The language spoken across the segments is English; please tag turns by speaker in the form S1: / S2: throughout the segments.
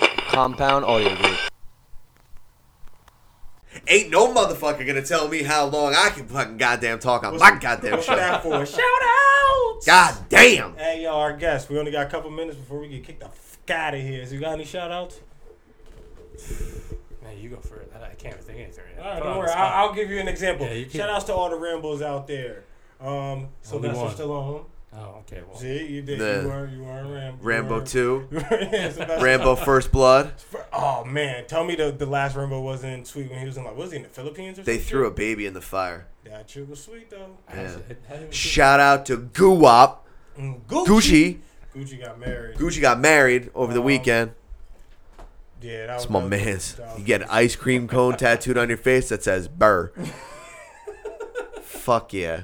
S1: Compound Audio Group.
S2: Ain't no motherfucker gonna tell me how long I can fucking goddamn talk on
S3: What's
S2: my
S3: the-
S2: goddamn
S3: What's
S2: show.
S3: that for? Shout out!
S2: God damn.
S3: Hey, y'all, our guests. We only got a couple minutes before we get kicked the fuck out of here. So, you got any shout outs?
S4: Man, you go for it. I I can't think of anything.
S3: All right, don't worry. I'll, I'll give you an example.
S4: Yeah, you can.
S3: shout outs to all the Rambos out there. Um, Sylvester
S4: one.
S3: Stallone.
S4: Oh, okay. Well,
S3: See, you did.
S2: The-
S3: you were you were a Ram- you
S2: Rambo
S3: were-
S2: 2,
S3: you were- yeah, Sylvester-
S2: Rambo First Blood.
S3: Oh man, tell me the, the last Rambo wasn't sweet when he was in like was he in the Philippines or
S2: They
S3: some
S2: threw a
S3: shit?
S2: baby in the fire.
S3: That shit was sweet though.
S2: Yeah.
S4: I didn't-
S2: Shout out to Guwap.
S3: Mm, Gucci.
S2: Gucci.
S3: Gucci got married.
S2: Gucci got married over the
S3: Um,
S2: weekend.
S3: Yeah, that was
S2: It's my
S3: that was-
S2: man's.
S3: that was-
S2: You get an ice cream cone tattooed on your face that says burr. Fuck yeah.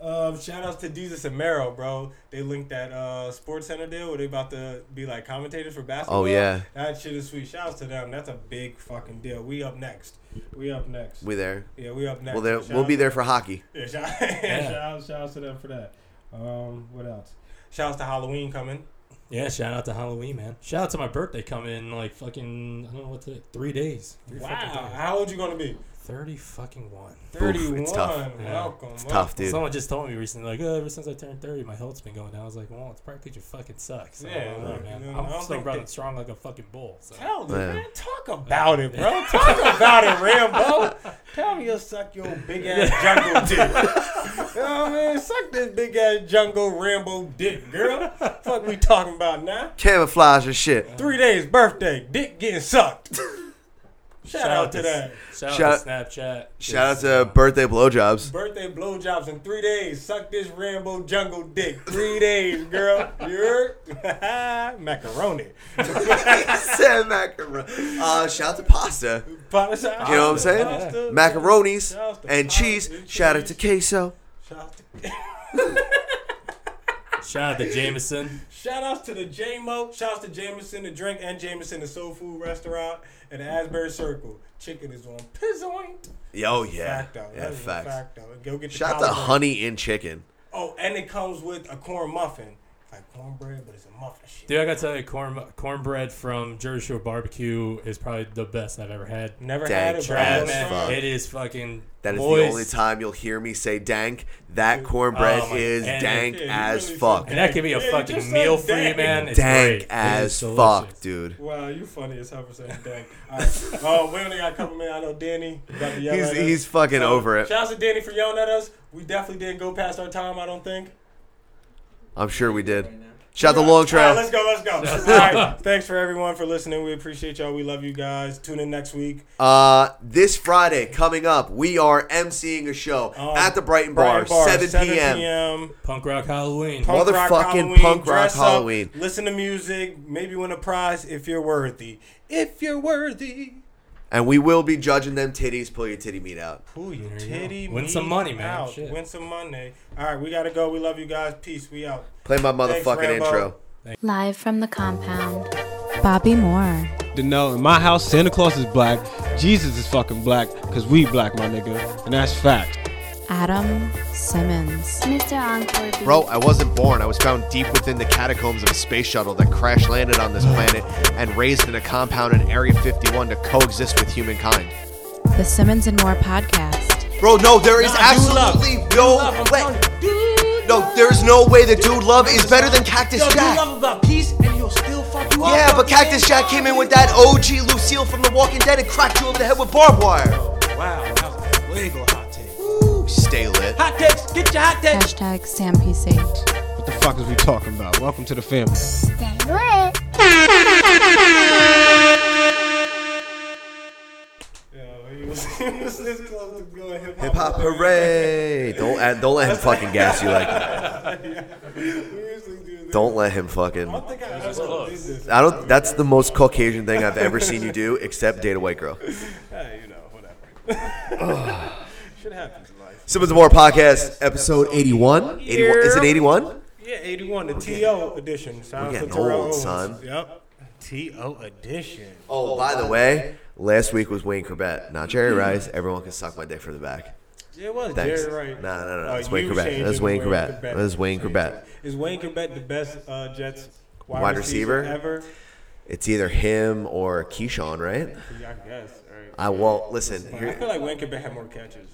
S3: Um, shout outs to Jesus and Mero, bro. They linked that uh Sports Center deal where they about to be like commentators for basketball.
S2: Oh, yeah.
S3: that shit is sweet. Shout outs to them. That's a big fucking deal. We up next. We up next.
S2: We there.
S3: yeah, we up next.
S2: Well, there,
S3: Shout
S2: we'll
S3: out
S2: be
S3: to-
S2: there for hockey.
S3: Yeah, shout,
S4: Yeah.
S3: shout out, shout out to them for that. Um, what else? Shout outs to Halloween coming.
S4: Yeah, shout out to Halloween, man. Shout out to my birthday coming in like fucking I don't know what today. Three days. Three fucking
S3: Wow,
S4: days.
S3: how old you gonna be?
S4: Thirty fucking one.
S3: Thirty-one.
S2: it's tough.
S4: Yeah.
S3: Welcome.
S2: It's tough, dude.
S4: Someone just told me recently, like, oh, ever since I turned thirty, my health's been going down. I was like, well, it's practically just fucking sucks. So,
S3: Yeah,
S4: I don't know,
S3: right.
S4: man.
S3: You know, I
S4: I'm
S3: don't
S4: still
S3: think
S4: running
S3: that-
S4: strong like a fucking bull. So.
S3: Tell me,
S2: Yeah.
S3: man. Talk about it, bro. Talk about it, Rambo. Tell me you'll suck your big ass jungle dick. you know what I mean? Suck this big ass jungle Rambo dick, girl. Fuck we talking about now.
S2: Camouflage and shit.
S3: Three days birthday, dick getting sucked. Shout, out to that.
S4: Shout, out
S2: Shout-
S4: to Snapchat.
S2: Shout out
S4: Just,
S2: to
S4: uh,
S2: birthday blowjobs.
S3: Birthday blowjobs in three days. Suck this Rambo jungle dick. Three days, girl. You're macaroni.
S2: Said macaroni. Uh, shout out to pasta.
S3: Pasta-
S2: You know what I'm
S3: pasta-
S2: saying? Macaronis
S3: Shout out to
S2: and
S3: pasta,
S2: cheese. Shout out to queso.
S3: Shout out to
S4: Shout out to Jameson.
S3: Shout outs to the J Mo. Shout outs to Jameson the Drink and Jameson the Soul Food Restaurant and the Asbury Circle. Chicken is on pizzoint.
S2: Oh yeah,
S3: Facto.
S2: yeah,
S3: That is a
S2: facts.
S3: Facto. Go get the
S2: Shout out to
S3: collard bun.
S2: honey and chicken.
S3: Oh, and it comes with a corn muffin. Like cornbread, but it's a muffin shit.
S4: Dude, I gotta tell you, corn cornbread from Jersey Shore Barbecue is probably the best I've ever had.
S3: Never
S2: Dang,
S3: had it,
S2: Trav,
S3: bro. Never
S4: Brad, man,
S3: had
S2: fuck.
S3: it.
S4: it is fucking.
S2: That is
S4: moist.
S2: the only time you'll hear me say dank. That cornbread
S4: Oh, my-
S2: is
S4: and-
S2: dank
S3: Yeah, you
S2: as
S3: really
S2: fuck.
S3: said
S4: And that could be a
S3: Yeah, you just
S4: fucking
S3: said
S4: meal for you,
S3: dank.
S4: man. It's
S2: Dank
S4: great. It
S2: as
S4: is
S2: fuck,
S4: delicious.
S2: dude.
S3: Wow, you funny as hell for saying dang. All right. Oh, we only got a couple minutes. I know Danny. About to yell
S2: He's
S3: at us.
S2: he's fucking
S3: So,
S2: over it.
S3: Shout out to Danny for yelling at us. We definitely didn't go past our time, I don't think.
S2: I'm sure we did. Shout out to Long
S3: All right,
S2: Trail.
S3: let's go. Let's go. All right. Thanks for everyone for listening. We appreciate y'all. We love you guys. Tune in next week.
S2: Uh, this Friday coming up, we are emceeing a show
S3: Um,
S2: at the Brighton Bar,
S3: Brighton Bar,
S2: 7 p.m.
S4: Punk rock Halloween.
S3: Punk rock
S2: Motherfucking
S3: Halloween.
S2: punk rock
S3: Dress up,
S2: Halloween.
S3: listen to music. Maybe win a prize if you're worthy. If you're worthy.
S2: And we will be judging them titties. Pull your titty meat out.
S3: Pull your
S4: There you
S3: titty.
S4: go. Win
S3: meat
S4: some money, man.
S3: Out.
S4: Shit.
S3: Win some money. All right, we gotta go. We love you guys. Peace. We out.
S2: Play my
S3: Thanks,
S2: motherfucking
S3: Rambo.
S2: intro.
S5: Live from the compound, Bobby Moore.
S6: to know in my house Santa Claus is black, Jesus is fucking black, cause we black, my nigga, and that's fact.
S5: Adam Simmons. Mr. Encore. B.
S2: Bro, I wasn't born. I was found deep within the catacombs of a space shuttle that crash landed on this planet and raised in a compound in Area 51 to coexist with humankind.
S5: The Simmons and Moore podcast.
S2: Bro, no, there is absolutely no way. No, there's no way that Dude Love is better than Cactus Jack. yeah, but Cactus Jack came in with that OG Lucille from The Walking Dead and cracked you over the head with barbed wire.
S3: Wow, that was a legal hot take.
S2: Ooh, stay lit.
S5: Hashtag Sam PC.
S6: What the fuck is we talking about? Welcome to the family.
S3: Yeah, he was, he was this close to going hip
S2: Hip hop, hooray! Don't add, don't let him fucking gas you like that.
S3: We usually do this.
S2: Don't let him fucking.
S3: I think I I don't do this.
S2: I don't. That's the most Caucasian thing I've ever seen you do, except date a white girl.
S3: Hey, Eh, you know, whatever. Shit happens in life.
S2: Simmons and More podcast, episode 81. 81. Is it 81?
S3: Yeah, 81, the TO edition. Sounds
S2: getting
S3: to Terrell
S2: old,
S3: Owens.
S2: son.
S3: Yep. TO edition.
S2: Oh, by the way, last week was Wayne Corbett, not Jerry Rice. Everyone can suck my dick for the back.
S3: Yeah, it was
S2: Thanks.
S3: Jerry Rice.
S2: No, no, no.
S3: Uh,
S2: It's Wayne
S3: you
S2: Corbett.
S3: changing
S2: That's Wayne
S3: Wayne
S2: Corbett.
S3: Corbett.
S2: That's Wayne Corbett.
S3: Is Wayne Corbett the best uh, Jets wide,
S2: Wide
S3: receiver,
S2: receiver?
S3: ever?
S2: It's either him or Keyshawn, right?
S3: Yeah, I guess. All right.
S2: I well, listen,
S3: I
S2: here,
S3: feel like Wanker had more catches.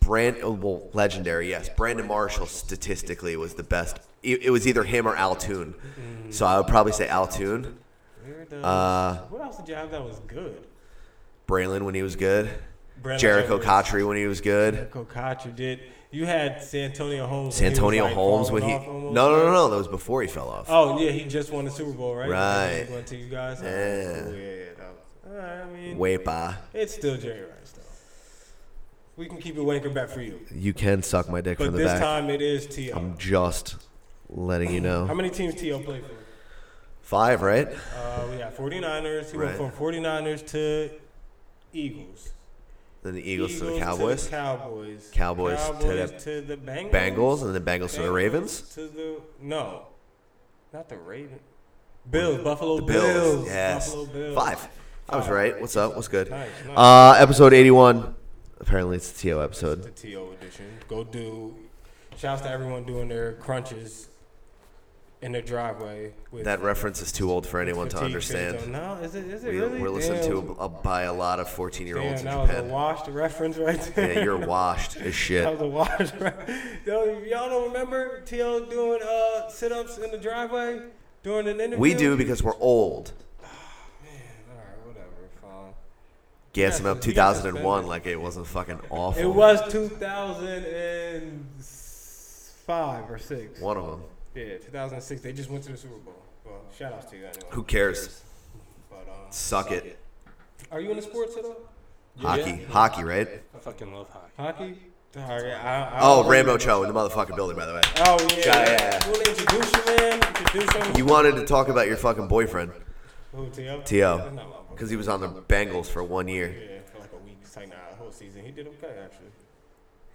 S2: Brand oh, well, legendary, yes. Brandon Marshall statistically was the best. It, it was either him or Altoon, so I would probably say Altoon.
S3: Where the-
S2: Uh,
S3: what else did you have that was good?
S2: Braylon when he was good,
S3: Braylon
S2: Jericho
S3: Jennings.
S2: Cotry when he was good,
S3: Kokachu did. You had Santonio Holmes. when he was,
S2: Santonio
S3: like,
S2: Holmes when
S3: falling
S2: he.
S3: off
S2: No,
S3: almost,
S2: no, no,
S3: right?
S2: no. That was before he fell off.
S3: Oh yeah, he just won the Super Bowl, right?
S2: Right.
S3: Going to you guys.
S2: Yeah.
S3: Oh, yeah, that was- Alright, I mean,
S2: Wepa,
S3: it's still Jerry Rice though. We can keep it wanking back for you,
S2: you can suck my dick
S3: but
S2: from the
S3: this
S2: back.
S3: time it is T.O.
S2: I'm just letting you
S3: How
S2: know.
S3: many teams T.O. played for?
S2: Five, right?
S3: Uh, we got 49ers. He went
S2: Right.
S3: from 49ers to Eagles.
S2: Then the Eagles, to the Cowboys,
S3: Cowboys.
S2: Cowboys to
S3: Cowboys
S2: the
S3: to the Bengals.
S2: Bengals, and then Bengals to the
S3: Bengals
S2: Ravens.
S3: To the no, not the Ravens. Bills. Buffalo
S2: The Bills,
S3: Bills.
S2: yes.
S3: Buffalo Bills.
S2: Five. I was right. What's up? What's good?
S3: Nice, nice.
S2: Uh, episode 81. Apparently, it's the TO
S3: the
S2: episode.
S3: TO edition. Go do. Shouts to everyone doing their crunches in their driveway. With
S2: That reference is too old for anyone to
S3: fatigue fans
S2: understand.
S3: on. No, is it? Is it
S2: We,
S3: really?
S2: we're listened to
S3: Damn.
S2: a, by a lot of 14 year olds
S3: Damn,
S2: in
S3: that was a
S2: Japan.
S3: washed reference right there.
S2: Yeah, you're washed as
S3: That
S2: shit.
S3: was a wash. right? Yo, y'all don't remember T.O. doing uh, sit-ups in the driveway during an interview?
S2: We do because we're old.
S3: All right, whatever, fine.
S2: Gassing up
S3: You got this,
S2: 2001
S3: baby.
S2: like it wasn't fucking awful.
S3: It was 2005 or six.
S2: One of them.
S3: Yeah, 2006. They just went to the Super Bowl. Well, shout outs to you anyway.
S2: Who cares?
S3: But, um,
S2: Suck it.
S3: are you in the sports at all?
S2: Hockey. Hockey, right?
S4: I fucking love hockey.
S3: Hockey? All right, I, I,
S2: Oh, Rambo Cho in the motherfucking building, by the way.
S3: Oh yeah.
S2: Yeah, yeah.
S3: You want to introduce your man? Introduce him.
S2: You wanted to talk about your fucking boyfriend,
S3: Who, T.O.? That's not my
S2: T.O.,
S3: boy.
S2: because he was on the Bengals for one year.
S3: Yeah, for like a week. It's like nah, a whole season. He did okay actually.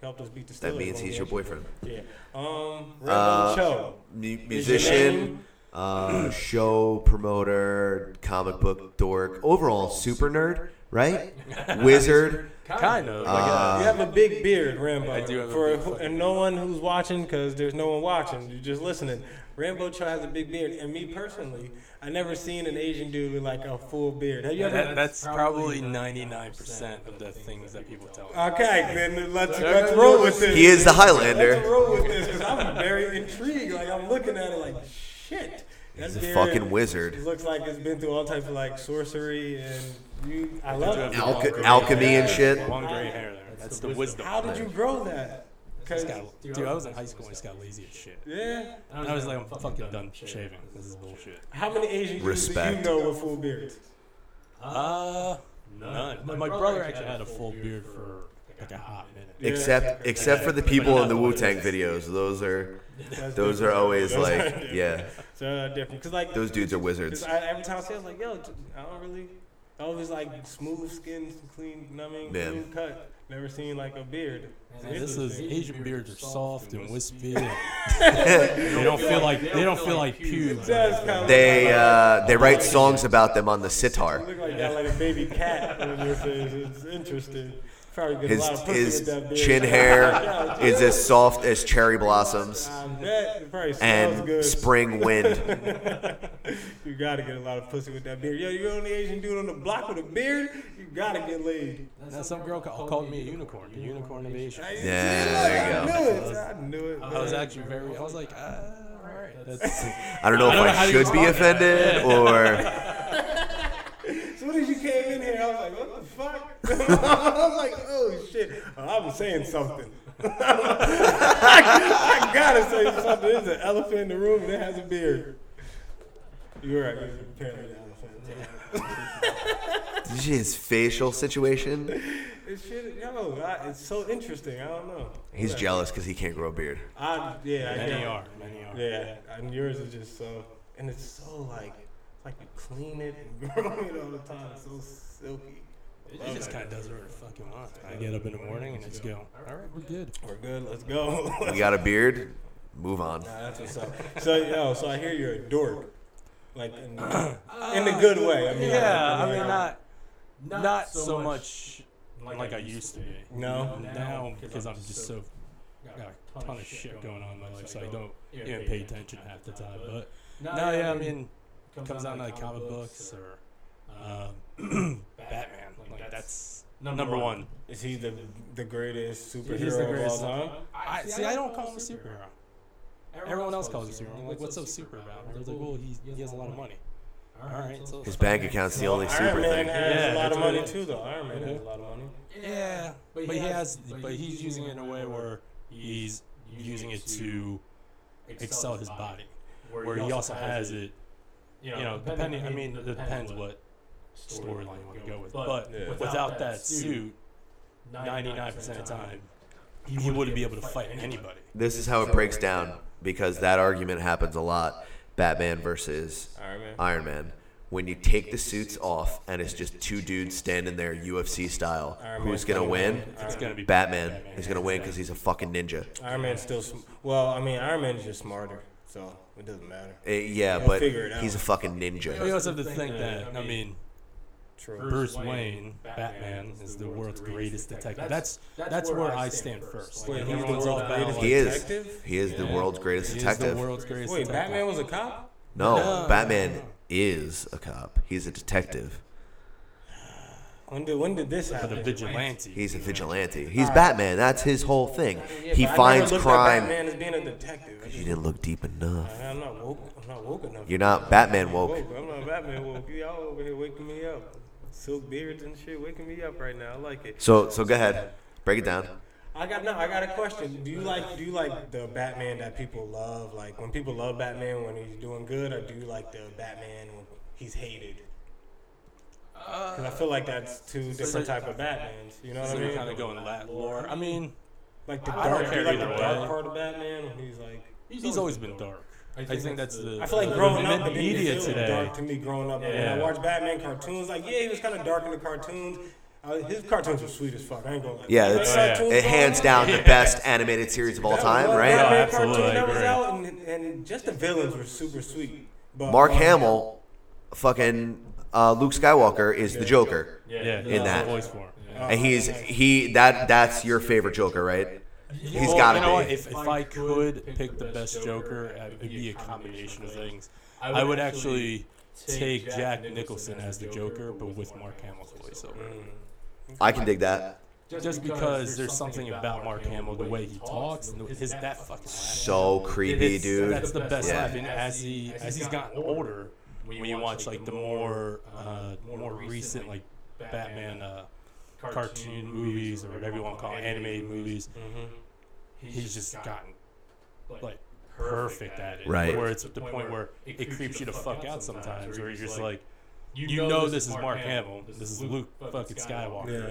S3: Helped us beat the Steelers.
S2: That means
S3: one
S2: he's
S3: game.
S2: your boyfriend.
S3: Yeah. Um, Rambo
S2: Uh,
S3: Cho.
S2: Mu-
S3: Musician.
S2: musician, uh, show promoter, comic book dork, overall super nerd, right? Wizard.
S4: Kind of.
S2: Uh,
S3: you have a big beard, Rambo.
S4: I do have a
S3: for
S4: big
S3: who-
S4: fucking
S3: and no one who's watching because there's no one watching. You're just listening. Rambo Cho has a big beard, and me personally, I never seen an Asian dude with like a full beard. Have you ever?
S4: that, that's probably Uh, 99% of the things that people tell me.
S3: okay, then let's let's roll with this.
S2: He is the
S3: Let's
S2: Highlander.
S3: roll with this because I'm very intrigued. Like I'm looking at it like shit. That
S2: He's a
S3: beard
S2: fucking wizard.
S3: Looks like it's been through all types of like sorcery and you. I love it.
S2: Alch- alchemy and shit.
S4: Long gray hair there. uh, That's the wisdom.
S3: How did you grow that? 'Cause-
S4: Got- Dude, I was in high school and just got lazy as shit.
S3: yeah.
S4: I was like, I'm fucking done shaving. This is bullshit.
S3: How many Asian dudes do you
S2: Respect.
S3: know with full beards?
S4: Uh, none. My, my brother actually had a full beard for like a hot minute.
S2: Except, except for the people in the Wu Tang videos. Those are,
S3: That's
S2: those are
S3: different.
S2: always
S3: Those are
S2: like,
S3: different.
S2: yeah.
S3: So uh, different. Cause like,
S2: Those dudes are
S3: 'cause
S2: wizards.
S3: I, every time I see, it, I was like, yo, t- I don't really. I always like smooth skin, clean, you know what I mean,
S2: Man.
S3: clean cut. Never seen like a beard.
S4: This is Asian beards are soft and wispy. and- they don't feel like they don't feel like pubes.
S3: That's kind of
S2: They, uh, they write songs about them on the sitar.
S3: Look like you got like a baby cat on your face. It's interesting. Probably get a
S2: His
S3: lot of pussy with
S2: his
S3: that beard.
S2: chin hair is as soft as cherry blossoms
S3: I bet it probably smells
S2: and
S3: good.
S2: spring wind.
S3: you gotta get a lot of pussy with that beard. Yo, you're the only Asian dude on the block with a beard. You gotta get laid.
S4: Now some girl ca- called me a unicorn, the unicorn of Asia.
S3: I-
S2: Yeah, there you go.
S3: I knew it. I knew it.
S4: I was actually very. I was like, uh, all right. That's,
S2: I don't know
S4: I don't
S2: if
S4: know how
S2: I
S4: you
S2: should be
S4: respond.
S2: offended or
S3: As soon as you came in here, I was like, what the fuck? I was like, oh shit. I was saying something. I gotta say something. There's an elephant in the room that has a beard. You're right. You're apparently the elephant.
S2: his facial situation.
S3: It's shit. Yo, I, it's so interesting. I don't know.
S2: He's
S3: Whatever.
S2: jealous because he can't grow a beard.
S3: I, yeah, I
S4: many
S3: get
S4: are, many are.
S3: Yeah, and yours is just so, and it's so like, it's like you clean it and grow it all the time. It's so silky.
S4: It just kind of does whatever the fuck you want. I get up in the morning and just go, all right, we're good.
S3: We're good. Let's go. nah,
S2: You got a beard, move on.
S3: that's what's up. So yo, so I hear you're a dork, like in, in a good way. I mean,
S4: Yeah, I
S3: like,
S4: mean, not not, so much like, I used to be.
S3: No?
S4: now because I'm just so got a ton of shit going on in my life, so I don't even pay attention half the time. But no, yeah, I mean, comes, out in like comic books or um, Batman. Like, that's number, one.
S3: Is he the the greatest superhero
S4: He's the greatest.
S3: of all time?
S4: I, see, I don't call him a superhero. Everyone else calls him superhero. I'm like, what's so super about? him? They're like, well, he, he has a lot of money. All right, so
S7: His bank account's the only super
S3: Iron Man
S7: thing.
S3: has
S4: Yeah,
S3: a lot
S4: that's
S3: of
S4: what
S3: money
S4: it is.
S3: too, though. Iron Man has a lot of money.
S4: Yeah, but he has, but he's using it in a way where he's using it to excel his body. Where he also has it, you know, depending. I mean, it depends what storyline you want to go with. But
S3: Yeah.
S4: without that suit, ninety nine percent of the time, he wouldn't be able to fight anybody.
S2: This is how it breaks down because that argument happens a lot. Batman versus
S3: Iron Man.
S2: Iron Man. When you take the suits off and it's just two dudes standing there UFC style, who's gonna win?
S4: It's gonna be
S2: Batman is gonna win because he's a fucking ninja.
S3: Iron Man's still sm- well. I mean, Iron Man's just smarter, so it doesn't matter.
S2: Eh, yeah,
S3: They'll
S2: but
S3: figure it out.
S2: he's a fucking
S4: We
S2: ninja.
S4: also have to think that. I mean,
S3: True.
S4: Bruce Wayne, Batman, is the world's greatest detective. That's that's where I stand first.
S3: Wait,
S4: Like,
S3: he's the
S4: everyone's all
S3: world's greatest
S4: about, like,
S2: He is.
S3: detective?
S2: He is the world's greatest
S4: He is the
S2: detective.
S4: world's greatest
S3: Wait,
S4: detective.
S3: Batman was a cop.
S2: No, Batman is a cop. He's a detective.
S3: When did when did this
S4: But a
S3: happen?
S4: vigilante.
S2: He's a vigilante. He's Batman. That's his whole thing. He
S3: I never
S2: finds
S3: looked at
S2: crime.
S3: Batman as being a detective. I
S2: You
S3: just-
S2: didn't look deep enough.
S3: I'm not woke. I'm not woke enough.
S2: You're not Batman woke.
S3: woke. I'm not Batman woke. Y'all over here waking me up. Silk beards and shit waking me up right now. I like it.
S2: So so go ahead, break it down.
S3: I got no. I got a question. Do you like do you like the Batman that people love? Like when people love Batman when he's doing good, or do you like the Batman when he's hated? Because I feel like that's two different type of Batmans. You know what I
S4: So
S3: mean?
S4: you're kind of going lat lore. I mean,
S3: Like the
S4: don't
S3: dark,
S4: care
S3: like
S4: either
S3: the
S4: way.
S3: dark part of Batman when he's like.
S4: he's always been dark. I think, that's the.
S3: I feel like
S4: the
S3: growing
S4: me-
S3: up, the
S4: media
S3: media
S4: today.
S3: dark to me growing up. But When I
S4: Yeah.
S3: watched Batman cartoons, like yeah, he was kind of dark in the cartoons. Uh, his cartoons were sweet as fuck. I ain't gonna lie.
S2: Yeah,
S3: Like,
S2: it's
S4: Oh,
S3: cartoons
S2: it hands
S3: growing up,
S2: down the best animated series of all time,
S4: Yeah,
S2: right?
S3: Batman
S4: absolutely,
S3: cartoon
S4: I
S3: that was
S4: agree.
S3: out, and, and just the villains were super sweet. But
S2: Mark
S3: um,
S2: Hamill, fucking uh, Luke Skywalker is the Joker,
S4: yeah,
S2: in that.
S4: voice form.
S2: and he's he that that's your favorite Joker, right? He's gotta
S4: you know what?
S2: be.
S4: If, if I could pick the best Joker, uh, it'd be a combination of things. I would actually take Jack Nicholson as the Joker, but with Mark Hamill's voiceover.
S2: I can dig that.
S4: Just because there's something about Mark Hamill, the way he talks, and the- his that fucking laugh.
S2: So creepy,
S4: It's- That's
S2: dude.
S4: the best
S2: Yeah.
S4: laugh. And as he as he's gotten older, when you watch like the more uh, more recent like Batman uh, cartoon movies or whatever you want to call it, animated movies, Mm-hmm. he's just gotten like perfect at it.
S2: Right.
S4: Where it's at the point where it creeps you the fuck out sometimes, where you're just like, you know this is Mark Hamill, this is Luke fucking Skywalker,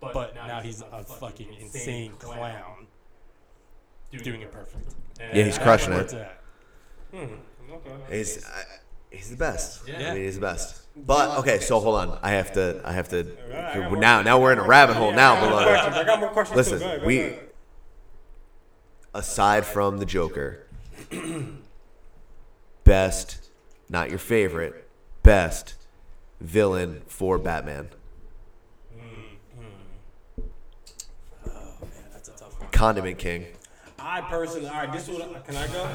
S3: Yeah.
S4: but now he's a fucking insane clown doing it perfect.
S2: Yeah, he's crushing
S4: Where it's
S2: it.
S4: at.
S3: Okay.
S2: He's I, he's the best. I
S4: Yeah.
S2: mean, he's the best. But okay, so hold on. I have to. I have to. Now, now we're in a rabbit hole. Now,
S3: I got more
S2: below.
S3: questions. I got more questions. too. Go
S2: Listen,
S3: ahead, go
S2: we
S3: ahead.
S2: aside from the Joker, best, not your favorite, best villain for Batman.
S4: That's a tough one.
S2: Condiment King.
S3: I personally, all right, this is what, can I go?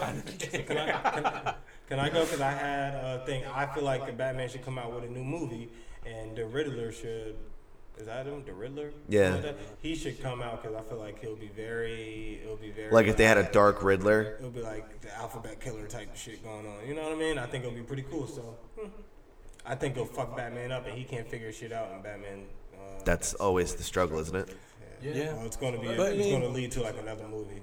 S3: Can I, can I, can I go? Because I had a thing. I feel like the Batman should come out with a new movie, and the Riddler should. Is that him? The Riddler?
S2: Yeah.
S3: He should come out because I feel like he'll be very. It'll be very.
S2: Like if they had a Dark Riddler.
S3: It'll be like the alphabet killer type of shit going on. You know what I mean? I think it'll be pretty cool. So, hmm. I think it'll fuck Batman up, and he can't figure shit out, and Batman. Uh,
S2: That's always the struggle, isn't it?
S4: Yeah.
S3: well, it's gonna be.
S4: But I
S3: it's
S4: mean-
S3: gonna lead to like another movie.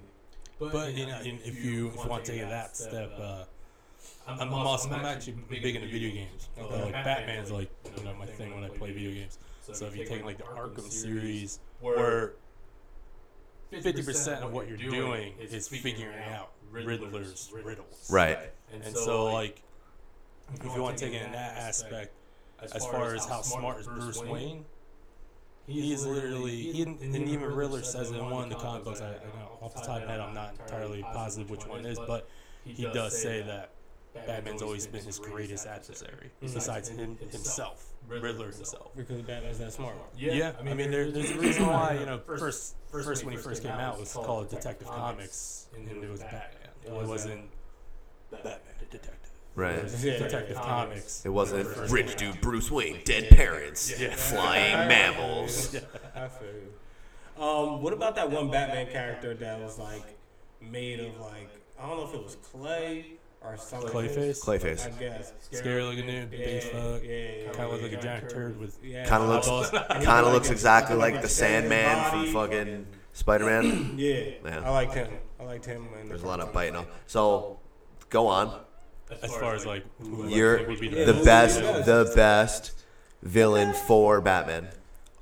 S4: But you know, in- if you if you want to take it that step, uh, I'm, I'm also I'm actually big into video games. Uh, like Batman's like you know my thing when I play video games. So if you take like the Arkham series, where fifty percent of what you're doing is figuring out Riddler's riddles,
S2: Right.
S4: And so like, if you want to take it in that aspect, as far as how smart is Bruce Wayne. He is literally, he, and, and even Riddler says it in one of the comic books. I, I know off the top of my head, I'm not entirely positive which one it is, but he does say that Batman's always been his greatest adversary, besides him himself, Riddler himself.
S3: Because Batman's that smart.
S4: Yeah, I mean, there, there's a reason why you know first first when he first came out was called Detective Comics, and it was Batman. It wasn't Batman the Detective.
S2: Right.
S4: Detective Comics.
S2: It wasn't rich dude Bruce Wayne, dead parents, flying mammals.
S3: I feel you. Um, what about that one Batman character that was like made of like I don't know if it was clay or something.
S4: Clayface.
S3: I
S2: Clayface.
S3: guess.
S4: Scary looking dude. Big
S3: Yeah,
S4: fuck.
S3: yeah, yeah.
S4: Kind of looks like a giant turd with.
S3: Yeah.
S2: Kind of looks,
S4: Eyeballs.
S2: kind of looks exactly like the
S3: Standing
S2: Sandman from
S3: body.
S2: fucking Spider-Man.
S3: Yeah.
S2: Yeah.
S3: I liked him. I liked him. And
S2: There's a lot of biting off. So, go on.
S4: As far as like. who I
S2: You're
S4: think would be
S2: the best, the best villain for Batman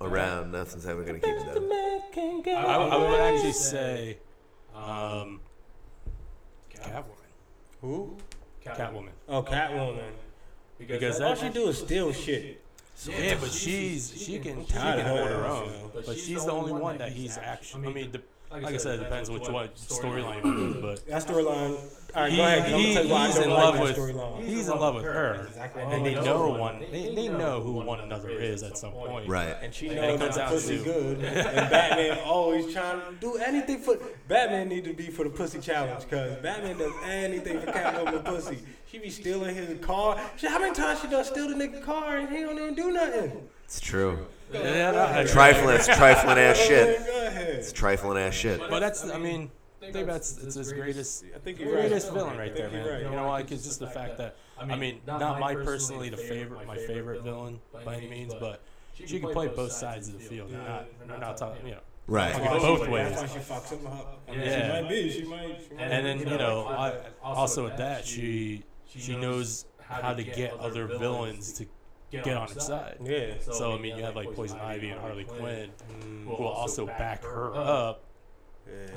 S2: around. Nothing's ever gonna keep it down.
S4: I, I would actually say, um, Catwoman.
S3: Who?
S4: Catwoman.
S3: Oh, Catwoman.
S4: Because
S3: All
S4: that
S3: she do is steal shit.
S4: yeah, but she's she can she
S3: Tired
S4: can
S3: of
S4: hold
S3: her
S4: her
S3: ass,
S4: own. But she's the only one that he's actually. I mean, de- like I said, it depends which what storyline you do, but.
S3: That storyline. All right,
S4: He,
S3: go ahead. 'cause I'm
S4: he,
S3: gonna tell you why I
S4: he's
S3: don't
S4: in
S3: like
S4: love
S3: that
S4: with
S3: storyline.
S4: he's in love with her,
S3: Exactly.
S4: and they know one they, they know who one another is at some point.
S2: Right.
S3: And she
S4: it
S3: knows
S4: comes
S3: that
S4: out
S3: the pussy
S4: too.
S3: good, and Batman always trying to do anything for. Batman need to be for the pussy challenge, cause Batman does anything for Catwoman pussy. She be stealing his car. She, how many times she done steal the nigga car and he don't even do nothing?
S2: It's true.
S4: Yeah, no,
S2: Trifling, it's trifling ass shit.
S3: Go ahead.
S2: It's trifling ass shit.
S4: But that's, I mean, I think that's it's his greatest,
S3: I think you're right.
S4: greatest villain right there,
S3: you're
S4: man.
S3: right.
S4: You know why? It's just the fact that I mean, not my personally the favorite, my favorite villain by any means, but she can play both sides of the field. They're not, they're not talking, you know,
S2: Right.
S4: fucking both
S3: That's
S4: ways.
S3: why she fucks him up. I mean,
S4: Yeah.
S3: She might be. She might. She might
S4: And then you know, I, also with that, she she knows how to get other villains to get on her side.
S3: yeah.
S4: So I mean, you have like Poison Ivy and Harley Quinn, who will also back her up.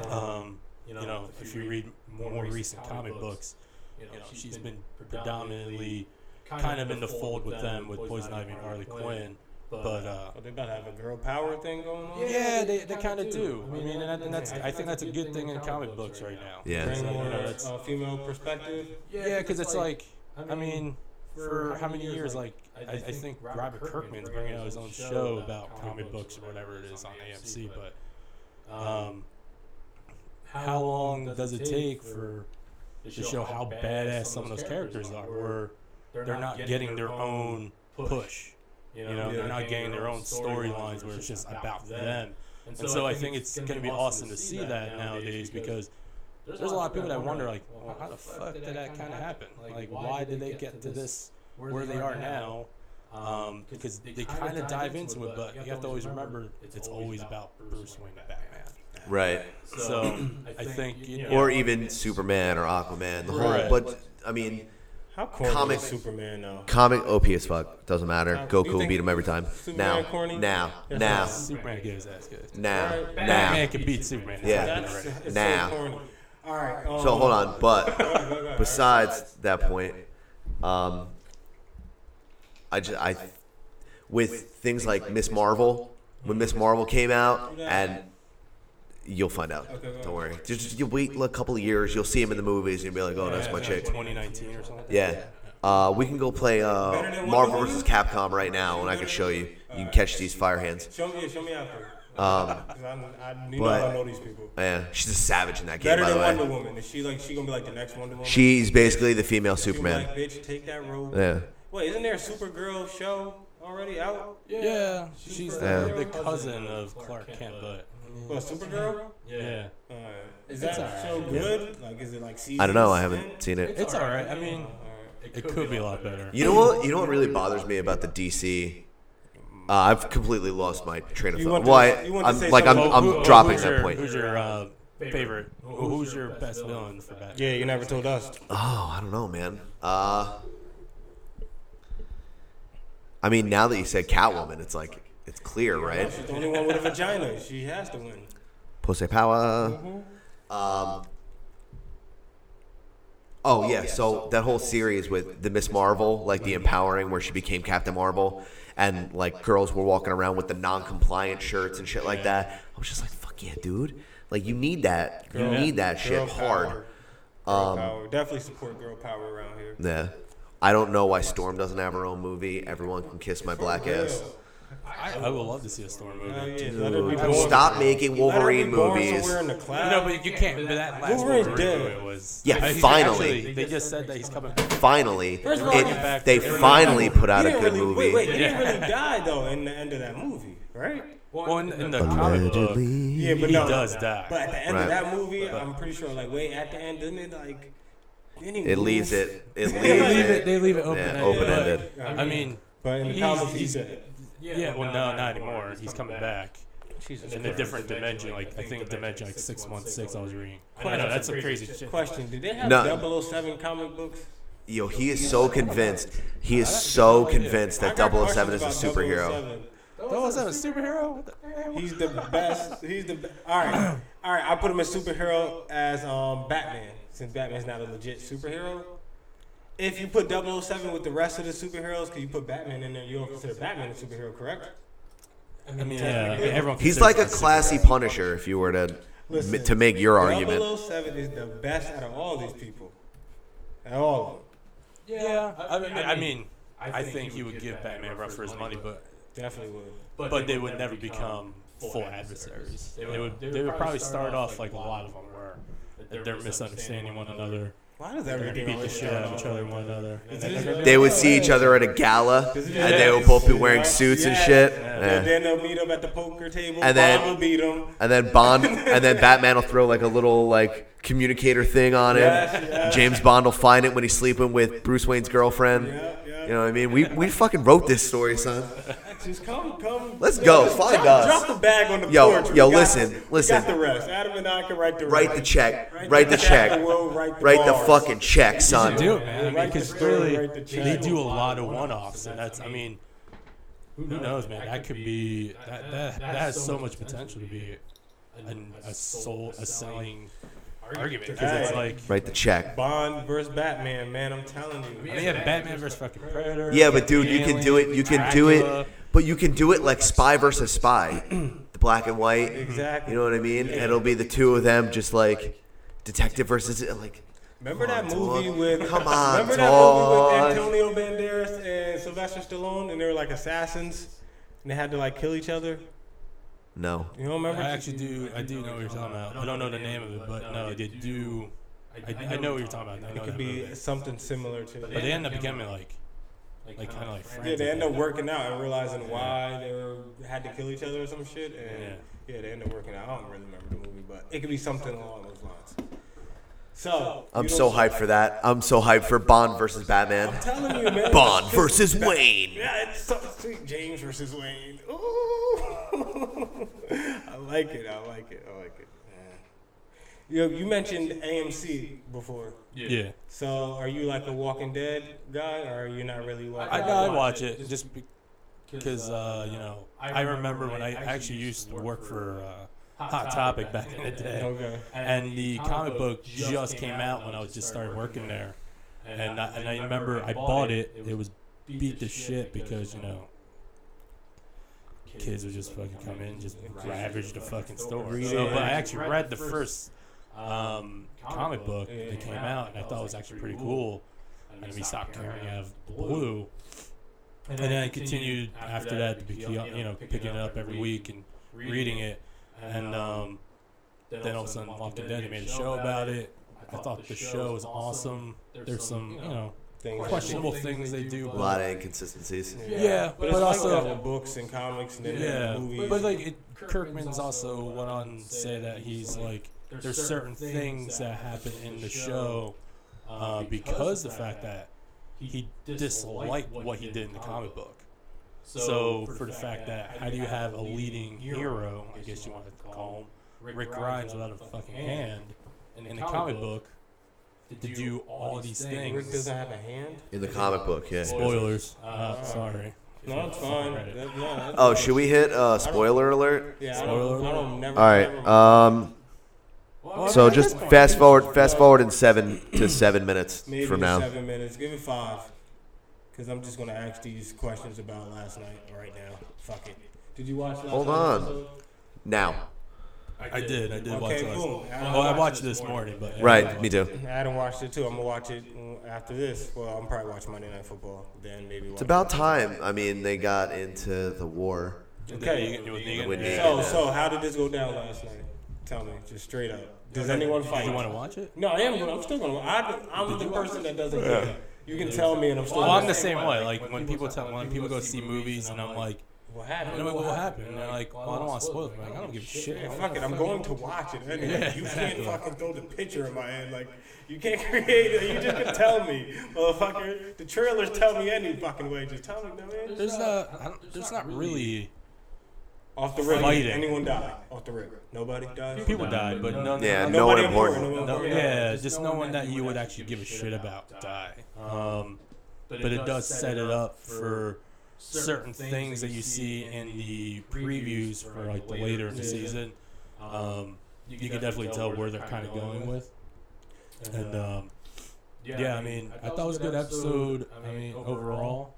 S4: Um, you know, if you read more recent comic books, you know, she's been predominantly kind of in the fold with them with Poison Ivy and Harley Quinn. But uh,
S3: Oh, they about to have a girl power thing going on.
S4: yeah, they, they kind of do. I mean, and, and that's I think that's a good thing in comic books right now.
S3: Bring
S2: Yeah.
S3: more
S4: Yeah, that's-
S3: uh, female perspective.
S4: Yeah, because it's like, I mean, for how many years? Like, I, I think Robert Kirkman's bringing out his own show about comic books or whatever it is on AMC. But um, how long does it take for to show how badass some of those characters are? Where they're not getting their own push. You know, they're not getting their own storylines where it's just about them. And so I think it's going to be awesome to see that nowadays because there's a lot of people that wonder like well, how the fuck did that kind of happen like why did they get to this where they are now um, because they kind of dive into it but you have to always remember it's always about bruce wayne and batman
S2: Right.
S4: so i think you know,
S2: Or even Superman or Aquaman. The whole.
S4: Right.
S2: But I mean,
S3: How corny
S2: Comic-
S3: is Superman though?
S2: comic OP as fuck. Doesn't matter.
S3: you
S2: Goku
S3: think
S2: beat him every time.
S3: Superman
S2: Now,
S3: corny?
S2: now,
S3: Yes,
S2: now,
S3: yes.
S4: superman can get his ass kicked
S2: now,
S3: Alright,
S2: now.
S4: batman can beat superman It's
S2: Yeah.
S4: happening
S3: That's
S4: already.
S3: it's
S2: Now.
S3: so corny. All right. Um,
S2: So hold on. But
S3: go, go, go.
S2: besides that point, um, I just I with things like Miss Marvel. When Miss Marvel came out, and you'll find out. Don't worry. Just just you wait a couple of years. You'll see him in the movies, and you'll be like, "Oh, that's my
S4: Yeah,
S2: chick."
S4: 2019 or something
S2: Yeah. Uh, we can go play
S3: than
S2: uh,
S3: Wonder
S2: Marvel
S3: Woman?
S2: vs. Capcom right now, and I can show you. You can catch these fire hands.
S3: Show me. Show me after.
S2: Um,
S3: 'Cause I'm- I, you
S2: but-
S3: know I know these people.
S2: yeah, she's a savage in that game,
S3: Better
S2: by
S3: than
S2: the
S3: Wonder
S2: way.
S3: Woman. Is she like she gonna be like the next Wonder Woman?
S2: She's basically the female
S3: You black
S2: Superman.
S3: bitch, take that role.
S2: Yeah.
S3: Wait, isn't there a Supergirl show already out?
S4: yeah she's
S2: Yeah.
S4: the, the cousin of clark kent but
S3: What, Supergirl?
S4: yeah
S3: Uh, is that show good? Like, is it like season?
S2: I don't know. I
S3: ten?
S2: haven't seen it.
S4: it's all right i mean it could be a lot better
S2: You know what? You know what really bothers me about the DC. Uh, I've completely lost my train of
S3: You
S2: thought.
S3: want to-
S2: Well,
S3: you want to
S2: I, am
S3: say
S2: like I'm,
S4: Well, who-
S2: I'm
S4: who-
S2: dropping
S4: who's
S2: that
S4: your-
S2: point.
S4: Who's your uh, favorite? Who- Who's your best villain for Batman?
S3: Yeah, you never told us.
S2: Oh, I don't know, man. Uh, I mean, now that you said Catwoman, it's like it's clear, right?
S3: She's the only one with a vagina. She has to win.
S2: Pussy power.
S3: Mm-hmm.
S2: Um, oh, yeah, so that whole series with the Miss Marvel, like the empowering where she became Captain Marvel, and like girls were walking around with the non-compliant shirts and shit like that. I was just like, fuck yeah, dude! Like you need that, you need that shit
S3: Girl
S2: hard. Um,
S3: power. Girl power. Definitely support girl power around here.
S2: Yeah, I don't know why Storm doesn't have her own movie. Everyone can kiss my black ass.
S3: Girl.
S4: I, I would love to see a Storm movie.
S3: Oh, yeah,
S4: You
S3: let her be
S2: Dude,
S3: born-
S2: stop making
S3: let her be
S2: Wolverine
S3: born
S2: movies.
S3: somewhere in the cloud.
S4: know, but you can't. But that last
S3: Wolverine's
S4: Wolverine
S3: dead.
S4: movie was.
S2: Yeah,
S4: Actually,
S2: finally.
S4: they just said that he's coming. back.
S2: Finally,
S3: of all,
S2: it, they
S4: Everybody-
S2: finally put
S3: He
S2: out a
S3: didn't
S2: good
S3: really,
S2: movie.
S3: Wait, wait, he didn't really die though in the end of that movie, right?
S4: Well, in, in the comic book,
S3: Yeah, but
S4: he
S3: no,
S4: does die.
S3: But at the end
S2: Right. uh,
S3: of that movie, I'm pretty sure, like, wait, at the end, didn't it like? didn't he
S2: It
S3: move?
S2: leaves it. It leaves
S4: they leave
S2: it.
S4: it. They leave it open.
S2: Yeah, open-ended.
S4: I mean,
S3: But in the
S4: He's-
S3: comics, he's
S4: he's-
S3: dead.
S4: yeah. Well, no, not anymore. He's coming back.
S3: Jesus
S4: in a
S3: Christ.
S4: different dimension. Like I think dimension like six one six. I was reading. I know that's some crazy shit.
S3: Question: Did they have
S2: No.
S3: 007 comic books?
S2: Yo, he is so convinced. He is so convinced that
S3: I got
S2: 007 is a
S3: questions about
S2: superhero.
S3: 007.
S4: Oh, is that a superhero? What the-
S3: He's the best. He's the. Be- all right, all right. I put him as superhero as um Batman, since Batman's not a legit superhero. If you put 007 with the rest of the superheroes, because you put Batman in there, you don't consider Batman a superhero, correct?
S4: I mean, yeah, I mean, everyone.
S2: He's
S4: considers
S2: like a
S4: him
S2: classy Punisher, if you were to
S3: Listen,
S2: to make your argument.
S3: 007 is the best out of all these people. At all of them.
S4: superhero. Yeah, I mean, I, mean, I think he would give Batman a run for his money, but
S3: Definitely would.
S4: but they would never become full adversaries. They would they would probably start off like a lot of them were. that They're misunderstanding one another.
S3: Why does
S4: They
S3: everything
S4: beat the
S3: always
S4: shit out of each other, one another.
S2: They would see each other at a gala, and they would both be wearing suits and shit.
S3: And
S2: Yeah.
S3: then they'll meet him at the poker table.
S2: And
S3: And
S2: then-
S3: then will beat him.
S2: And then Bond, and then Batman will throw like a little like communicator thing on
S3: Yes,
S2: him.
S3: yes.
S2: James Bond will find it when he's sleeping with Bruce Wayne's girlfriend.
S3: Yeah, yeah.
S2: You know what I mean? We we fucking wrote this story, son.
S3: Just come, come.
S2: Let's go. Find
S3: drop,
S2: us.
S3: Drop the bag on the
S2: Yo,
S3: porch. We
S2: yo,
S3: got-
S2: listen,
S3: we
S2: listen.
S3: Got the rest. Adam and I can write the
S2: Write
S3: rest.
S2: the check. Write the check.
S3: We'll write the,
S2: Write the
S3: bars.
S2: fucking check, son.
S4: do it, man. I mean,
S3: Write the
S4: because
S3: story,
S4: clearly
S3: write the check.
S4: they do a lot of one-offs, and that's. I mean, who knows, man? That could be. That that, that has so much potential to be an, a soul a selling argument because it's
S3: Hey.
S4: like.
S2: Write the check.
S3: Bond versus Batman, man. I'm telling you.
S4: I mean, yeah, Batman versus fucking Predator.
S2: Yeah, but dude, you can do it.
S4: Alien,
S2: You can do
S4: Dracula.
S2: it. But you can do it like spy versus spy, the black and white.
S3: Exactly.
S2: You know what I mean? And it'll be the two of them, just like detective versus like.
S3: Remember
S2: Come
S3: that
S2: on,
S3: movie
S2: dog.
S3: with
S2: Come on,
S3: Remember
S2: dog.
S3: that movie with Antonio Banderas and Sylvester Stallone, and they were like assassins, and they had to like kill each other.
S2: No,
S3: You don't
S4: I
S3: remember?
S4: actually do. I do know what you're talking about. I don't know the name of it, but no, they do. I, I know what you're talking about. I know
S3: it could
S4: that
S3: be
S4: movie.
S3: something similar to.
S4: But they end up becoming like, like kind of like friends.
S3: Yeah, they
S4: at
S3: end
S4: the
S3: up working out and realizing why they were had to kill each other or some shit, and yeah, they end up working out. I don't really remember the movie, but it could be something along those lines. So
S2: I'm
S3: you
S2: so
S3: don't-
S2: hyped for that. I'm so hyped for Bond versus Batman.
S3: Telling you, man.
S2: Bond versus Wayne.
S3: Yeah, it's so sweet. James versus Wayne. Ooh. I like it. I like it. I like it. Yeah. You, you mentioned AMC before.
S4: Yeah.
S3: So are you like a Walking Dead guy, or are you not really Walking
S4: I
S3: Dead?
S4: know I watch it just because uh, you know I remember when I actually used to work for uh, Hot Topic back in the day,
S3: Okay.
S4: and the comic book just came out when I was just started working there, and I, and I remember I bought it. It was beat the shit because you know. Kids would just fucking come in, and just ravage the fucking store.
S3: Read
S4: So,
S3: it.
S4: but I actually read the first um, comic book that came out, and I thought it was actually pretty cool and then we stopped carrying out of blue. And then I continued after that to pick up, you know, picking it up every week and reading it. And um, then all of a sudden, Walking Dead, they made a show about it. I thought the show was awesome. There's some, you know,
S3: Things
S4: questionable things they do.
S2: A lot
S4: But
S2: of inconsistencies.
S4: yeah, but
S3: But also
S4: also,
S3: books and comics and then
S4: yeah,
S3: movies.
S4: but like it, Kirkman's also went on and say that he's like, there's certain things that happen in the show uh, because the fact that he disliked what he did in the comic book. So for the fact that how do you have a leading hero, I guess you want to call him, Rick Grimes without a fucking hand in the comic book to do all these
S3: Rick
S4: things?
S3: doesn't have a hand.
S2: In the comic book, yeah.
S4: Spoilers. Uh, sorry.
S3: No, it's fine.
S4: Right.
S3: That- no, that's-
S2: Oh, should we hit uh, spoiler alert?
S3: yeah, I don't, I don't never.
S2: All right. Um, so just fast forward, fast forward in seven to seven minutes
S3: Maybe
S2: from now.
S3: seven minutes. Give it five. Because I'm just going to ask these questions about last night right now. Fuck it. Did you watch last
S2: Hold
S3: night's
S2: on.
S3: episode?
S2: Now.
S4: I did. I did watch
S3: Okay,
S4: it. last-
S3: boom.
S4: Oh, I watched it this morning, but yeah, I
S2: Right,
S4: watched
S2: me
S4: it.
S2: too.
S3: I don't watch it too. I'm gonna watch it after this. Well, I'm probably watching Monday Night Football. Then maybe.
S2: It's about time. I mean, they got into the war.
S3: Okay.
S4: You- you- you-
S2: With
S4: you-
S2: Negan.
S3: So, so how did this go down last night? Tell me, just straight up. Does anyone fight?
S4: You want to watch it?
S3: No, I am. gonna- I'm still gonna. I, I'm the person that doesn't. Get it. You can tell me, and I'm still.
S4: Well, I'm
S3: gonna
S4: the
S3: say,
S4: same way. Like when people tell when people go see movies, and I'm like,
S3: What
S4: I
S3: happened?
S4: don't know what happened. And they're like, well, I don't want to spoil it. I'm Like I don't give a shit.
S3: Yeah, fuck it. I'm going to watch it anyway. you can't fucking throw the picture in my head. Like, you can't create it. You just can tell me, motherfucker. The trailers tell me any fucking way. Just tell me, man.
S4: There's not. I don't, there's not really.
S3: Off the rip.
S4: Fighting.
S3: Anyone die? Off the rip. Nobody dies.
S4: People died, but none.
S2: Yeah,
S4: none-
S2: no one
S3: Nobody
S2: important.
S3: important.
S4: no-
S3: yeah.
S4: yeah, just no one that you would actually give a shit about die. Um, but it does set it up for certain things that you see in the previews for like the later in the season. Um, you can definitely tell where they're kind of going with. And um, yeah, I mean, I thought it was a good episode. I mean, overall,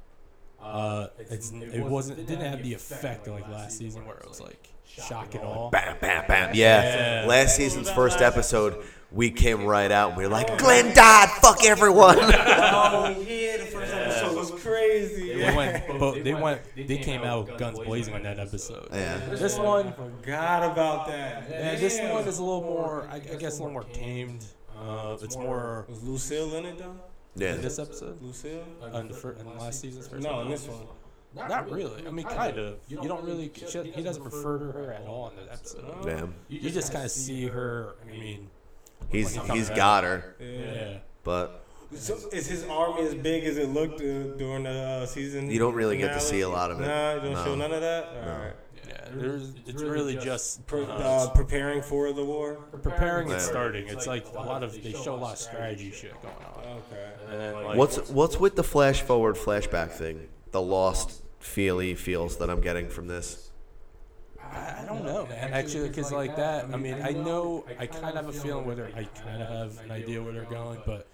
S4: uh, it's, it wasn't it didn't have the effect of like last season where it was like shock and all.
S2: Bam, bam, bam. Yeah.
S4: Yeah.
S2: Last season's first episode, we came right out and we were like, Glenn died. Fuck everyone.
S3: Oh, yeah. The first episode was crazy.
S4: They went, but they went, they came out with guns blazing on that episode.
S2: yeah.
S4: This one,
S3: Forgot about that.
S4: yeah, this one is a little more, I, I guess, a little more tamed. Uh, it's more
S3: Was Lucille in it though?
S2: Yeah.
S4: in this episode,
S3: Lucille?
S4: on the first, in last season's first.
S3: No, in
S4: episode.
S3: this one.
S4: not really. I mean, kind of. You don't really. She, he doesn't refer to her at all in the episode.
S2: Damn.
S4: You just kind of see her. I mean,
S2: He's he's got her,
S4: yeah.
S2: but
S3: So is his army as big as it looked uh, during the uh, season?
S2: You don't really get to see a lot of it.
S3: Nah, you don't
S2: No.
S3: show none of that. All right.
S4: Yeah, there's, it's really just
S3: Pre-
S4: uh,
S3: uh, preparing for the war.
S4: preparing
S2: Yeah.
S4: and starting. It's like a lot of they show a lot of strategy shit going on.
S3: Okay.
S4: And then like
S2: what's what's with the flash forward flashback thing? The lost feely feels that I'm getting from this.
S4: I, I don't know, man. Actually, because like that, I mean, I know I kind of have a feeling where they're, I kind of have an idea where they're going, but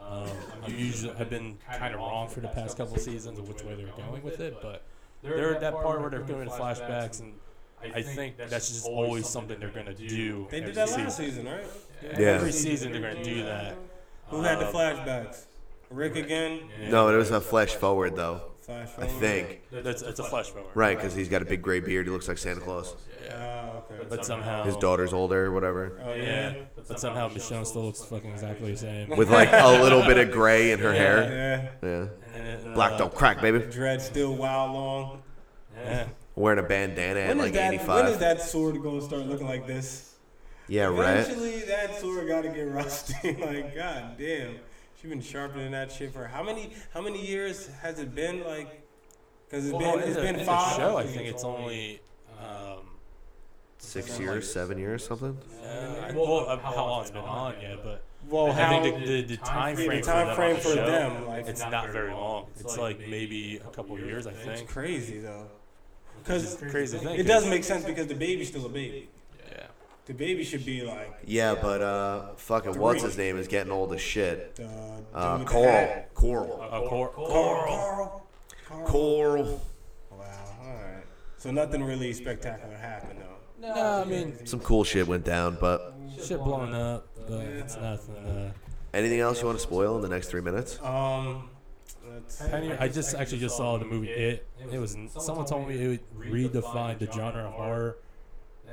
S4: um, I'm usually I've been kind of wrong for the past couple seasons of which way they're going with it. But they're at that part where they're doing flashbacks, and I think that's just always something they're gonna do.
S3: They did
S4: every
S3: that last season,
S4: season.
S3: right?
S4: Every
S2: Yeah.
S4: season they're gonna do that.
S3: Who had the flashbacks? Rick again.
S2: No, it was a flash forward though.
S3: Flash
S2: I
S3: forward.
S2: think
S4: That's it's a flash forward.
S2: right because he's got a big gray beard. He looks like Santa Claus.
S3: Ah, okay.
S4: But somehow
S2: His daughter's older, or whatever,
S3: Oh yeah.
S4: Yeah, but somehow Michonne still looks fucking exactly the same.
S2: with like a little bit of gray in her hair.
S3: Yeah.
S2: Yeah.
S4: And then, uh,
S2: Black don't crack, baby.
S3: Dread still wild long.
S4: yeah.
S2: Wearing a bandana at
S3: When is
S2: like
S3: that? When is
S2: 85.
S3: that sword gonna start looking like this?
S2: Yeah, right.
S3: Eventually, that sword got to get rusty. like, god damn, she been sharpening that shit for how many? How many years has it been? Like, because it's
S4: Well,
S3: been
S4: in
S3: it's
S4: the-
S3: been
S4: in the
S3: five.
S4: show, I think it's only. Um,
S2: Six years, seven years, something.
S4: uh, well, uh, how long it's been on, yeah, but
S3: Well,
S4: I
S3: how?
S4: think the, the, the time
S3: yeah,
S4: frame,
S3: the time frame for
S4: for them, on the show,
S3: them, like,
S4: it's
S3: it's
S4: not very long. It's like maybe a couple years, I think.
S3: crazy though.
S4: It's
S3: Because
S4: crazy thing.
S3: it does make sense because the baby's still a baby.
S4: Yeah.
S3: The baby should be like
S2: Yeah, but uh, fucking what's his name is getting old as shit.
S3: the dude
S2: Uh,
S3: with the
S2: Coral.
S3: hat.
S2: Coral.
S4: A cor-
S3: Coral.
S2: Coral.
S3: Wow. All right. So nothing really spectacular happened though.
S4: No, I mean
S2: Some cool shit went down, but
S4: shit blown up, but it's nothing. Uh,
S2: anything else you want to spoil in the next three minutes?
S3: Um, let's see.
S4: Penny, I just actually just saw the movie It. It was someone told me it would redefine the genre of horror.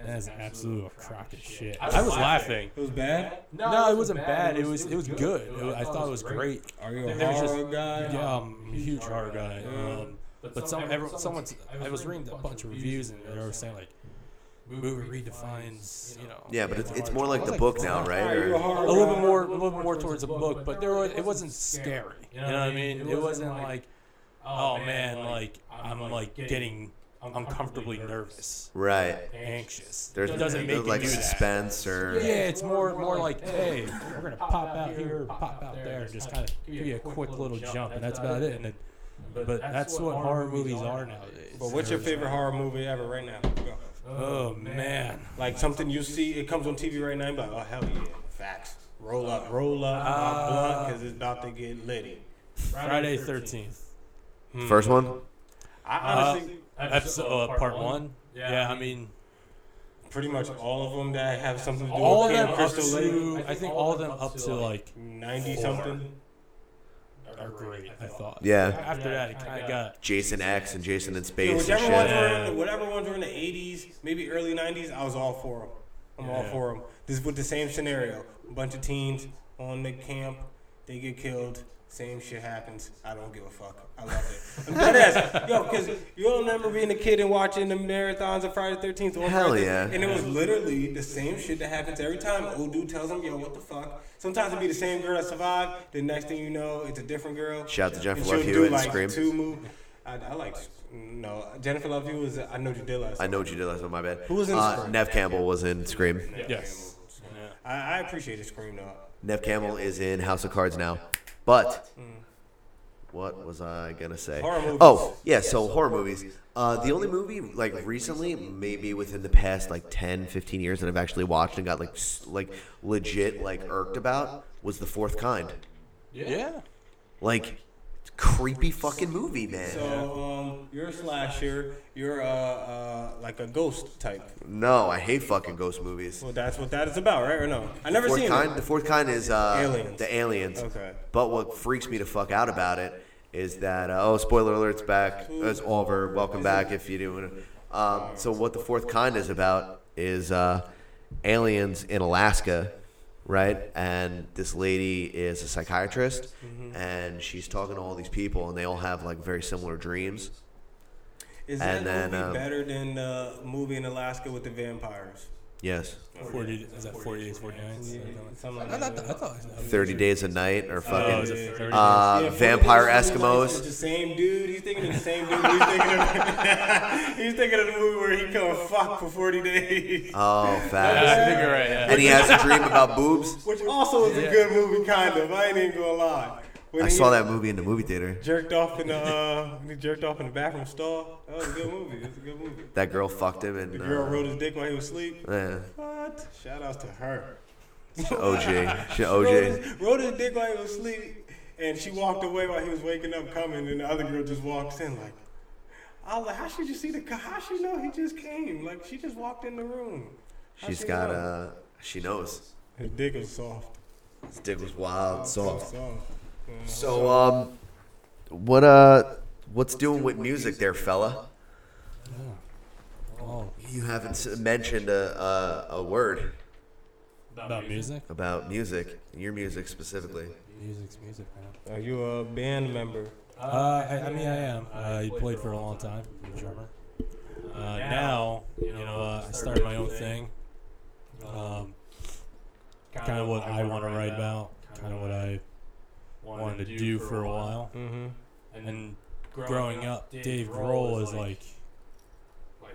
S4: That is absolute crock of shit. I was laughing.
S3: It was bad.
S4: No, it wasn't bad. It was it was good. It was- I thought it was great.
S3: Are you a
S4: There was just-
S3: horror guy?
S4: Yeah, um, I'm a huge horror guy. Um, but some, everyone, someone's, I was reading a bunch of reviews and they were saying like, movie redefines, you know.
S2: Yeah, but it's, it's
S4: large-
S2: more
S4: I
S2: like
S4: was
S2: the book now, right?
S3: Are
S2: Or,
S3: you a
S4: A
S3: horror
S4: little
S3: guy?
S4: bit more, a little bit more towards the book, but there was, it wasn't scary. You know what I mean? It wasn't like, oh man, like I'm like getting uncomfortably nervous,
S2: right.
S4: anxious.
S2: There's,
S4: it doesn't make
S2: there's
S4: you
S2: like
S4: do that.
S2: suspense or
S4: Yeah, it's more more like, hey, we're gonna pop out here, pop out there, and just kind of give you a quick little jump, and that's about it. And then, but that's what horror movies are nowadays.
S3: But what's your favorite horror movie ever right now? Go.
S4: Oh man,
S3: Like something you see, it comes on TV right now. you be like, oh hell yeah, facts. Roll up, roll up, my
S4: Ah.
S3: blunt, because it's about to get litty.
S4: Friday Thirteenth,
S2: first one.
S3: I honestly,
S4: episode uh, part one. Yeah, I mean,
S3: pretty much all of them that have something to do
S4: All of
S3: with
S4: them
S3: Camp
S4: up
S3: Crystal Lake.
S4: to I think all of them up to like
S3: Ninety something.
S4: are great. I thought.
S2: Yeah.
S4: After that, it kind of got.
S2: Jason X and Jason in
S3: Yeah,
S2: Space and
S3: whichever ones
S2: shit.
S3: were in the, whatever ones were in the eighties, maybe early nineties. I was all for them. I'm all
S4: Yeah.
S3: for them. This is with the same scenario: a bunch of teens on the camp, they get killed. Same shit happens. I don't give a fuck. I love it. I'm dead ass. Yo, because you don't remember being a kid and watching the marathons of Friday the 13th. on
S2: Hell
S3: Friday,
S2: yeah.
S3: And it was literally the same shit that happens every time. Old dude tells him, yo, what the fuck? Sometimes it'd be the same girl that survived. The next thing you know, it's a different girl.
S2: Shout out to Jennifer
S3: she'll
S2: Love
S3: do,
S2: Hewitt and
S3: like,
S2: Scream.
S3: two move. I, I like no Jennifer Love Hewitt was I know you did last.
S2: I know what you did last time. My bad.
S3: Who was in
S2: uh,
S3: Scream?
S2: Nev Campbell was in Scream.
S4: Yes.
S3: I, I appreciate the Scream though.
S2: Nev Campbell is in House of Cards now. But what was I gonna say?
S3: Horror movies.
S2: Oh yeah, so horror movies. Uh, the only movie like recently, maybe within the past like 10, 15 years that I've actually watched and got like s- like legit like irked about was The Fourth Kind.
S4: Yeah.
S2: Like creepy fucking movie, man.
S3: So um, you're a slasher. You're uh, uh like a ghost type.
S2: No, I hate fucking ghost movies.
S3: Well, that's what that is about, right? Or no? I never
S2: Fourth
S3: seen
S2: kind.
S3: it.
S2: The fourth kind is uh,
S3: Aliens.
S2: the aliens.
S3: Okay.
S2: But what freaks me to fuck out about it is that uh, oh, spoiler alert's back. It's over. Welcome back if you do. Um, so what the fourth kind is about is uh, aliens in Alaska, right? And this lady is a psychiatrist,
S3: Mm-hmm.
S2: and she's talking to all these people, and they all have like very similar dreams.
S3: Is that
S2: And then,
S3: movie
S2: um,
S3: better than the movie in Alaska with the vampires?
S2: Yes.
S4: Forty. Is that forty days, forty nights?
S3: Something like
S4: I
S3: that.
S4: thought. I thought.
S2: Thirty days a night, or
S4: Oh, is
S2: fucking
S4: it thirty?
S2: uh,
S3: Yeah,
S2: vampire
S3: Forty Days of Night is
S2: Eskimos.
S3: The same dude. He's thinking of the same dude. He's thinking of, he's thinking of the movie where he come fuck for forty days.
S2: Oh,
S4: yeah, I
S2: fast.
S4: think you're right. Yeah.
S2: And he has a dream about boobs.
S3: Which also is a good movie, kind of. I ain't even gonna lie. When
S2: I
S3: he
S2: saw that movie in the movie theater.
S3: Jerked off in the uh, when he jerked off in the bathroom stall. That was a good movie. It's a good movie.
S2: That girl fucked him and
S3: The girl
S2: uh,
S3: rode his dick while he was asleep.
S2: yeah,
S3: What? Shout outs to her.
S2: OJ. She
S3: Rode
S2: OJ.
S3: his, rode his dick while he was asleep, and she walked away while he was waking up coming, and the other girl just walks in like. I was like, how should you see the? co- How she know he just came? Like she just walked in the room. How
S2: She's
S3: she
S2: got
S3: know?
S2: uh she knows.
S3: His dick was soft.
S2: His dick was wild, soft.
S3: Soft.
S2: So um what uh what's doing with music there, fella?
S4: Oh,
S2: You haven't s- mentioned a, a a word
S4: about music.
S2: about music, your music specifically.
S4: Music's music, man.
S3: Are you a band member?
S4: Uh, I, I mean, I am. Uh, you played for a long time, I'm a drummer. Uh, now, you know, uh, I started my own thing. Um, kind of what I want to write about, kind of what I wanted to do for a while.
S3: Mm-hmm.
S4: And growing up, Dave Grohl is like,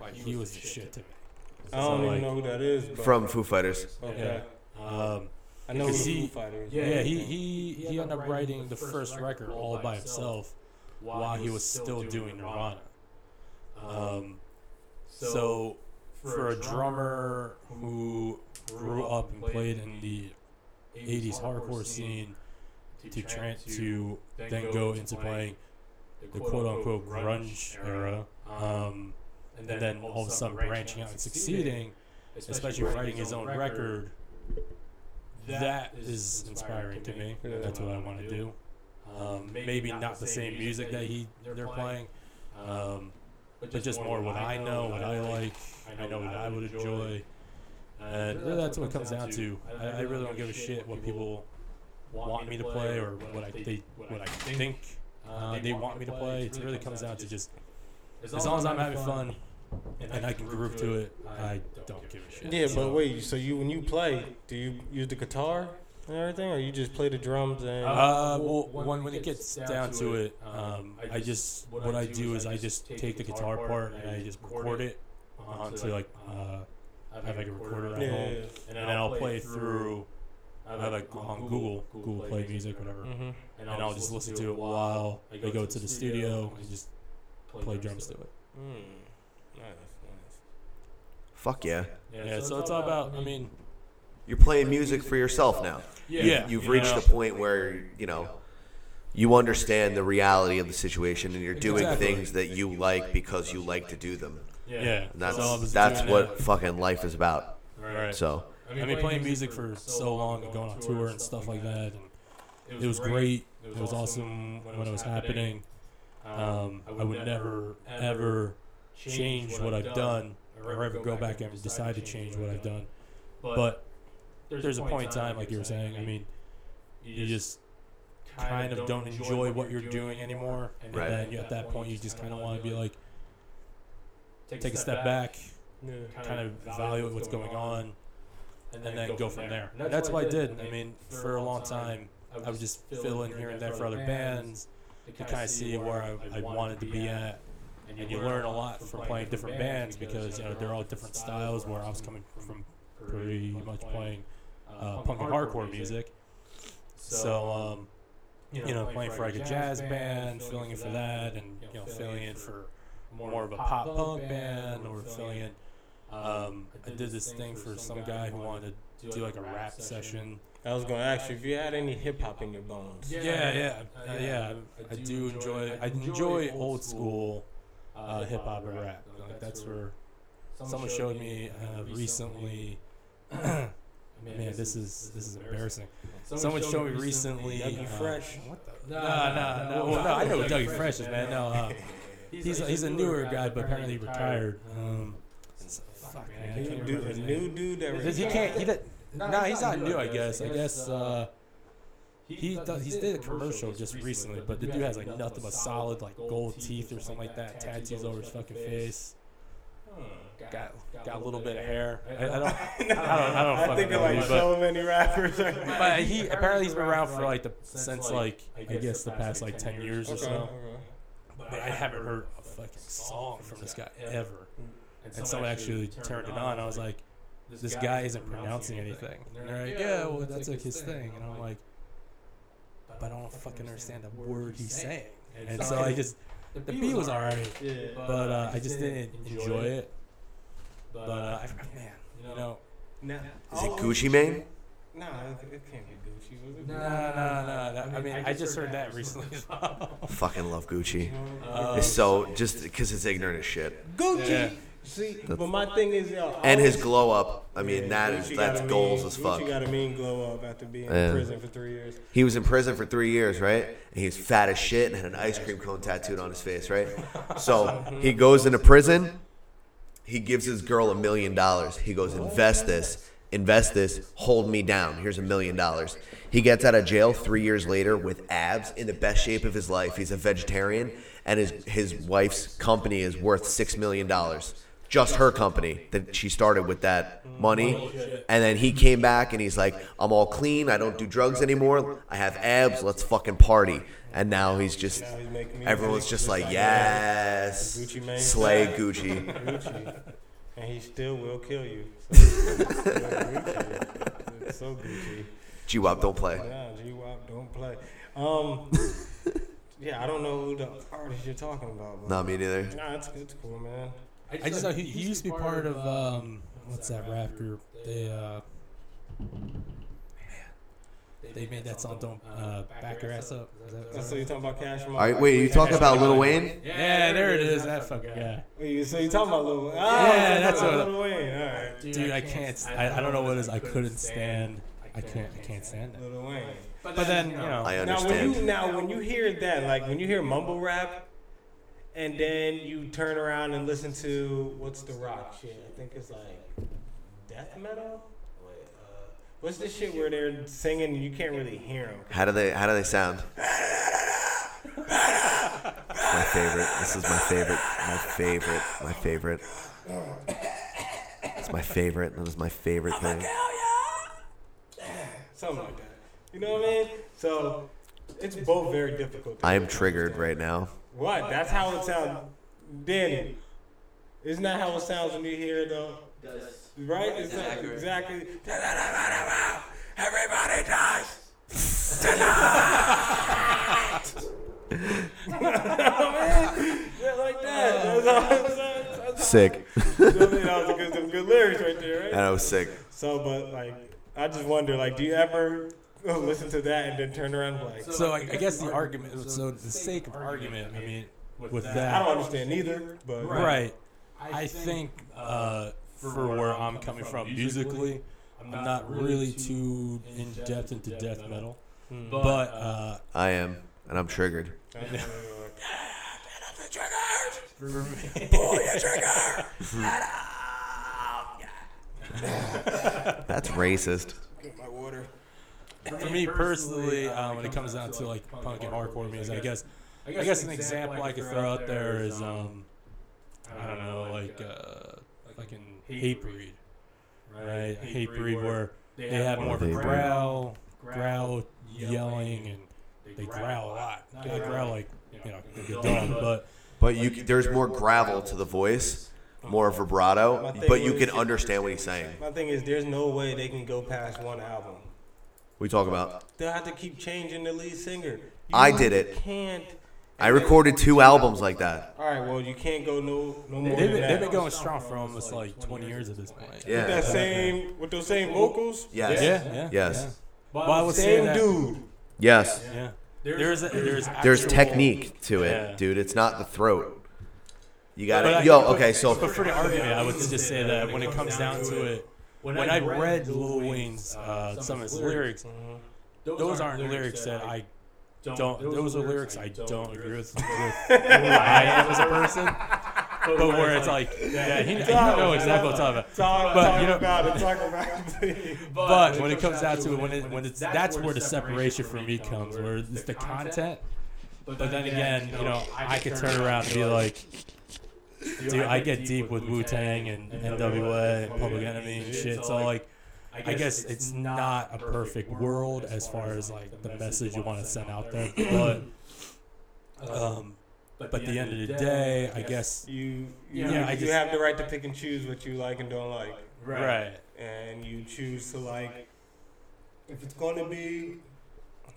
S4: like he was the shit to me.
S3: I don't
S4: So,
S3: even
S4: like-
S3: know who that is. But
S2: From Foo Fighters.
S3: okay,
S4: Um,
S3: I know who
S4: Because
S3: the
S4: he-
S3: Foo Fighters.
S4: yeah, he, he, he ended up writing the first record all by himself while he was still doing Nirvana. Um, so, for a drummer who grew up and played in the 80s hardcore scene to, tran to then go into playing the quote unquote grunge era, um, and then all of a sudden branching out and succeeding, especially writing his own record, that is inspiring to me.
S3: Yeah.
S4: That's what I want to do. Um, maybe not the same music that he they're playing, um, but just more what I know, what I like. I know what I would enjoy. And really that's what it comes down to. I, I really don't give a shit what people want me to play or what I they what I think uh, they want me to play. It really comes down to just as long as I'm having fun and I can groove to it, I don't give a shit.
S3: Yeah,
S4: So-
S3: but wait. So you, when you play, do you use the guitar and everything, or you just play the drums and?
S4: Uh, well, when, when it gets down to it, um, I just what I do is I just take the guitar part and I just record it onto like uh, I have like a recorder at
S3: Yeah,
S4: home,
S3: yeah, yeah.
S4: and then I'll play through. I have like on Google Google Play Music, whatever,
S3: Mhm.
S4: and I'll just listen to it while I go to the studio and just play drums to it.
S3: Mm. Nice,
S2: Fuck yeah.
S4: Yeah, so it's all about. I mean,
S2: You're playing music for yourself now.
S4: yeah,
S2: You've
S4: you
S2: reached
S4: know.
S2: the point where, you know, you understand the reality of the situation and you're doing
S4: Exactly.
S2: things that you like because you like to do them.
S8: Yeah.
S4: Yeah,
S2: And that's
S4: So I was
S2: that's
S4: doing
S2: what
S4: that.
S2: fucking life is about.
S8: Right.
S2: So
S4: I mean, playing music for so long, and going on tour and stuff like that. And it was great. It was awesome when it was happening. Um, I would never ever change what I've done, or ever go back and decide to change what I've done. But there's a point in time, like you were saying. I mean, you just kind of don't enjoy what you're doing anymore, and
S2: Right.
S4: then you- at that point, you just kind of want to be like, take a step
S8: back,
S4: back, kind of evaluate what's going on, and then go from there.
S8: And
S4: And that's what I did. I mean, for a long time, I would just fill in here and there for other bands to kind of see where I, I wanted to be at. And you learn a lot from playing different bands because you know they're all different styles. Where I was coming from, pretty much playing uh, punk and hardcore music. So um, you know, playing for like a jazz band, filling in for that, and you know, filling in for more of a pop punk band, or filling in. Um, I did this thing for some guy who wanted to do like a rap session.
S3: I was gonna ask you if you had any hip hop in your bones.
S4: Yeah, yeah, uh, yeah. I do enjoy. I enjoy old school uh, hip hop and rap. Like that's where someone showed me uh, recently. Man, this is this is embarrassing. Someone showed me recently.
S3: Dougie
S4: uh,
S3: Fresh.
S4: Nah, nah, no. Well, no, I know Dougie Fresh is, man. No, uh, he's a, he's a newer guy, but apparently he retired. Um, fuck, man, I
S3: New
S4: can't remember
S3: dude,
S4: his
S3: a
S4: name.
S3: new dude that
S4: Does he
S3: retired.
S4: can't. He did. Nah, he's not new. I guess. I guess. Uh, he does, he's did a commercial just recently, but the dude has like nothing but solid like gold teeth or something like that, tattoos over his fucking face. Got got a little bit of hair. I, I don't. I don't. I don't
S3: I
S4: fucking
S3: think of
S4: know.
S3: like
S4: dude, but-
S3: so many rappers. okay,
S4: but he apparently he's been around for like the since like I guess the past like ten years or so.
S3: okay.
S4: But I haven't heard a fucking song from this guy ever. And someone actually turned it on. I was like, this guy isn't pronouncing anything. And they're like, yeah, well that's like his thing. And I'm like, but I don't fucking understand a word he's saying. And so I just the beat was alright, but uh, I just didn't enjoy it. But uh, I, man, you know.
S3: Now,
S2: is it Gucci Mane?
S3: No, it can't be Gucci. Was it?
S4: No, no, no. I mean, I just heard that recently as well.
S2: Fucking love Gucci.
S4: Um,
S2: It's so just because it's ignorant as shit.
S3: Gucci.
S4: Yeah.
S3: See, but my thing is, yo,
S2: And his glow up. I mean,
S3: Yeah,
S2: that is
S3: Gucci
S2: that's
S3: got a
S2: goals
S3: mean-
S2: as fuck.
S3: Gucci got a mean glow up after being
S2: Yeah.
S3: in prison for three years.
S2: He was in prison for three years, right? And he was fat as shit and had an ice cream cone tattooed on his face, right? So he goes into prison. He gives his girl a million dollars. He goes, invest this, invest this, hold me down. Here's a million dollars. He gets out of jail three years later with abs in the best shape of his life. He's a vegetarian, and his, his wife's company is worth $6 million. Just her company that she started with that money. And then he came back and he's like, I'm all clean. I don't do drugs anymore. I have abs. Let's fucking party. And now he's just,
S3: Now he's making music
S2: everyone's just like, yes,
S3: Gucci Mane.
S2: slay Gucci.
S3: Gucci, and he still will kill you. So, Gucci. so Gucci.
S2: G Wop, don't play.
S3: Nah, G Wop, don't play. Um, yeah, I don't know who the artist you're talking about. But
S2: Not me neither.
S3: Nah, it's, it's cool, man.
S4: I just know he, he used to be part of um, what's that rap group? They uh, man, they made that song "Don't uh, Back Your Ass Up." Is that-
S3: So you talking about Cash Money?
S2: All right, wait, you talking about Lil Wayne?
S4: Yeah, there it is. That fucking guy.
S3: Wait, so you talking about Lil Wayne?
S4: Yeah,
S3: yeah,
S4: that's
S3: that's
S4: what-
S3: what. Lil Wayne. All right,
S4: Dude, I can't. I, I don't know what it is. I couldn't stand. I can't. I can't stand it.
S3: Lil Wayne.
S4: But then you know,
S2: I
S3: Now when you
S2: understand.
S3: now when you hear that, like when you hear mumble rap, and then you turn around and listen to what's the rock shit? I think it's like death metal. Wait, uh, What's the shit where they're singing and you can't really hear them?
S2: How do they how do they sound? My favorite. This is my favorite. My favorite. My favorite. It's my favorite. That is my favorite thing.
S3: Something like that. You know what I mean? So it's both very difficult.
S2: I am triggered right now.
S3: What? That's how it sounds. Danny, isn't that how it sounds when you hear it though? Right? It's like- exactly. Everybody dies. Tonight. Yeah, like that. That's all it sounds- that's
S2: Sick.
S3: all- you know what I mean? That was a good, some good lyrics right there, right?
S2: And I was sick.
S3: So, but like, I just wonder, like, do you ever listen to that and then turn around and be like,
S4: So I, I guess the argument, so the sake of argument, I mean, with
S3: I don't
S4: that,
S3: understand either, but
S4: right? I think uh, for where I'm coming from musically, I'm not really too in depth into death metal, but uh,
S2: I am, and I'm triggered. That's racist.
S3: my water.
S4: for me personally, uh, when it comes down to like punk and hardcore music, I guess I guess, an example I could throw out there is um, I don't know, like uh, like in hate breed, right? Hate breed where they have more of a
S2: Hatebreed.
S4: growl, growl, yelling, and they growl a lot. They growl like you know, like a dog, but
S2: But you, c- there's more gravel to the voice, more vibrato, but you can understand what he's saying.
S3: My thing is, there's no way they can go past one album.
S2: We talk about.
S3: They'll have to keep changing the lead singer. You
S2: I did it.
S3: Can't.
S2: I recorded two albums like that.
S3: All right, well, you can't go no no more. than
S4: they've been,
S3: that.
S4: they've been going strong for almost like 20 years at this point.
S3: with that
S2: Yeah.
S3: same with those same vocals.
S2: Yes.
S4: Yeah, yeah. yeah.
S2: Yes.
S4: But I would say
S3: Same
S4: that,
S3: dude.
S2: Yes.
S4: Yeah. There's a, there's
S2: There's
S4: actual-
S2: technique to
S4: Yeah.
S2: it, dude. It's not the throat. You got
S4: But I-
S2: it. Yo, okay, so
S4: But for the argument, I would just say that when it comes down to it, when I read Lil Wayne's uh, some of his lyrics, those aren't lyrics that I don't. Those are lyrics I don't agree with. with who I am as a person. But where it's like, yeah, he, he know exactly what I'm talking about.
S3: Talk,
S4: But,
S3: talk
S4: you know-
S3: about it. Talk about it.
S4: But when it comes down to it, when it when it's that's where the separation for me comes, where it's the content. But then again, you know, I could turn around and be like, dude, I get deep with Wu Tang and NWA and Public Enemy and shit. So like, I guess it's not a perfect world as far as like the message you want to send out there, but. Um, but at the end of the day, I guess
S3: you you,
S4: Yeah, I
S3: you
S4: just-
S3: have the right to pick and choose what you like and don't like,
S4: right.
S3: and you choose to like. If it's gonna be,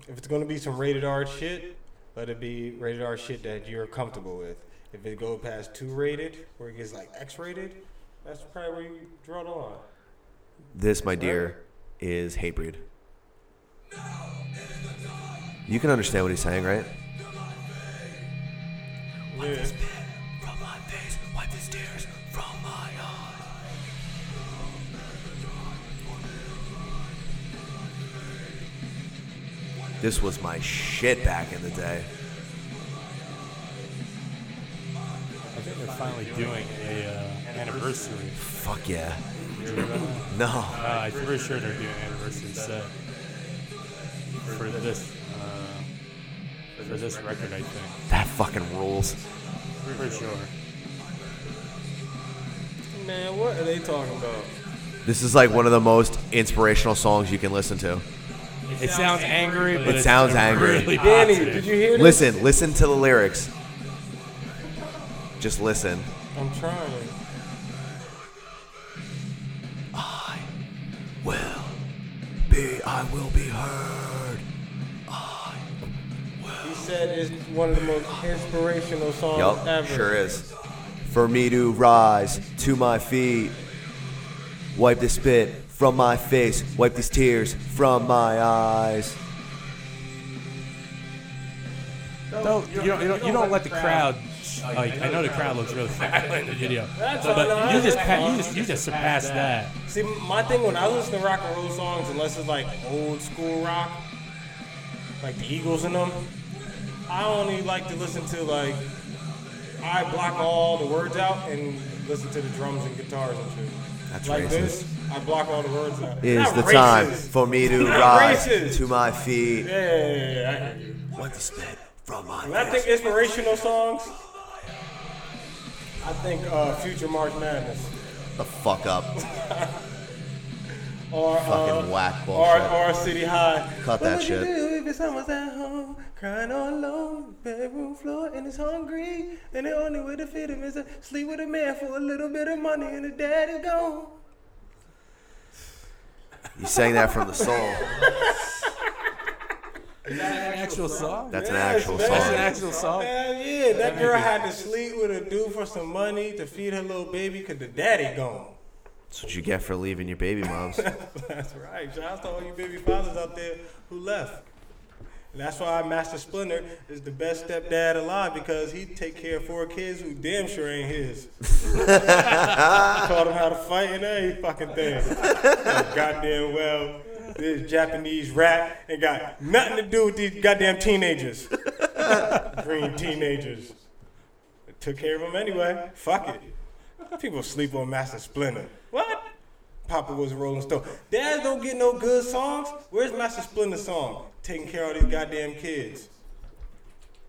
S3: if it's gonna be some rated R shit, let it be rated R shit that you're comfortable with. If it go past two rated, where it gets like X rated, that's probably where you draw the line.
S2: this, my dear, is Hatebreed. You can understand what he's saying, right?
S3: Yeah.
S2: This was my shit back in the day.
S4: I think they're finally doing a uh, anniversary.
S2: Fuck yeah. No.
S4: Uh, I'm pretty sure they're doing anniversary set for this uh, for this record. I think.
S2: That fucking rules.
S4: Pretty sure.
S3: Man, what are they talking about?
S2: This is like one of the most inspirational songs you can listen to.
S4: It sounds angry, but
S2: It
S4: it's
S2: sounds angry.
S4: Really
S3: Danny,
S4: positive.
S3: did you hear this?
S2: Listen, listen to the lyrics. Just listen.
S3: I'm trying.
S2: Will be, I will be heard.
S3: He said it's one of the most inspirational songs
S2: Yup,
S3: ever.
S2: sure is. For me to rise to my feet, wipe the spit from my face, wipe these tears from my eyes.
S4: Don't, you, don't, you, don't, you don't let the crowd. Like, I know the crowd looks really violent in the video, but you just pa- you just you just surpassed that.
S3: See, my thing when I listen to rock and roll songs, unless it's like old school rock, like the Eagles and them, I only like to listen to like I block all the words out and listen to the drums and guitars and shit.
S2: That's
S3: like
S2: racist.
S3: this, I block all the words out.
S2: Is
S3: Not
S2: the time
S3: racist.
S2: for me to
S3: Not
S2: rise
S3: racist.
S2: to my feet,
S3: Yeah, yeah, yeah, yeah, I hear you.
S2: wipe the spit from
S3: When I
S2: my
S3: think
S2: face.
S3: inspirational songs, I think uh, Future March Madness.
S2: The fuck up.
S3: Uh, Or,
S2: Fucking
S3: uh,
S2: whack
S3: or,
S2: bullshit.
S3: or City High.
S2: Cut that shit.
S3: What would you do if your son was at home, crying all alone, bedroom floor, and is hungry, and the only way to feed him is to sleep with a man for a little bit of money, and the dad is gone.
S2: You sang that from the soul.
S4: An actual song.
S2: That's an
S3: Yes,
S2: actual
S3: man.
S4: That's
S2: song.
S4: an actual song.
S3: Hell yeah, that girl had to sleep with a dude for some money to feed her little baby, cause the daddy gone.
S2: That's what you get for leaving your baby moms.
S3: That's right. Shout out to all you baby fathers out there who left. And that's why Master Splinter is the best stepdad alive because he take care of four kids who damn sure ain't his. Taught him how to fight and every fucking thing. goddamn well, this Japanese rat ain't got nothing to do with these goddamn teenagers. Green teenagers. Took care of them anyway. Fuck it. People sleep on Master Splinter. What? Papa was a Rolling Stone. Dads don't get no good songs. Where's Master Splinter's song? Taking care of all these goddamn kids.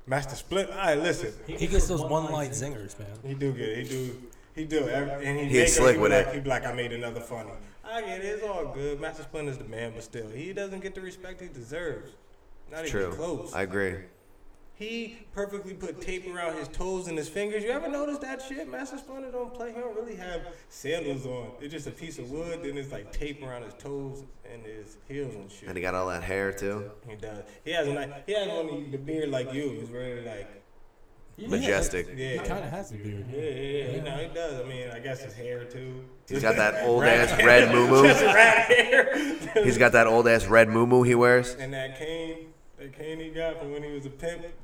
S3: Master Splinter. All right, listen.
S4: He gets those one light zingers, man.
S3: He do good. He do. He do. Every- And he
S2: He
S3: make
S2: slick
S3: us- he
S2: with
S3: like,
S2: it.
S3: He be like, I made another funny. I get it. It's all good. Master Splinter's the man, but still, he doesn't get the respect he deserves. Not even
S2: True.
S3: close.
S2: I agree.
S3: He perfectly put tape around his toes and his fingers. You ever notice that shit? Master Splinter don't play. He don't really have sandals on. It's just a piece of wood. Then it's like tape around his toes and his heels and
S2: And
S3: shit.
S2: he got all that hair too.
S3: He does. He has a nice, he has only the beard like you. It's really like
S2: Majestic.
S4: He
S3: yeah.
S4: kind of has a beard.
S3: Yeah, yeah, yeah. No, he does. I mean, I guess his hair too.
S2: He's got that old ass red moo moo.
S3: rat hair.
S2: He's got that old ass red moo moo he wears.
S3: And that cane, that cane he got from when he was a pimp.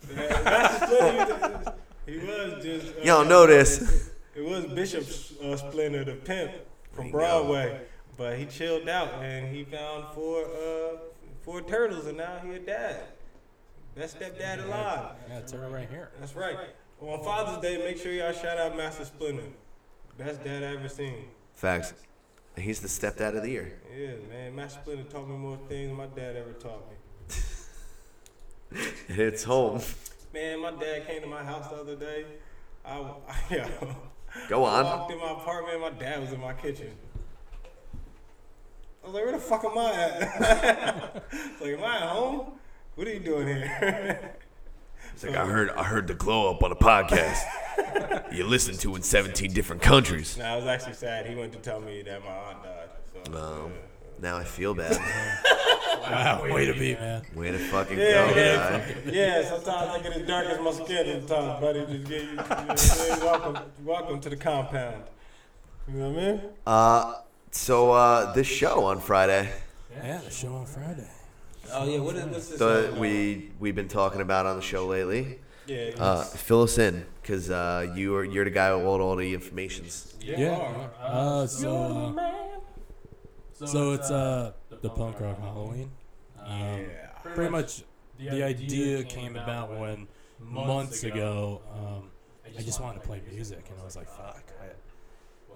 S3: That- That's the he was just. uh,
S2: Y'all know this.
S3: It was Bishop uh, Splinter the pimp from Broadway, but he chilled out and he found four uh, four turtles and now he a dad. Best stepdad alive.
S4: Yeah, turn right here.
S3: That's right. On Father's Day, make sure y'all shout out Master Splinter. Best dad I ever seen.
S2: Facts. And he's the stepdad of the year.
S3: Yeah, man. Master Splinter taught me more things than my dad ever taught me.
S2: And it's home.
S3: Man, my dad came to my house the other day. I, yo,
S2: Go
S3: I
S2: on.
S3: walked in my apartment. My dad was in my kitchen. I was like, "Where the fuck am I at?" It's like, am I at home? What are you doing here?
S2: It's like I heard I heard the glow up on a podcast. you listen to in 17 different countries.
S3: nah, I was actually sad. He went to tell me that my aunt died. So.
S2: No. Um, Now I feel bad.
S4: Wow, way to be, man.
S2: Way to fucking
S3: Yeah,
S2: go,
S3: yeah,
S2: guy.
S3: yeah. Sometimes I get as dark as my skin. Sometimes, buddy, just get you. you know what I'm saying? welcome, welcome to the compound. You know what I mean?
S2: Uh, so uh, this show on Friday
S4: Yeah, the show on Friday.
S3: Oh yeah. What is what's this?
S2: that we we've been talking about on the show lately.
S3: yeah.
S2: Uh, fill us in, cause uh, you are you're the guy with all, all the informations.
S4: Yeah. Uh, so, uh, so it's uh, the punk rock Halloween. Um,
S3: yeah.
S4: pretty much the idea came about when months ago um, I just wanted to play music and I was like, fuck, I,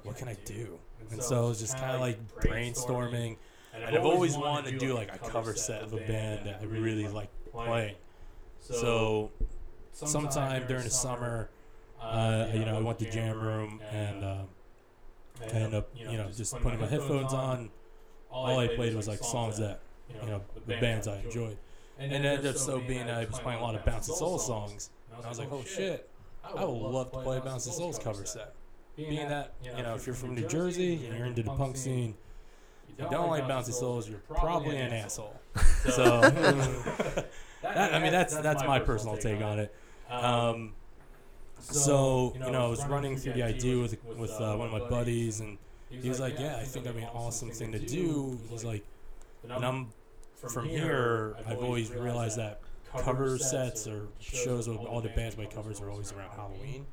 S4: what can I do? And so I was just kind of like brainstorming. And I've always wanted to do like a cover set of a band that I really like playing. So sometime during the summer, uh, you know, I went to jam room and um, I ended up, you know, just putting my headphones on. All I played was like songs that, you know, the bands I enjoyed. And it ended up so being that I was playing a lot of bounce and soul songs. And I was like, oh shit, I would love to play a bounce and souls cover set. Being that, you know, if you're from New Jersey and you're into the punk scene, you don't like bounce and souls, you're probably an asshole. So, that, I mean, that's that's my personal take on it. Um, so you know, I was running through the idea with with uh, one of my buddies, and he was like, "Yeah, I think that'd be an awesome thing to do." He's like, "And I'm from here. I've always realized that cover sets or shows with all the bands by covers are always around Halloween.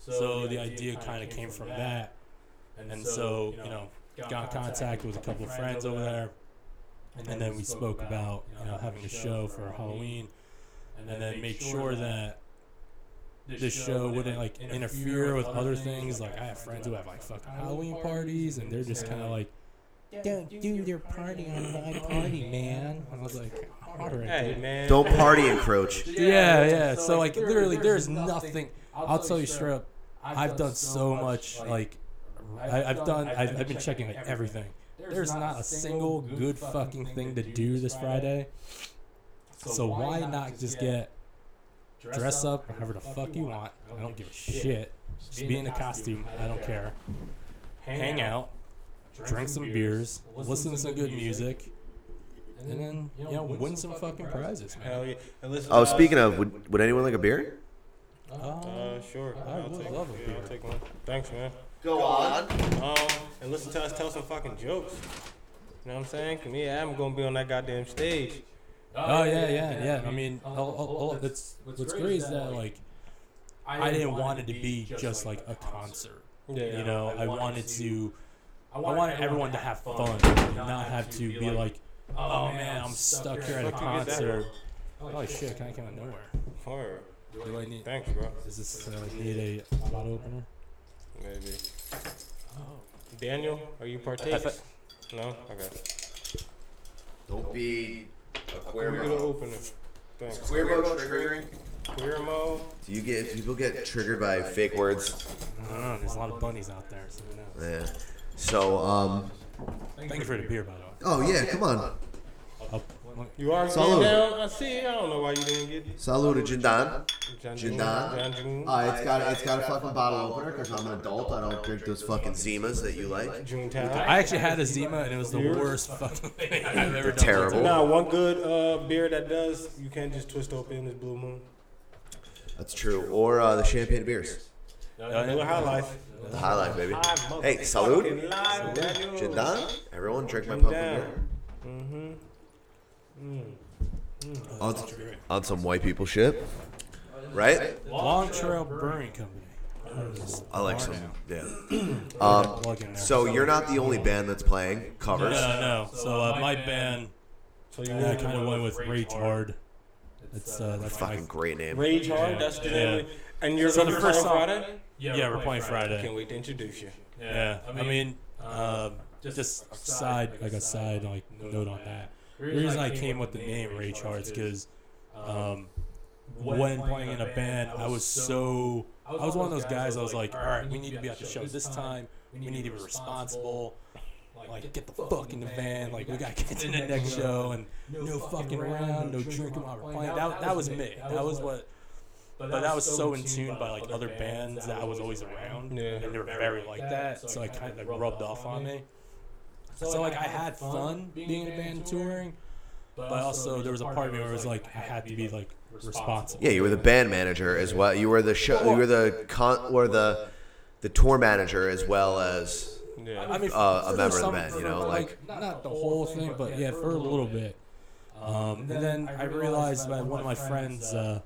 S4: So the idea kind of came from that, and so you know, got in contact with a couple of friends over there, and then we spoke about you know having a show for Halloween, and then make sure that this show wouldn't like interfere with other things. Like I have friends who have like fucking Halloween parties, and they're just kind of like. Don't do their party on my party, man. I was like, all right, dude."
S3: Hey man.
S2: Don't party and croach.
S4: Yeah, yeah. So, like, literally, there's nothing. I'll tell you straight up, I've done so much. Like, I, I've done. I've, I've been checking like everything. There's not a single good fucking thing to do this Friday. So why not just get dress up or however the fuck you want? I don't give a shit. Just be in a costume. I don't care. Hang out, drink some beers, listen to some good music, and then you know win some fucking prizes, man.
S3: Hell yeah. And listen,
S2: Oh,
S3: uh,
S2: speaking of, would, would anyone like a beer?
S4: Uh,
S3: Uh, sure.
S4: I would love a
S3: yeah, I'll
S4: beer.
S3: take one. Thanks, man.
S2: Go on.
S3: Um, and listen to us tell some fucking jokes. You know what I'm saying? 'Cause Me and Adam gonna be on that goddamn stage.
S4: Oh yeah, yeah, yeah. I mean, all, all, all, that's what's great is that like I didn't want it to be just like a concert.
S3: Yeah.
S4: You know, I wanted to. I wanted everyone to have fun, and not have to be like, "Oh man, I'm stuck here at a
S3: Fuck you did that.
S4: concert." Oh shit, I came out of nowhere.
S3: Fire.
S4: Do I need?
S3: Thanks, bro.
S4: Is this uh, need a bottle opener?
S3: Maybe. Daniel, are you partaking? No? Okay.
S2: Don't be a
S3: We're
S2: queer
S3: gonna
S2: mode.
S3: open it. Thanks.
S2: Queer mode triggering.
S3: Queer mode.
S2: Do you get people get triggered by fake words?
S4: I don't know. There's a lot of bunnies out there. So who knows?
S2: Yeah. So um.
S4: Thank you for the beer, by the way.
S2: Oh yeah, come on.
S4: Up-
S3: You are
S2: Salud.
S3: getting down. I see. I don't know why you didn't get it.
S2: Salud, Jindan.
S3: John
S2: Jindan.
S3: John June.
S2: Uh, it's got it's got a fucking bottle opener because I'm an adult. I don't drink those fucking Zimas that you like.
S3: June Town.
S4: I actually had a Zima, and it was the worst fucking thing I've ever done.
S2: Terrible.
S3: Nah, one good uh, beer that does, you can't just twist open is Blue Moon.
S2: That's true. Or uh, the champagne beers.
S3: Blue High Life.
S2: The high life, baby.
S3: Live
S2: Hey,
S3: motherfucking
S2: salud.
S3: live, Daniel.
S2: Jindan. Everyone drink my
S3: Jindan.
S2: pumpkin beer. On, on some white people shit. Right?
S4: Long Trail Brewing Company.
S2: I like some. Yeah. Um,
S4: Plug in there.
S2: So you're not the only band that's playing
S4: no,
S2: covers.
S4: no. So uh, my band,
S3: So you
S4: yeah,
S3: know,
S4: I kind of went with Rage Hard. That's uh, that's my-
S2: Fucking great name.
S3: Rage Hard, that's the
S4: Yeah.
S3: name. of it. And you're
S4: So
S3: gonna
S4: the
S3: be
S4: first
S3: playing
S4: song-
S3: Friday?
S4: yeah. We're playing Friday.
S3: Can't wait to introduce you.
S4: Yeah, I mean, um, just side like a side like note on that. The reason I came with the name Ray Charts because um, when playing in a band, I was so I was one of those guys. I was like, all right, we need to be at the show this time. We need to be responsible. Like, get the fuck in the van. Like, we gotta get to the next show and no fucking around, no drinking while we're playing. That that was me. That was what. But I was so in tune by like other bands that I was always around
S3: Yeah.
S4: and they were very like that, so I kind of like rubbed off on me. So like I had fun being in a band and touring, but also there was a part of me where it was like I had to be like responsible.
S2: Yeah, you were the band manager as well. You were the show. You were the con or the the tour manager as well as
S3: Yeah.
S4: I mean,
S2: Uh, a
S4: for
S2: member of the
S4: some-
S2: band, you
S4: for,
S2: know,
S4: not the whole thing, but yeah, for a little bit. Um, and then I realized that one of my friends uh,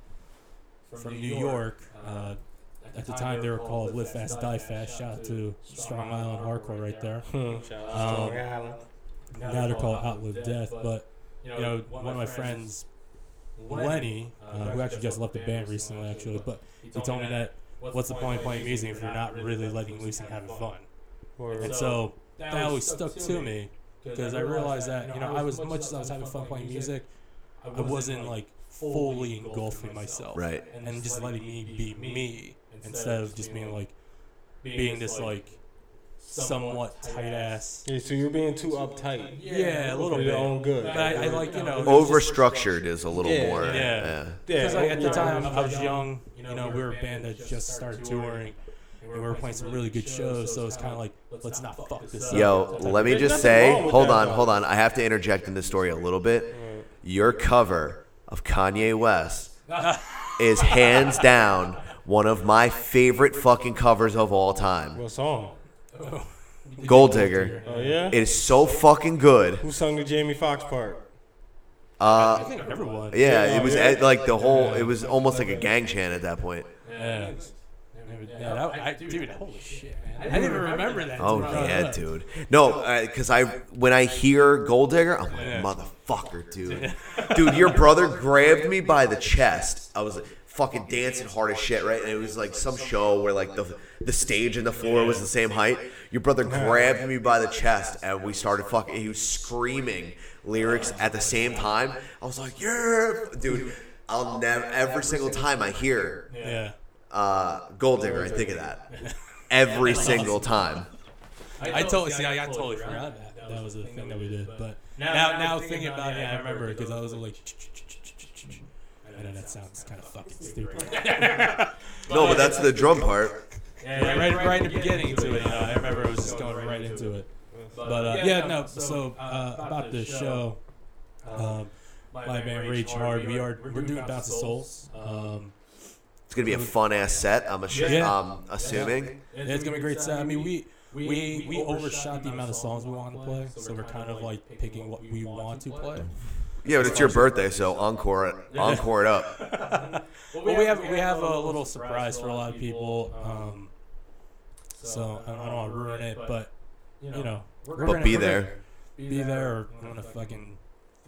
S4: from New York, uh, at the time they were called Live Fast Die Fast. Shout out to Strong Island Hardcore right there.
S3: Shout out
S4: Uh,
S3: to
S4: Um,
S3: Long Island.
S4: now they're called Outlive Death. But you know, one of my friends, Lenny, uh, who actually just left the band recently, actually, but he told me that what's the point of playing music if you're not really letting loose and having fun?
S3: Word.
S4: And so that always stuck to me because I realized that you know I was much as I was having fun playing music, I wasn't like fully engulfing myself,
S2: right.
S4: And just letting me be me instead of just being like being this like somewhat tight ass.
S3: Yeah, so you're being too uptight.
S4: Yeah, a little
S3: For
S4: bit.
S3: your own good.
S4: But I, I like you know
S2: Overstructured is a little
S3: Yeah,
S2: more.
S4: yeah.
S3: Yeah,
S4: Because like at the
S3: yeah.
S4: time I was young, you know, we were a band that just started touring, and we were playing some really good shows. So it's kind of like, let's not fuck this up.
S2: Yo, let me
S3: There's
S2: just
S3: nothing
S2: say,
S3: wrong with
S2: hold
S3: that,
S2: on,
S3: though.
S2: hold on. I have to interject in this story a little bit. Your cover of Kanye West is hands down one of my favorite fucking covers of all time.
S3: What song?
S2: Gold Digger.
S3: Oh yeah.
S2: It is so fucking good.
S3: Who sung the Jamie Foxx part?
S4: I think everyone.
S2: Yeah, it was eh, like the whole. It was almost like a gang chant at that point.
S4: Yeah. Yeah, that, I, dude, holy shit, man. I didn't even remember that.
S2: Oh
S4: until I was
S2: yeah,
S4: up.
S2: dude. No, because I when I hear Gold Digger, I'm like, motherfucker, dude. Dude, your brother grabbed me by the chest. I was like, fucking dancing hard as shit, right? And it was like some show where like the the stage and the floor was the same height. Your brother grabbed me by the chest, and we started fucking. He was screaming lyrics at the same time. I was like, yeah, dude. I'll never. Every single time I hear
S4: Yeah.
S2: uh, Gold Digger, I think of that every single time.
S4: I totally see. I, I totally forgot that. That, was the thing that we did. But now, now, thinking about it, I remember because I was like, I know that sounds kind of fucking stupid.
S2: No, but that's the drum part.
S4: Yeah, right, right in the beginning to it. You know, I remember it was just going right into it. But uh, yeah, no. So uh, about the show, um, my band Rage Hard, we are we're doing Bounce of Souls. Um,
S2: It's gonna be a fun ass set. I'm, assu-
S4: Yeah.
S2: I'm assuming.
S4: Yeah, it's gonna be great. set. I mean, we we we overshot the amount of songs we want to play, so we're kind of like picking what we want to play.
S2: Yeah, but it's your birthday, so encore it, encore it up.
S4: Well, we have we have a little surprise for a lot of people. Um, so I don't, want to ruin it, but you know, we're
S2: But
S4: gonna-
S2: be
S4: we're gonna
S2: there.
S4: be there, or I'm gonna fucking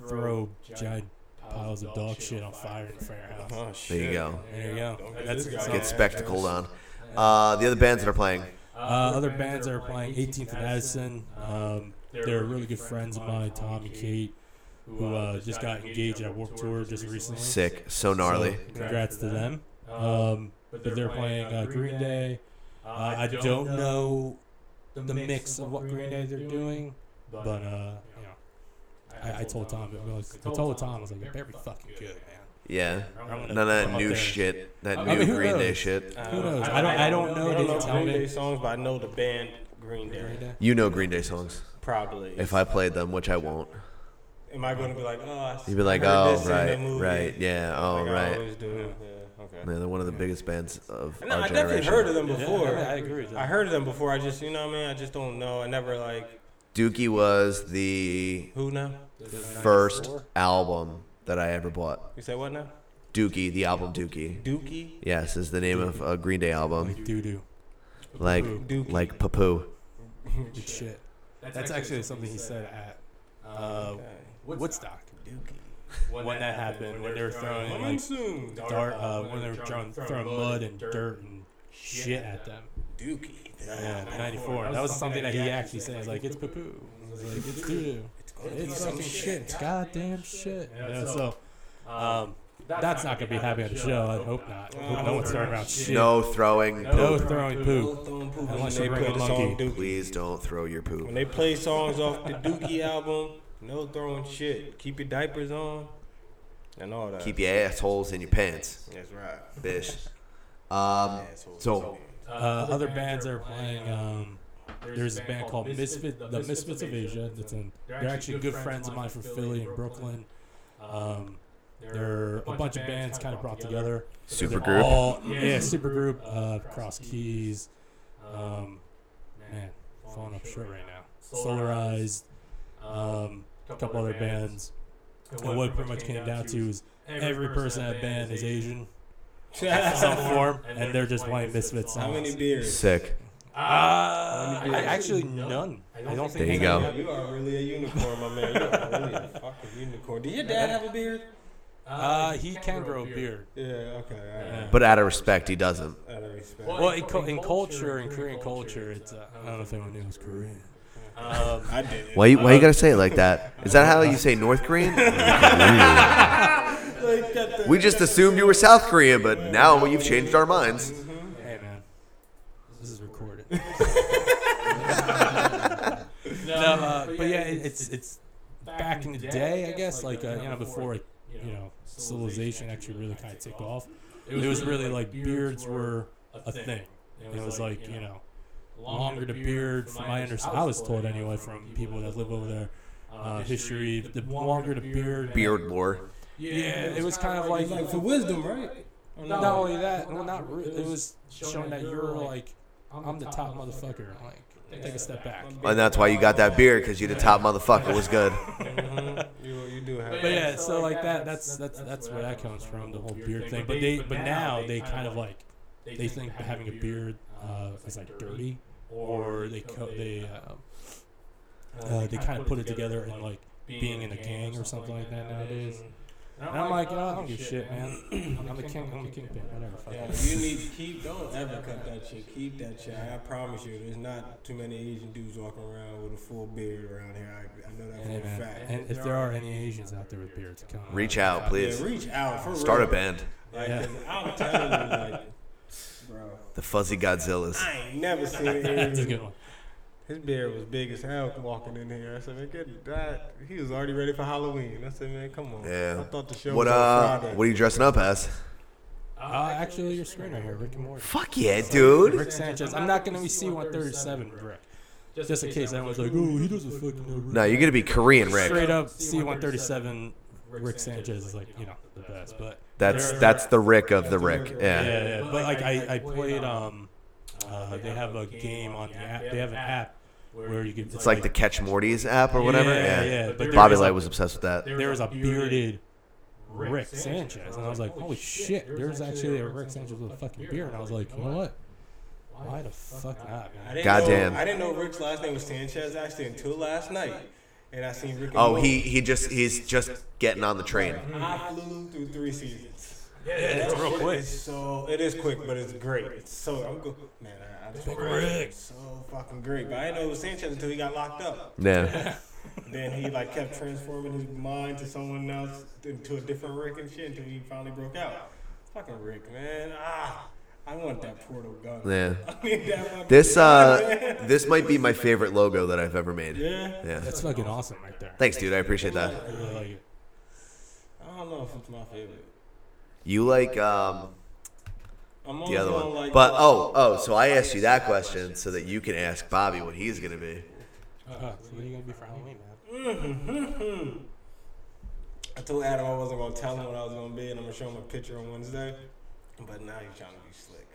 S4: throw giant piles of dog shit on fire in front of your house.
S3: Oh,
S2: There
S3: shit.
S2: you go.
S4: There you go. That's
S2: Get spectacled on. Uh, the other bands that are playing.
S4: Uh, other bands that are playing 18th and Addison. Um, they're really good friends of mine, Tom and Kate, who uh, just got engaged at Warp Tour just recently.
S2: Sick, so
S4: So,
S2: gnarly.
S4: Congrats to them. Um, but they're playing uh, Green Day. Uh, I don't know the mix of what Green Day they're doing, but uh, you know, I, I told Tom, I, was, I told Tom, I was like, it better be fucking good, man.
S2: Yeah, none
S4: I'm gonna
S2: of
S4: come
S2: that
S4: up
S2: new
S4: there.
S2: shit, that
S4: mean,
S2: new
S4: who
S2: Green Day
S4: knows?
S2: shit.
S4: Who knows? I don't, I don't know.
S3: I don't know
S4: They didn't tell
S3: Green Day
S4: me.
S3: songs, but I know the band Green Day.
S2: You know Green Day songs.
S3: Probably.
S2: If I played them, which I won't,
S3: Am I gonna be like, oh, I
S2: you'd be like,
S3: heard
S2: oh
S3: this in the
S2: right,
S3: movie."
S2: right, yeah, oh
S3: Like I
S2: right.
S3: always do. Yeah. Okay.
S2: Yeah, they're one of the biggest bands of
S3: No,
S2: our
S3: I definitely heard
S2: generation.
S3: of them before.
S4: I mean, I agree with that.
S3: I heard of them before. I just, you know, what I mean, I just don't know. I never like
S2: Dookie was the
S3: who now.
S2: first album that I ever bought.
S3: You say what now?
S2: Dookie, the album Dookie.
S3: Dookie.
S2: Yes, is the name of a Green Day album.
S4: Like doo doo.
S2: Like
S3: Dookie.
S2: like Papoo.
S4: Good shit. That's, actually something he said at uh, Woodstock. When, that happened, when they were throwing like
S3: soon.
S4: dart, uh, when they were throwing, throwing mud and dirt and shit at them.
S3: Dookie.
S4: Yeah, 94. That was something that he actually said. He's like, it's poo poo. like, it's doo doo. It's fucking shit. It's goddamn shit. Yeah, so, um, that's not going to be happy on the show. I hope not. I hope no one's throwing around shit.
S2: No throwing
S4: No
S2: poop.
S4: throwing poo. Unless
S3: they
S4: you bring
S3: play
S4: a
S3: the song
S4: monkey.
S3: Dookie.
S2: Please don't throw your
S3: When
S2: poop.
S3: they play songs off the Dookie album, no throwing shit. Keep your diapers on and all that.
S2: Keep your assholes in your pants,
S3: That's right.
S2: bitch. Um,
S3: Assholes.
S2: so
S4: Uh, other bands are playing. Um, there's a band called Misfit, the Misfits of Asia. That's in, they're actually good friends of mine from Philly and Brooklyn. Um, they're a bunch of bands kind of brought together. They're
S2: Supergroup?
S4: all- yeah, super group. Uh, Cross Keys. Um, man, falling up short right now. Solarized. Um, a couple other bands. And what it pretty much came down to is every person in that band is Asian, some form, and they're just playing Misfits.
S3: How many
S4: songs.
S3: beers?
S2: sick.
S4: Uh, I, actually none. I don't
S2: There
S4: think
S2: you
S4: they-
S2: go.
S3: You are really a unicorn, my man. You are really a fucking unicorn. Did your dad have a beard?
S4: Uh, he can grow a beard.
S3: Yeah, okay. All right.
S2: But out of respect, he doesn't.
S3: Out of respect.
S4: Well, in, cul- in culture, in Korean culture, it's uh, I don't know if anyone knew it was Korean. Um,
S3: I did it.
S2: Why you, why you gotta say it like that? Is that how you say North Korean? we just assumed you were South Korean, but now you've changed our minds.
S4: hey man, this is recorded. no, uh, but yeah, it, it's it's back in the day, I guess. Like uh, you know, before like, you know civilization actually really kind of took off. It was, really like beards were a thing. It was like you know longer the beard. From my understanding, I was told anyway from people that live over there. Uh, history, the longer the beard,
S2: Beard lore.
S4: Yeah, it was kind of like,
S3: Like for wisdom, right?
S4: not only that, well, not re- it was showing that you're like, I'm the top motherfucker. Like, take a step back.
S2: And that's why you got that beard, because you the top motherfucker. was good?
S3: Mm-hmm. You, you do have.
S4: But yeah, so like that, that's that's that's where that comes from, the whole beard thing. But they, but now they kind of like, they think that having a beard uh, is like dirty, or they co- they uh, uh, they kind of put it together in like being in a gang or something like that nowadays. And I'm like, you know, I don't give a shit, man. I'm the king. I'm the kingpin. Whatever. fuck
S3: Yeah,
S4: it.
S3: you need to keep. Don't ever cut that shit. Keep that shit. I promise you, there's not too many Asian dudes walking around with a full beard around here. I, I know that
S4: Hey,
S3: for a
S4: man.
S3: fact.
S4: And if there are any Asians out there with beards, come on.
S2: Reach out, please.
S3: yeah, reach out for
S2: Start a
S3: real.
S2: band.
S3: Like,
S4: Yeah.
S3: 'cause I'm telling you, like, bro,
S2: The Fuzzy Godzillas.
S3: I ain't never seen an
S4: That's a
S3: Asian.
S4: good one.
S3: His beard was big as hell walking in here. I said, man, get that. He was already ready for Halloween. I said, man, come on.
S2: Yeah.
S3: I thought the show
S2: What
S3: was on
S2: uh?
S3: Friday.
S2: What are you dressing up as?
S4: Uh, actually, your screen right here, Rick and Morty.
S2: Fuck yeah, dude.
S4: Rick Sanchez. I'm not going to be C-137, Rick. Just in case anyone's like, oh, he doesn't fucking know Rick.
S2: No, you're gonna be Korean, Rick.
S4: Straight up C-137, Rick Sanchez is like you know the best, but
S2: That's
S4: there-
S2: that's the Rick of the Rick.
S4: yeah,
S2: Yeah.
S4: yeah. But like I, I played um, uh, they have a game on the app. They have an app where you can.
S2: It's like the Catch Morty's app or whatever.
S4: Yeah, yeah.
S2: Yeah.
S4: But there
S2: Bobby
S4: was a-
S2: Light was obsessed with that.
S4: there was a bearded Rick Sanchez, and I was like, holy shit, there's actually a Rick Sanchez with a fucking beard, and I was like, you know what? Why the fuck not,
S3: I
S4: man?
S3: didn't
S2: Goddamn.
S3: Know, I didn't know Rick's last name was Sanchez actually until last night, and I seen Rick. and
S2: Oh, he
S3: Morty.
S2: he just he's just getting on the train.
S3: I flew through three seasons.
S4: Yeah, it's real quick.
S3: It's so it is quick, but it's great. It's so I'm go, man. I, I just
S4: Rick.
S3: so fucking great. But I didn't know it was Sanchez until he got locked up.
S2: Yeah.
S3: Then he like kept transforming his mind to someone else, into a different Rick and shit, until he finally broke out. Fucking Rick, man. Ah, I want that portal gun.
S2: Yeah.
S3: I need that one.
S2: This uh this might be my favorite logo that I've ever made.
S3: Yeah.
S2: Yeah.
S4: That's fucking awesome right there.
S2: Thanks, dude. I appreciate that.
S4: I really like it.
S3: I don't know if it's my favorite.
S2: You like um
S3: I'm
S2: the
S3: always
S2: other
S3: gonna
S2: one.
S3: like-
S2: But oh, oh, so I asked you that question so that you can ask Bobby what he's gonna be.
S4: Uh, so what are you gonna be for Halloween, man?
S3: I told Adam I wasn't gonna tell him what I was gonna be, and I'm gonna show him a picture on Wednesday. But now you're trying to be slick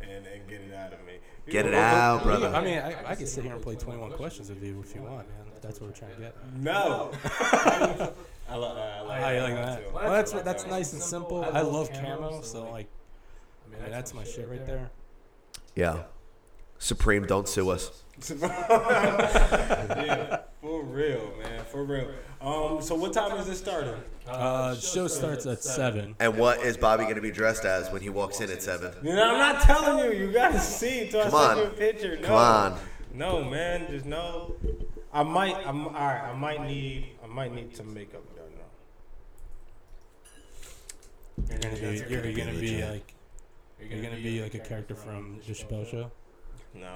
S3: and, and get it out of me. You
S2: Get it
S3: know, what the-
S2: out, brother.
S4: I mean, I, I could sit here and play 21 questions with you if you want, man. That's what we're trying to get.
S3: No. I, li- I like,
S4: I like
S3: too.
S4: that. Well, that's that's nice and simple. I love camo, so like, I mean, that's my shit right there.
S2: Yeah. Supreme, don't sue us.
S3: yeah, for real, man, for real. Um, so what time is this starting?
S4: Uh, the show starts at seven.
S2: And what is Bobby gonna be dressed as when he walks in at seven?
S3: You know, I'm not telling you. You gotta see till
S2: Come
S3: I
S2: on.
S3: send you a picture. No.
S2: Come on.
S3: No, man, just no. I might. I'm all right. I might need. I might need some makeup done. though.
S4: You're gonna be you're gonna be like you're gonna be like a character from the Chappelle Show.
S3: No.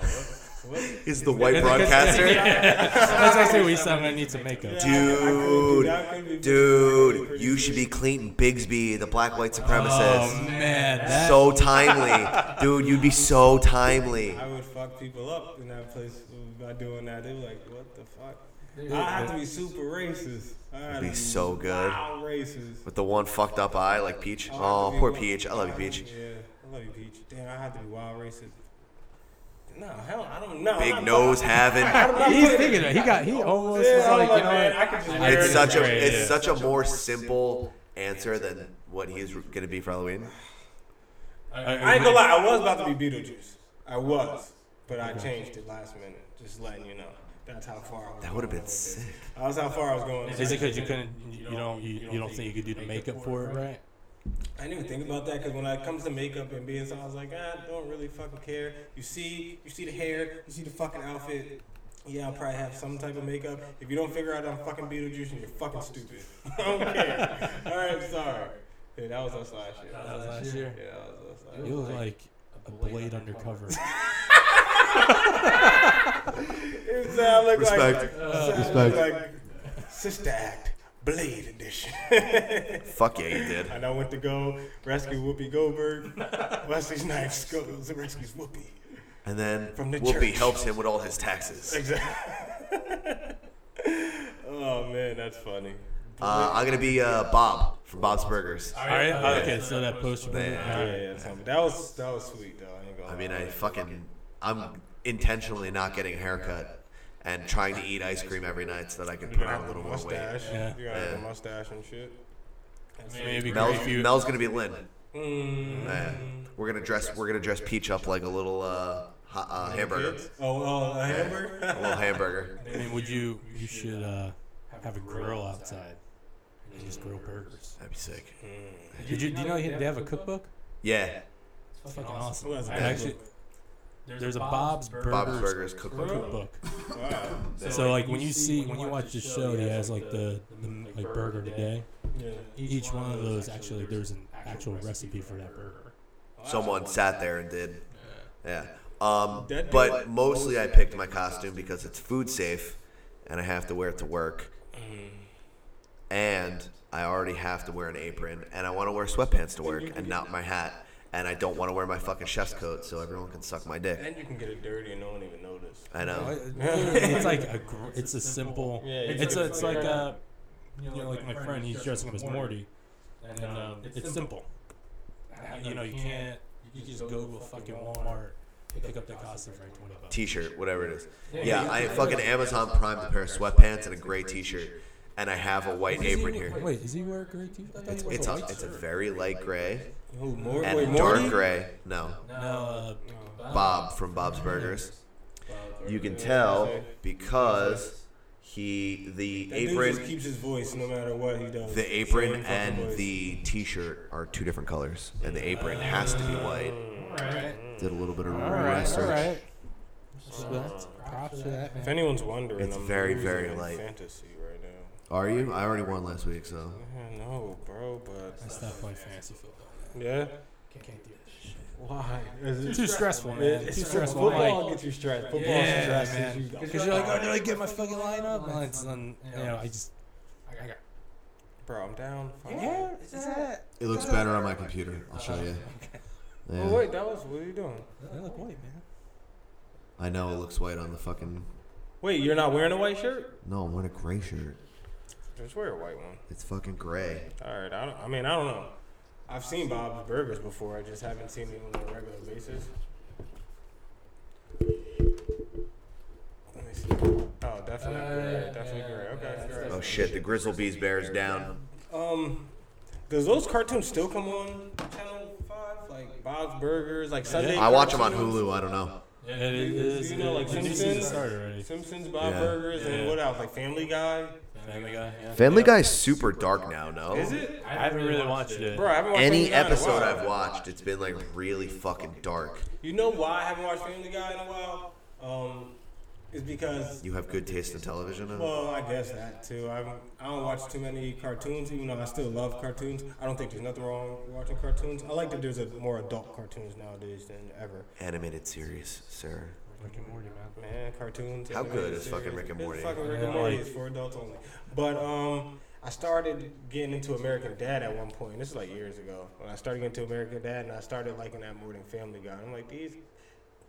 S3: What?
S2: Is the white broadcaster?
S4: That's actually what you said. I need some makeup.
S2: Dude, dude, you should be Clayton Bigsby, the black white
S4: Oh
S2: supremacist.
S4: man, that,
S2: So timely, dude. You'd be so timely.
S3: I would fuck people up in that place by doing that. They were like, "What the fuck?" I have to be super racist. I have
S2: Be
S3: to
S2: so good
S3: wild racist.
S2: with the one fucked up eye, like Peach. Oh, poor Peach. I love you, Peach.
S3: Yeah, I love you, Peach. Damn, I have to be wild racist. No, hell, I don't know.
S2: Big nose having.
S4: he's thinking that he got he almost was
S3: Yeah, I'm
S4: like
S3: like,
S4: you know
S3: man, I
S4: what?
S3: could just wear
S2: It's
S3: it.
S2: such a it's such a more simple answer than what he's gonna be for Halloween.
S3: I ain't gonna lie, I was about to be Beetlejuice. I was, but I changed it last minute. Just letting you know. That's how far I was.
S2: That would have been
S3: going with it.
S2: sick.
S3: That was how far I was going.
S4: Is it because you couldn't you don't you, you don't think you could do the makeup for it right?
S3: I didn't even think about that because when it comes to makeup and being so, I was like, ah, I don't really fucking care. You see, you see the hair, you see the fucking outfit. Yeah, I'll probably have some type of makeup. If you don't figure out I'm fucking Beetlejuice, then you're fucking stupid. I don't care. All right, sorry. Yeah, that was us last year.
S4: That was last year.
S3: Yeah, that was us last year.
S4: You look like a blade undercover.
S3: It was, uh, look
S2: Respect.
S3: Like, uh, Respect. Like Sister Act Blade Edition.
S2: Fuck yeah, you did.
S3: and I went to go rescue Whoopi Goldberg. Wesley Snipes goes and rescues Whoopi.
S2: And then
S3: From the
S2: Whoopi
S3: church.
S2: helps him with all his taxes.
S3: Exactly. oh man, that's funny.
S2: Uh, I'm gonna be uh, Bob from Bob's Burgers.
S4: All right, okay, so that poster.
S2: Yeah.
S3: Yeah, yeah, that's funny. that was that was sweet though. I, ain't gonna
S2: I mean,
S3: lie.
S2: I fucking I'm intentionally not getting a haircut and trying to eat ice cream every night so that I can
S3: You
S2: put
S3: gotta
S2: on a
S3: have the
S2: little more weight.
S3: mustache.
S4: Yeah.
S3: You gotta have the
S2: Yeah.
S3: mustache and shit.
S4: Maybe great
S2: Mel's,
S4: if you
S2: Mel's gonna be Lynn.
S3: Mm.
S2: Yeah. We're gonna dress we're gonna dress Peach up like a little uh, ha- uh, hamburger,
S3: Kids? Oh, oh, a
S2: a
S3: hamburger.
S2: little hamburger.
S4: I mean, would you? You should uh, have a grill outside and just grill burgers.
S2: That'd be sick.
S3: Mm.
S4: Did you? Do you know he- they have a cookbook?
S2: Yeah,
S4: That's fucking awesome.
S3: Who has a
S4: I actually, there's a Bob's Burgers,
S2: Bob's Burgers cookbook.
S4: cookbook.
S3: wow.
S4: So like when you see when you watch the show, he has like the, the like burger today.
S3: Yeah.
S4: Each one of those actually there's an actual recipe for that burger.
S2: Someone sat there and did. Yeah. Um,
S3: That-
S2: but mostly I picked my costume because it's food safe, and I have to wear it to work. Mm-hmm. And I already have to wear an apron, and I want to wear sweatpants to work, and not my hat. And I don't want to wear my fucking chef's coat, so everyone can suck my dick.
S3: And you can get it dirty and no one even notice.
S2: I know.
S4: It's like a gr- it's a simple.
S3: Yeah, you
S4: It's a,
S3: could-
S4: it's like a You know, like my friend, he's dressing up as Morty, and um, it's simple. You know, you can't. You just go to a fucking Walmart, pick up the costume for like twenty bucks.
S2: T-shirt, whatever it is. Yeah, I fucking Amazon Prime a pair of sweatpants and a gray T-shirt, and I have a white apron here.
S4: Wait, is he wearing gray teeth? I thought he
S2: It's
S4: wore
S2: it's a,
S4: white
S2: it's a
S4: shirt.
S2: very light gray
S4: Who, Mor-
S2: and
S4: wait,
S2: a
S4: Morty?
S2: dark gray. No,
S4: No, uh,
S2: Bob from Bob's Burgers. You can tell because he the
S3: That dude just
S2: apron
S3: keeps his voice no matter what he does.
S2: the
S3: Same
S2: apron
S3: fucking
S2: and
S3: voice.
S2: the T-shirt are two different colors, and the apron has to be white. Did a little bit of research.
S4: Respect. Props to that
S3: If
S4: man.
S3: anyone's wondering,
S2: It's
S3: I'm
S2: very,
S3: losing
S2: very
S3: in
S2: light.
S3: Fantasy right now.
S2: Are you? I already won last week, so
S3: I know, bro, but
S4: That's not my fancy football.
S3: yeah.
S4: Can't do that shit.
S3: Why?
S4: Too stressful, man. Too stressful.
S3: Football
S4: Like,
S3: gets you stressed. Football
S4: Yeah,
S3: stresses
S4: man.
S3: you.
S4: Cause you're like, oh, did I get my fucking line up? And it's on, you know, I just, I got,
S3: bro, I'm down. Fuck.
S4: it's that.
S2: it looks better on my computer. I'll show you.
S3: Oh wait, that was what are you doing?
S4: They look white, man.
S2: I know it looks white on the fucking.
S3: Wait, you're not wearing a white shirt?
S2: No, I'm wearing a gray shirt.
S3: Just wear a white one.
S2: It's fucking gray.
S3: All right. I, don't, I mean, I don't know. I've seen Bob's Burgers before. I just haven't seen it on a regular basis. Let me see. Oh, definitely
S4: Uh,
S3: gray. Definitely gray. Okay. gray.
S2: Oh shit! The Grizzlebees bears down.
S3: Um, does those cartoons still come on Channel Five? Like Bob's Burgers, like Sunday.
S2: I watch them on
S3: cartoons?
S2: Hulu. I don't know.
S4: Yeah, it is.
S3: You know, like
S4: the new season
S3: Simpsons?
S4: started already.
S3: Simpsons, Bob
S2: Yeah.
S3: Burgers, and
S4: Yeah.
S3: what else? Like Family Guy.
S4: Family Guy. Yeah.
S2: Family Guy's super dark now. No,
S3: Is it?
S4: I haven't really watched it.
S3: Bro, I haven't watched
S2: any
S3: Family Guy in a
S2: episode
S3: while.
S2: I've watched, it's been like really fucking dark.
S3: You know why I haven't watched Family Guy in a while? Um, is because
S2: You have good taste in television. Now?
S3: well, I guess that too. I haven't- I don't watch too many cartoons, even though I still love cartoons. I don't think there's nothing wrong with watching cartoons. I like that there's a more adult cartoons nowadays than ever.
S2: Animated series, sir.
S4: Rick and Morty, man.
S3: Man, cartoons.
S2: How
S3: animated
S2: good is fucking
S3: series.
S2: Rick and Morty?
S3: It's fucking Rick and
S4: Yeah,
S3: Morty
S4: like-
S3: is for adults only. But um, I started getting into American Dad at one point. This is like years ago when I started getting into American Dad, and I started liking that more than Family Guy. I'm like these,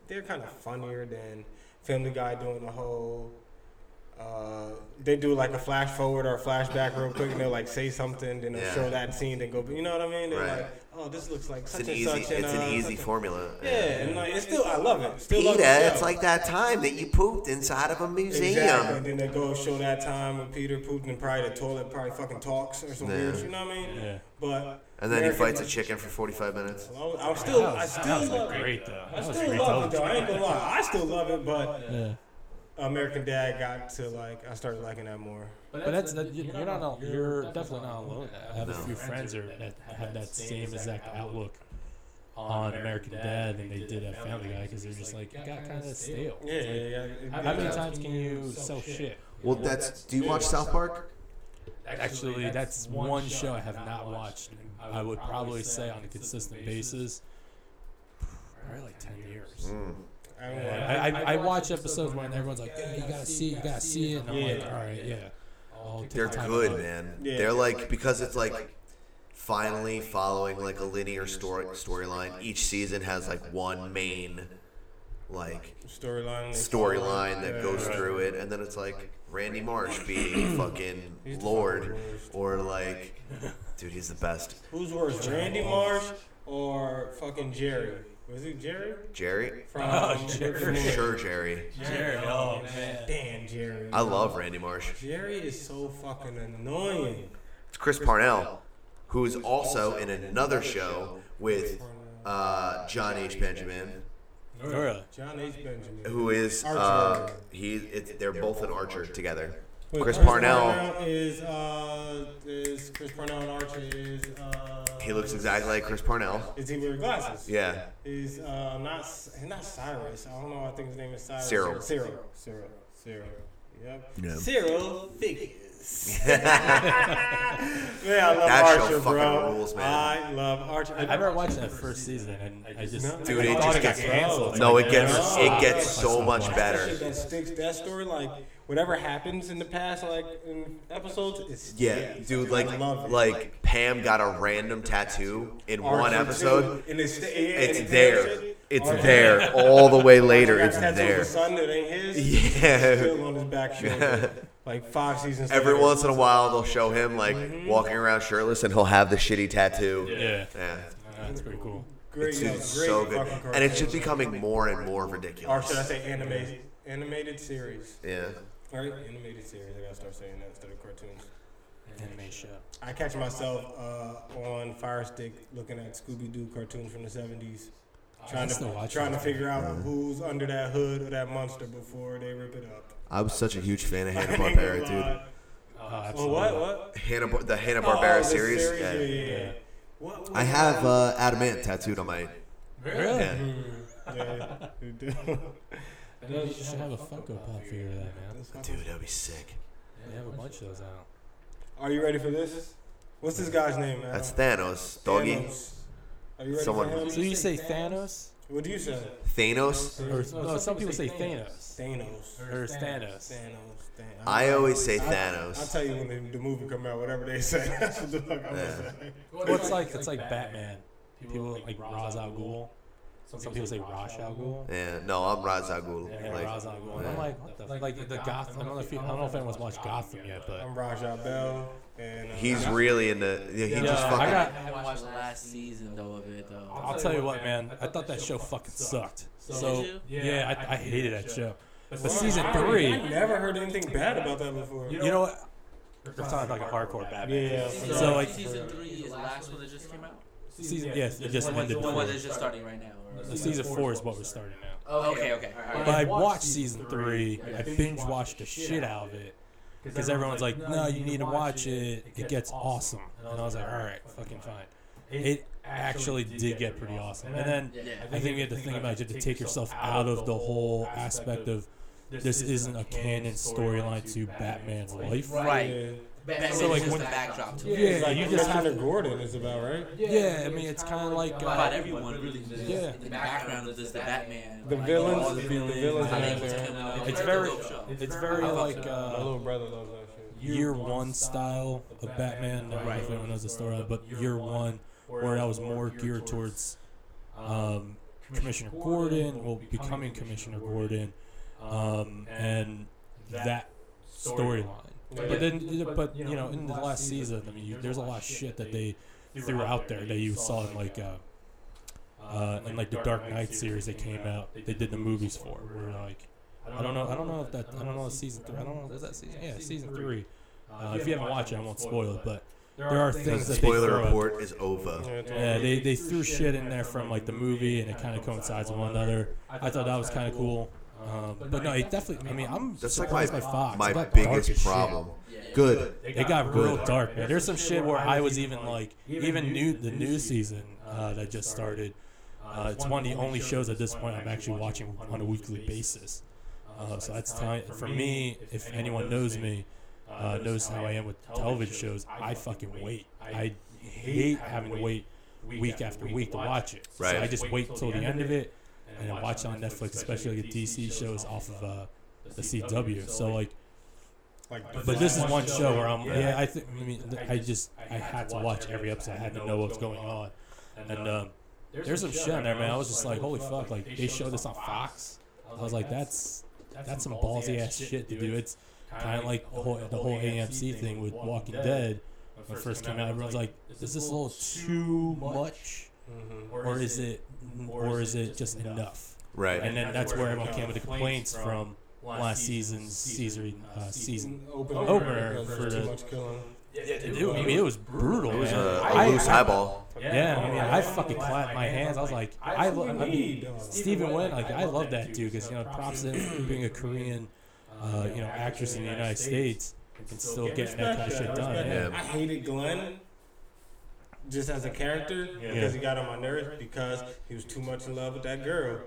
S3: they're kind of funnier than Family Guy doing the whole. Uh, they do like a flash forward or a flashback real quick, and they'll like say something, then they'll
S2: Yeah.
S3: show that scene, then go. You know what I mean? They're
S2: Right.
S3: like, oh, this looks like
S2: It's
S3: such
S2: an
S3: and
S2: easy.
S3: such. and,
S2: It's an
S3: uh,
S2: easy
S3: such-
S2: formula.
S3: Yeah, and like it's still, I love it. Still love
S2: Peta,
S3: the
S2: it's
S3: show.
S2: like that time that you pooped inside of a
S3: Exactly.
S2: museum.
S3: And then they go show that time when Peter pooped in probably the toilet, probably fucking talks or some weird
S2: Yeah.
S3: shit. You know what I mean?
S4: Yeah.
S3: But
S2: And then he
S3: American-
S2: fights a chicken for 45 minutes.
S3: I was, I was still, I
S4: That
S3: still
S4: was
S3: love
S4: like
S3: it.
S4: great though.
S3: I
S4: That was
S3: still
S4: great
S3: love it though.
S4: television.
S3: I ain't gonna lie. I still love it, but
S4: Yeah.
S3: American Dad got to like, I started liking that more.
S4: But that's that, you- you're not al- you're definitely not alone. in that. I have a few friends are, that have that same exact outlook on American Dad than they did at Family Guy because they're just like it got kind of stale.
S3: Yeah, yeah, yeah.
S4: How many times can you sell shit?
S2: Well, that's. Do you watch South Park?
S4: Actually, that's one show I have not watched. and I would probably say on a consistent basis, probably like ten years.
S3: I don't know.
S4: I, I, I watch episodes when everyone's like, yeah, you gotta see it, you gotta see it. And I'm like, all right, yeah. I'll take
S2: They're
S4: the time
S2: good,
S4: out.
S2: man.
S3: Yeah.
S2: They're like because it's like finally following like a linear story storyline. Each season has like one main like
S3: Storyline. they
S2: storyline
S3: follow.
S2: that
S3: Yeah,
S2: goes
S3: right.
S2: through it, and then it's like Randy Marsh being fucking Lord, or like, dude, he's the best.
S3: Who's worse, Randy Marsh or fucking Jerry? Was it Jerry?
S2: Jerry,
S3: From
S4: Oh, Jerry.
S2: for sure, Jerry.
S4: Jerry, oh, man.
S3: Damn, Jerry.
S2: I love Randy Marsh.
S3: Jerry is so fucking annoying.
S2: It's Chris Parnell, who is also in another show with uh, John H. Benjamin,
S4: Nora.
S3: John H. Benjamin.
S2: who is uh,
S3: Archer.
S2: he. It, they're both an Archer together.
S3: Wait,
S2: Chris Parnell.
S3: is uh is Chris Parnell and Archer is uh
S2: He looks exactly like Chris Parnell.
S3: Is he wearing glasses?
S2: Yeah,
S3: Is uh not he's not Cyrus. I don't know. I think his name is Cyrus.
S2: Cyril.
S3: Cyril. Cyril. Cyril. Yep.
S2: Yeah.
S3: Cyril figures. yeah, I love
S2: That show
S3: Archer,
S2: fucking
S3: bro.
S2: rules, man.
S3: I love Archer.
S4: I remember watching that first season and I just.
S2: dude, it
S4: I thought
S2: just gets
S4: canceled.
S2: no.
S4: Like,
S2: It gets
S4: yeah.
S2: it gets so much
S3: Shit
S2: better.
S3: that sticks. That story, like whatever happens in the past, like in episodes, it's
S2: Yeah, dude, like
S3: I love it.
S2: like Pam got a random tattoo in one
S3: Archer
S2: episode.
S3: too. and it's,
S2: It's there. It's there all the way later. It's
S3: Tattoo of
S2: there.
S3: his son that ain't his.
S2: Yeah.
S3: Still on his back shoulder. Like five seasons.
S2: Every
S3: later.
S2: once in a while, they'll show him like walking around shirtless, and he'll have the shitty tattoo.
S4: Yeah,
S2: Yeah.
S4: that's pretty cool.
S3: Great,
S2: It's,
S3: yeah,
S2: it's
S3: great
S2: so good,
S3: fucking
S2: and
S3: cartoon.
S2: it's just becoming more and more
S3: Or
S2: ridiculous.
S3: should I say animated? Animated series.
S2: Yeah.
S3: All right, animated series. I gotta start saying that instead of cartoons.
S4: Anime show.
S3: I catch myself uh, on Fire Stick looking at Scooby Doo cartoons from the seventies, trying
S4: still
S3: to
S4: watch
S3: trying to
S4: those.
S3: figure out who's under that hood or that monster before they rip it up.
S2: I was such a huge fan of Hanna
S3: I
S2: Barbera,
S3: ain't gonna
S2: dude.
S3: lie.
S4: Oh,
S3: Oh,
S4: absolutely.
S3: what what?
S2: Hanna Bar- the Hanna
S3: Oh,
S2: Barbera
S3: the
S2: series.
S3: Yeah,
S2: Yeah.
S3: yeah, yeah.
S4: Yeah.
S3: What, what
S2: I
S3: was
S2: have
S3: that?
S2: uh, adamant tattooed on my.
S4: Really?
S2: Yeah.
S3: Yeah, you do.
S4: I know you should have a Funko Pop figure of that, man.
S2: Dude, that'd be sick.
S4: They have a bunch of those out.
S3: Are you ready for this? What's this guy's name? Adam?
S2: That's Thanos, doggy.
S3: Thanos. Are you ready
S2: Someone-
S3: for him?
S4: So you say Thanos?
S3: What do you say?
S2: Thanos.
S4: Or no, some people say Thanos.
S3: Thanos.
S4: Or
S3: Thanos.
S4: Thanos.
S3: Thanos.
S2: I always say
S3: I'll
S2: Thanos.
S3: tell you when the, the movie come out, whatever they say. That's what the fuck I'm gonna say.
S4: Well, it's like it's like Batman. People like Ra's al Ghul. Some people say Ra's al Ghul.
S2: Yeah, no, I'm Ra's al
S4: Yeah,
S2: Ghul.
S4: Ra's
S2: Like,
S4: al Ghul. And I'm
S2: yeah.
S4: like, what the? Like the, the Gotham. I don't know if you, I don't know if anyone's watched Gotham yet, but
S3: I'm Rajah Bell, and uh,
S2: he's really in the. yeah, He
S4: Yeah,
S2: just
S4: I
S2: fucking.
S4: got-
S8: I haven't watched the last season though of it though.
S4: I'll tell you what, man. I thought that show fucking sucked. So
S8: Did
S4: yeah, I, I hated that show. But season three,
S3: I never heard anything bad about that before.
S4: you know what? They're talking like a hardcore Batman.
S3: yeah.
S8: So,
S4: So, like-
S8: season three is the last one that just came out.
S4: Season yes, it just
S8: The one-
S4: ended.
S8: the one
S4: The
S8: that's just starting right now. or- Oh,
S4: season four is what we're starting now.
S8: Okay, okay. all right.
S4: But I watched season three. I binge watched the shit out of it because everyone's like, "No, you need to watch it. It gets awesome." And I was like, "All right, fucking fine." It actually did get pretty awesome. And then
S8: Yeah.
S4: I think you have to think about it. You have to take yourself out of the whole aspect of this isn't a canon storyline to Batman's life.
S8: Right. Batman
S4: So, like,
S8: is just
S4: when-
S8: the backdrop to it.
S4: Yeah, you just have
S3: Commissioner
S4: to.
S3: Gordon is about right.
S4: Yeah, I mean, it's kind of like
S8: About
S4: uh,
S8: everyone really just
S4: Yeah.
S8: in the background of this, the Batman.
S3: The
S8: like,
S3: villains,
S8: all
S3: the
S8: the
S3: villains,
S8: I think
S3: are
S8: it's
S3: there.
S8: coming out.
S4: it's
S8: a
S4: very,
S8: dope show.
S4: it's very like.
S3: My
S4: Uh,
S3: little brother loves that shit.
S4: year one style of Batman. I don't know if anyone knows the story, but year one, where I was more geared towards um, Commissioner Gordon, well, becoming Commissioner Gordon, um, and that storyline. But then, but you know, in the last season, I mean, you, there's a lot of shit that they threw out there that you saw in like. Uh, uh, in like the Dark Knight series that came out, they did the movies for. Where like, I don't know, I don't know if that, I don't know if season three, I don't know, is that season? Yeah, season three. Uh, if you haven't watched it, I won't spoil it, but there are things that they
S2: Spoiler
S4: throw out.
S2: report is over.
S4: Yeah, they, they threw shit in there from like the movie, and it kind of coincides with one another. I thought that was kind of cool. Um, but no, it definitely. I mean, I'm
S2: That's like my
S4: surprised by Fox. It
S2: my
S4: got dark as
S2: biggest
S4: shit.
S2: problem.
S8: Yeah.
S2: Good.
S4: It got real dark, man. There's some shit where I was even like, even new the new season uh, that just started. Uh, it's one of the only shows at this point I'm actually watching on a weekly basis. Uh, so that's time for me. If anyone knows me, uh, knows how I am with television shows, I fucking wait. I hate having to wait week after week to watch it. So
S2: Right.
S4: I just wait till the end of it and then watch it on Netflix, especially like the DC shows off of uh, the CW. So like.
S3: Like,
S4: But this is one show where I'm.
S2: Yeah.
S4: Yeah, I think. I mean, th- I just I had to watch every episode. I had to know what's going on. And um, there's some shit in there, man. I was just like, holy fuck! Like they showed this on Fox. I was like, that's that's some ballsy ass shit to do. It's kind of like the whole, the whole AMC thing with Walking Dead when it first came out. Everyone's like, is this a little too much, or is it, or is it just enough? And
S2: Right.
S4: then that's where everyone came with the complaints from last season's season uh, season
S3: open
S4: Opener
S3: because
S4: for
S3: there's too
S4: the-
S3: much killing.
S4: Dude, I mean, it was brutal.
S2: It was
S4: man.
S2: a,
S4: I-
S2: a loose Uh, eyeball.
S4: Yeah, I mean, I fucking clapped my hands. I was like, I, lo- I mean, Stephen Wen, like, I love that dude because you know, props to him for being a Korean, uh, you know, actress in the United States and still getting that kind of shit done. Yeah.
S3: I hated Glenn just as a character because he got on my nerves because he was too much in love with that girl.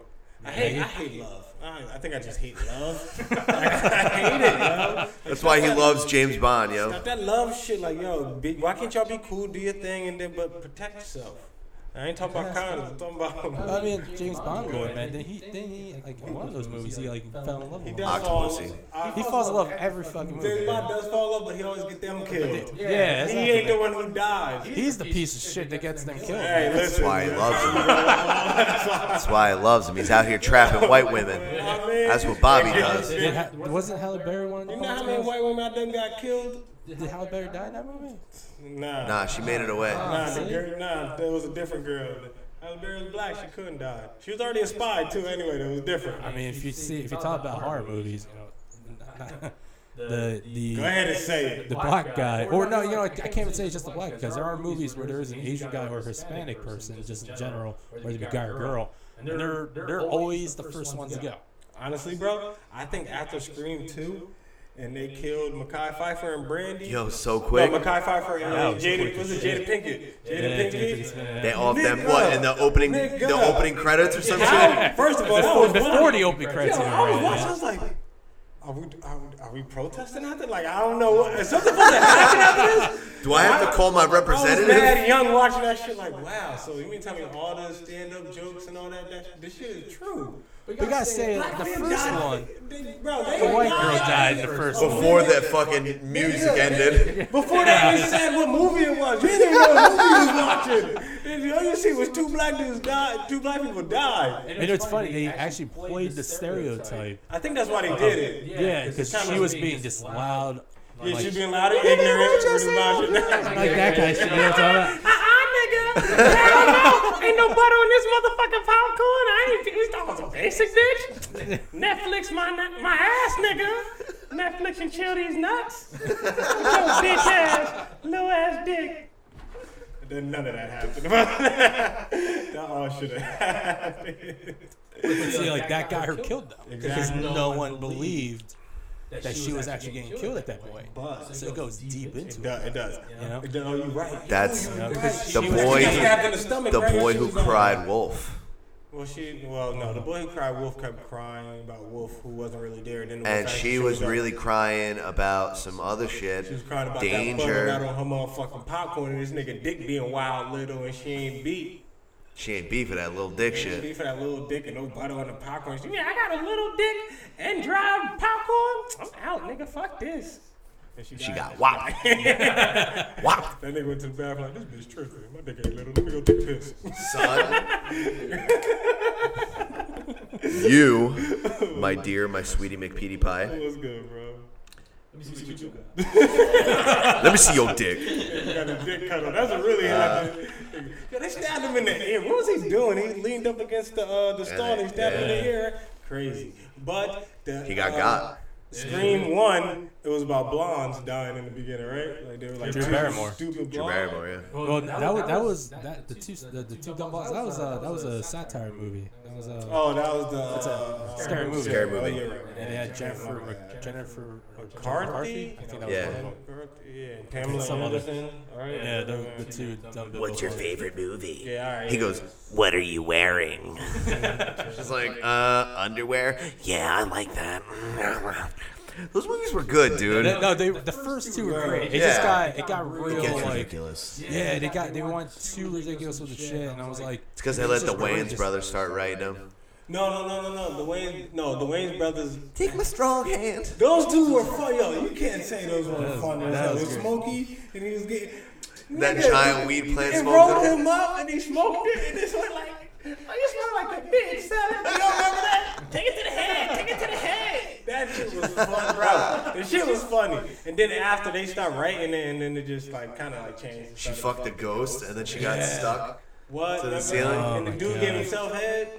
S3: I hate, I hate love. I, I think I just hate love. I hate it, yo.
S2: That's why he loves James Bond, yo.
S3: Stop that love shit. Like, yo, be, why can't y'all be cool, do your thing, and then but protect yourself? I ain't talking about condoms. I'm talking about.
S4: I mean, James Bond would, man. Then he, then he, like in one of those movies, he like fell in love
S3: He
S4: with
S3: does
S4: one.
S3: fall.
S2: Octopussy.
S3: I-
S4: He falls in love every fucking
S3: James
S4: movie.
S3: Bond does fall in love, but he always get them killed.
S4: Yeah, that's
S3: He ain't the one who dies.
S4: He's the piece of shit that gets them killed.
S3: Hey,
S2: That's
S3: listen.
S2: why he
S3: man.
S2: loves him. That's why he loves him. He's out here trapping white women.
S3: I mean,
S2: That's what Bobby does.
S4: Did Ha- wasn't Halle Berry one? of the
S3: You know how
S4: Bond
S3: many
S4: girls?
S3: white women I done got killed?
S4: Did Halle Berry die in that movie?
S3: Nah.
S2: Nah, she made it away.
S3: Nah, the girl, nah, there was a different girl. Halle Berry was black. She couldn't die. She was already a spy too. Anyway, that was different.
S4: I mean, if you see, if you talk about horror movies, you know, the
S3: Go
S4: the
S3: ahead and say it.
S4: the black guy, or no, you know, I, I can't even say it's just the black because there are movies where there is an Asian guy or Hispanic person, just in general, whether it be guy or girl, and they're they're always the first ones to go.
S3: Honestly, bro, I think after Scream Two, and they killed Makai Pfeiffer and Brandy.
S2: Yo, so
S3: No,
S2: quick.
S3: Makai Pfeiffer and
S4: That
S3: uh,
S4: was
S3: Jada.
S4: quick
S3: Was
S4: as
S3: it Jada
S4: shit.
S3: Pinkett?
S4: Yeah,
S3: Jada
S4: Jada
S3: Pinkett.
S4: Pinkett.
S2: They off them
S3: Nigga.
S2: what in the opening the
S3: Nigga.
S2: opening credits or some shit?
S3: How- First of all, that
S4: Before,
S3: was
S4: before the opening credits,
S3: Yo,
S4: even
S3: I was
S4: ran,
S3: watching. I
S4: yeah.
S3: was like, are we are, we- are we protesting after? Like, I don't know. what- Is something supposed to happen after this?
S2: Do I have to call my
S3: I was
S2: representative?
S3: mad young watching that shit. Like, wow. So you mean tell me all the stand up jokes and all that? That this shit is true.
S4: we gotta say the first one.
S3: They- Bro, they
S4: The white girl
S3: lied.
S4: died in the first one.
S2: Before that fucking music ended.
S3: Before that, they said what movie it was. You didn't know what movie you was watching. All you see was two black dudes died. Two black people died.
S4: And it's funny they actually played the stereotype.
S3: I think that's why they did it.
S4: Yeah, because
S3: kinda
S4: she was being just loud.
S3: Yeah, she
S4: like-
S3: being loud and ignorant. really loud.
S4: Like that kind of shit. You know what I'm talking about?
S9: Uh-uh, nigga. Hell no. Ain't no butter on this motherfucking popcorn. I ain't think we thought it was a basic bitch. Netflix my na- my ass, nigga. Netflix and chill these nuts. Yo, bitch ass, little ass dick.
S3: Then none of that happened. that all should have happened.
S4: See, like that got her killed though, because
S3: Exactly.
S4: no one believed that she was actually getting killed at that point. So it goes deep
S3: It
S4: into it.
S3: does. It does.
S4: You know?
S3: It does. Oh, you right.
S2: That's the
S3: She was- she got stabbed
S2: boy
S3: in the stomach
S2: the
S3: right when
S2: boy
S3: she
S2: who
S3: was on-
S2: cried wolf.
S3: Well, she. Well, no, the boy who cried wolf kept crying about wolf who wasn't really there. And, then the
S2: And
S3: wolf
S2: she
S3: actually
S2: was
S3: showed up.
S2: really crying about some other shit.
S3: She was crying about
S2: Danger.
S3: that butter out on her motherfucking popcorn and this nigga dick being wild little and she ain't beat.
S2: She ain't beef with that little dick
S3: She ain't
S2: shit.
S3: beat for that little dick and no butter on the popcorn. She,
S9: Yeah, I got a little dick and dry popcorn. I'm out, nigga. Fuck this.
S3: and she,
S2: She
S3: died.
S2: got whopped. whopped.
S3: That nigga went to the bathroom like, this bitch tripping. My dick ain't little. Let me go take a piss.
S2: Son. you, my dear, my sweetie McPeaty Pie.
S3: What's good, bro?
S2: Let me see your dick.
S3: You got his dick cut off. That's a really happy. Yo, they stabbed him in the ear. What was he doing? He leaned up against the uh, the stall and he stabbed him in the ear. Crazy. But the,
S2: He got
S3: uh,
S2: got.
S3: Scream one, it was about blondes dying in the beginning, right? Like they were like
S4: Drew
S3: two
S4: Barrymore.
S3: stupid
S2: Drew
S3: blondes.
S2: Barrymore, yeah.
S4: Well, that was that was that the two the, the two gumballs. That was uh that was a satire movie. That was a
S3: Oh, that was the uh,
S4: scary movie.
S2: Scary movie.
S3: Oh, yeah, right, right.
S4: and they had Jennifer Jennifer
S3: McCarthy?
S4: I think that was
S2: Yeah.
S4: one of them.
S3: Yeah, Pamela
S4: Some other-
S3: Anderson. All right.
S4: Yeah, the, the two dumb
S2: What's your favorite movie?
S3: Yeah, all right.
S2: He goes, What are you wearing? She's like, Uh, underwear? Yeah, I like that. Those movies were good, dude.
S4: No, no, they the first two were great. It just
S2: Yeah.
S4: got it got real
S2: Gets
S4: like
S2: ridiculous. It's
S4: yeah they got they went too ridiculous with the shit and I was like
S2: because they let the Wayans brothers start writing them.
S3: No, no, no, no, no. The Wayne, no, the Wayne brothers.
S2: Take my strong hand.
S3: Those two were fun. Yo, you can't say those were fun. as hell.
S4: was
S3: It was
S4: good.
S3: Smokey, and he was getting
S2: That
S3: Nigga,
S2: giant weed plant
S3: It
S2: smoked
S3: rolled
S2: him.
S3: him up, and he smoked it, and it's like,
S9: Oh, you smell like a bitch, salad. You don't remember that? Take it to the head. Take it to the head.
S3: that shit was fun, bro. The shit was funny. And then after they stopped writing it, and then it just like kind of like changed.
S2: She fucked a ghost and then she got stuck.
S3: What?
S2: to the
S3: Remember?
S2: ceiling.
S3: and the
S4: Oh my
S3: dude gave
S4: God.
S3: himself head.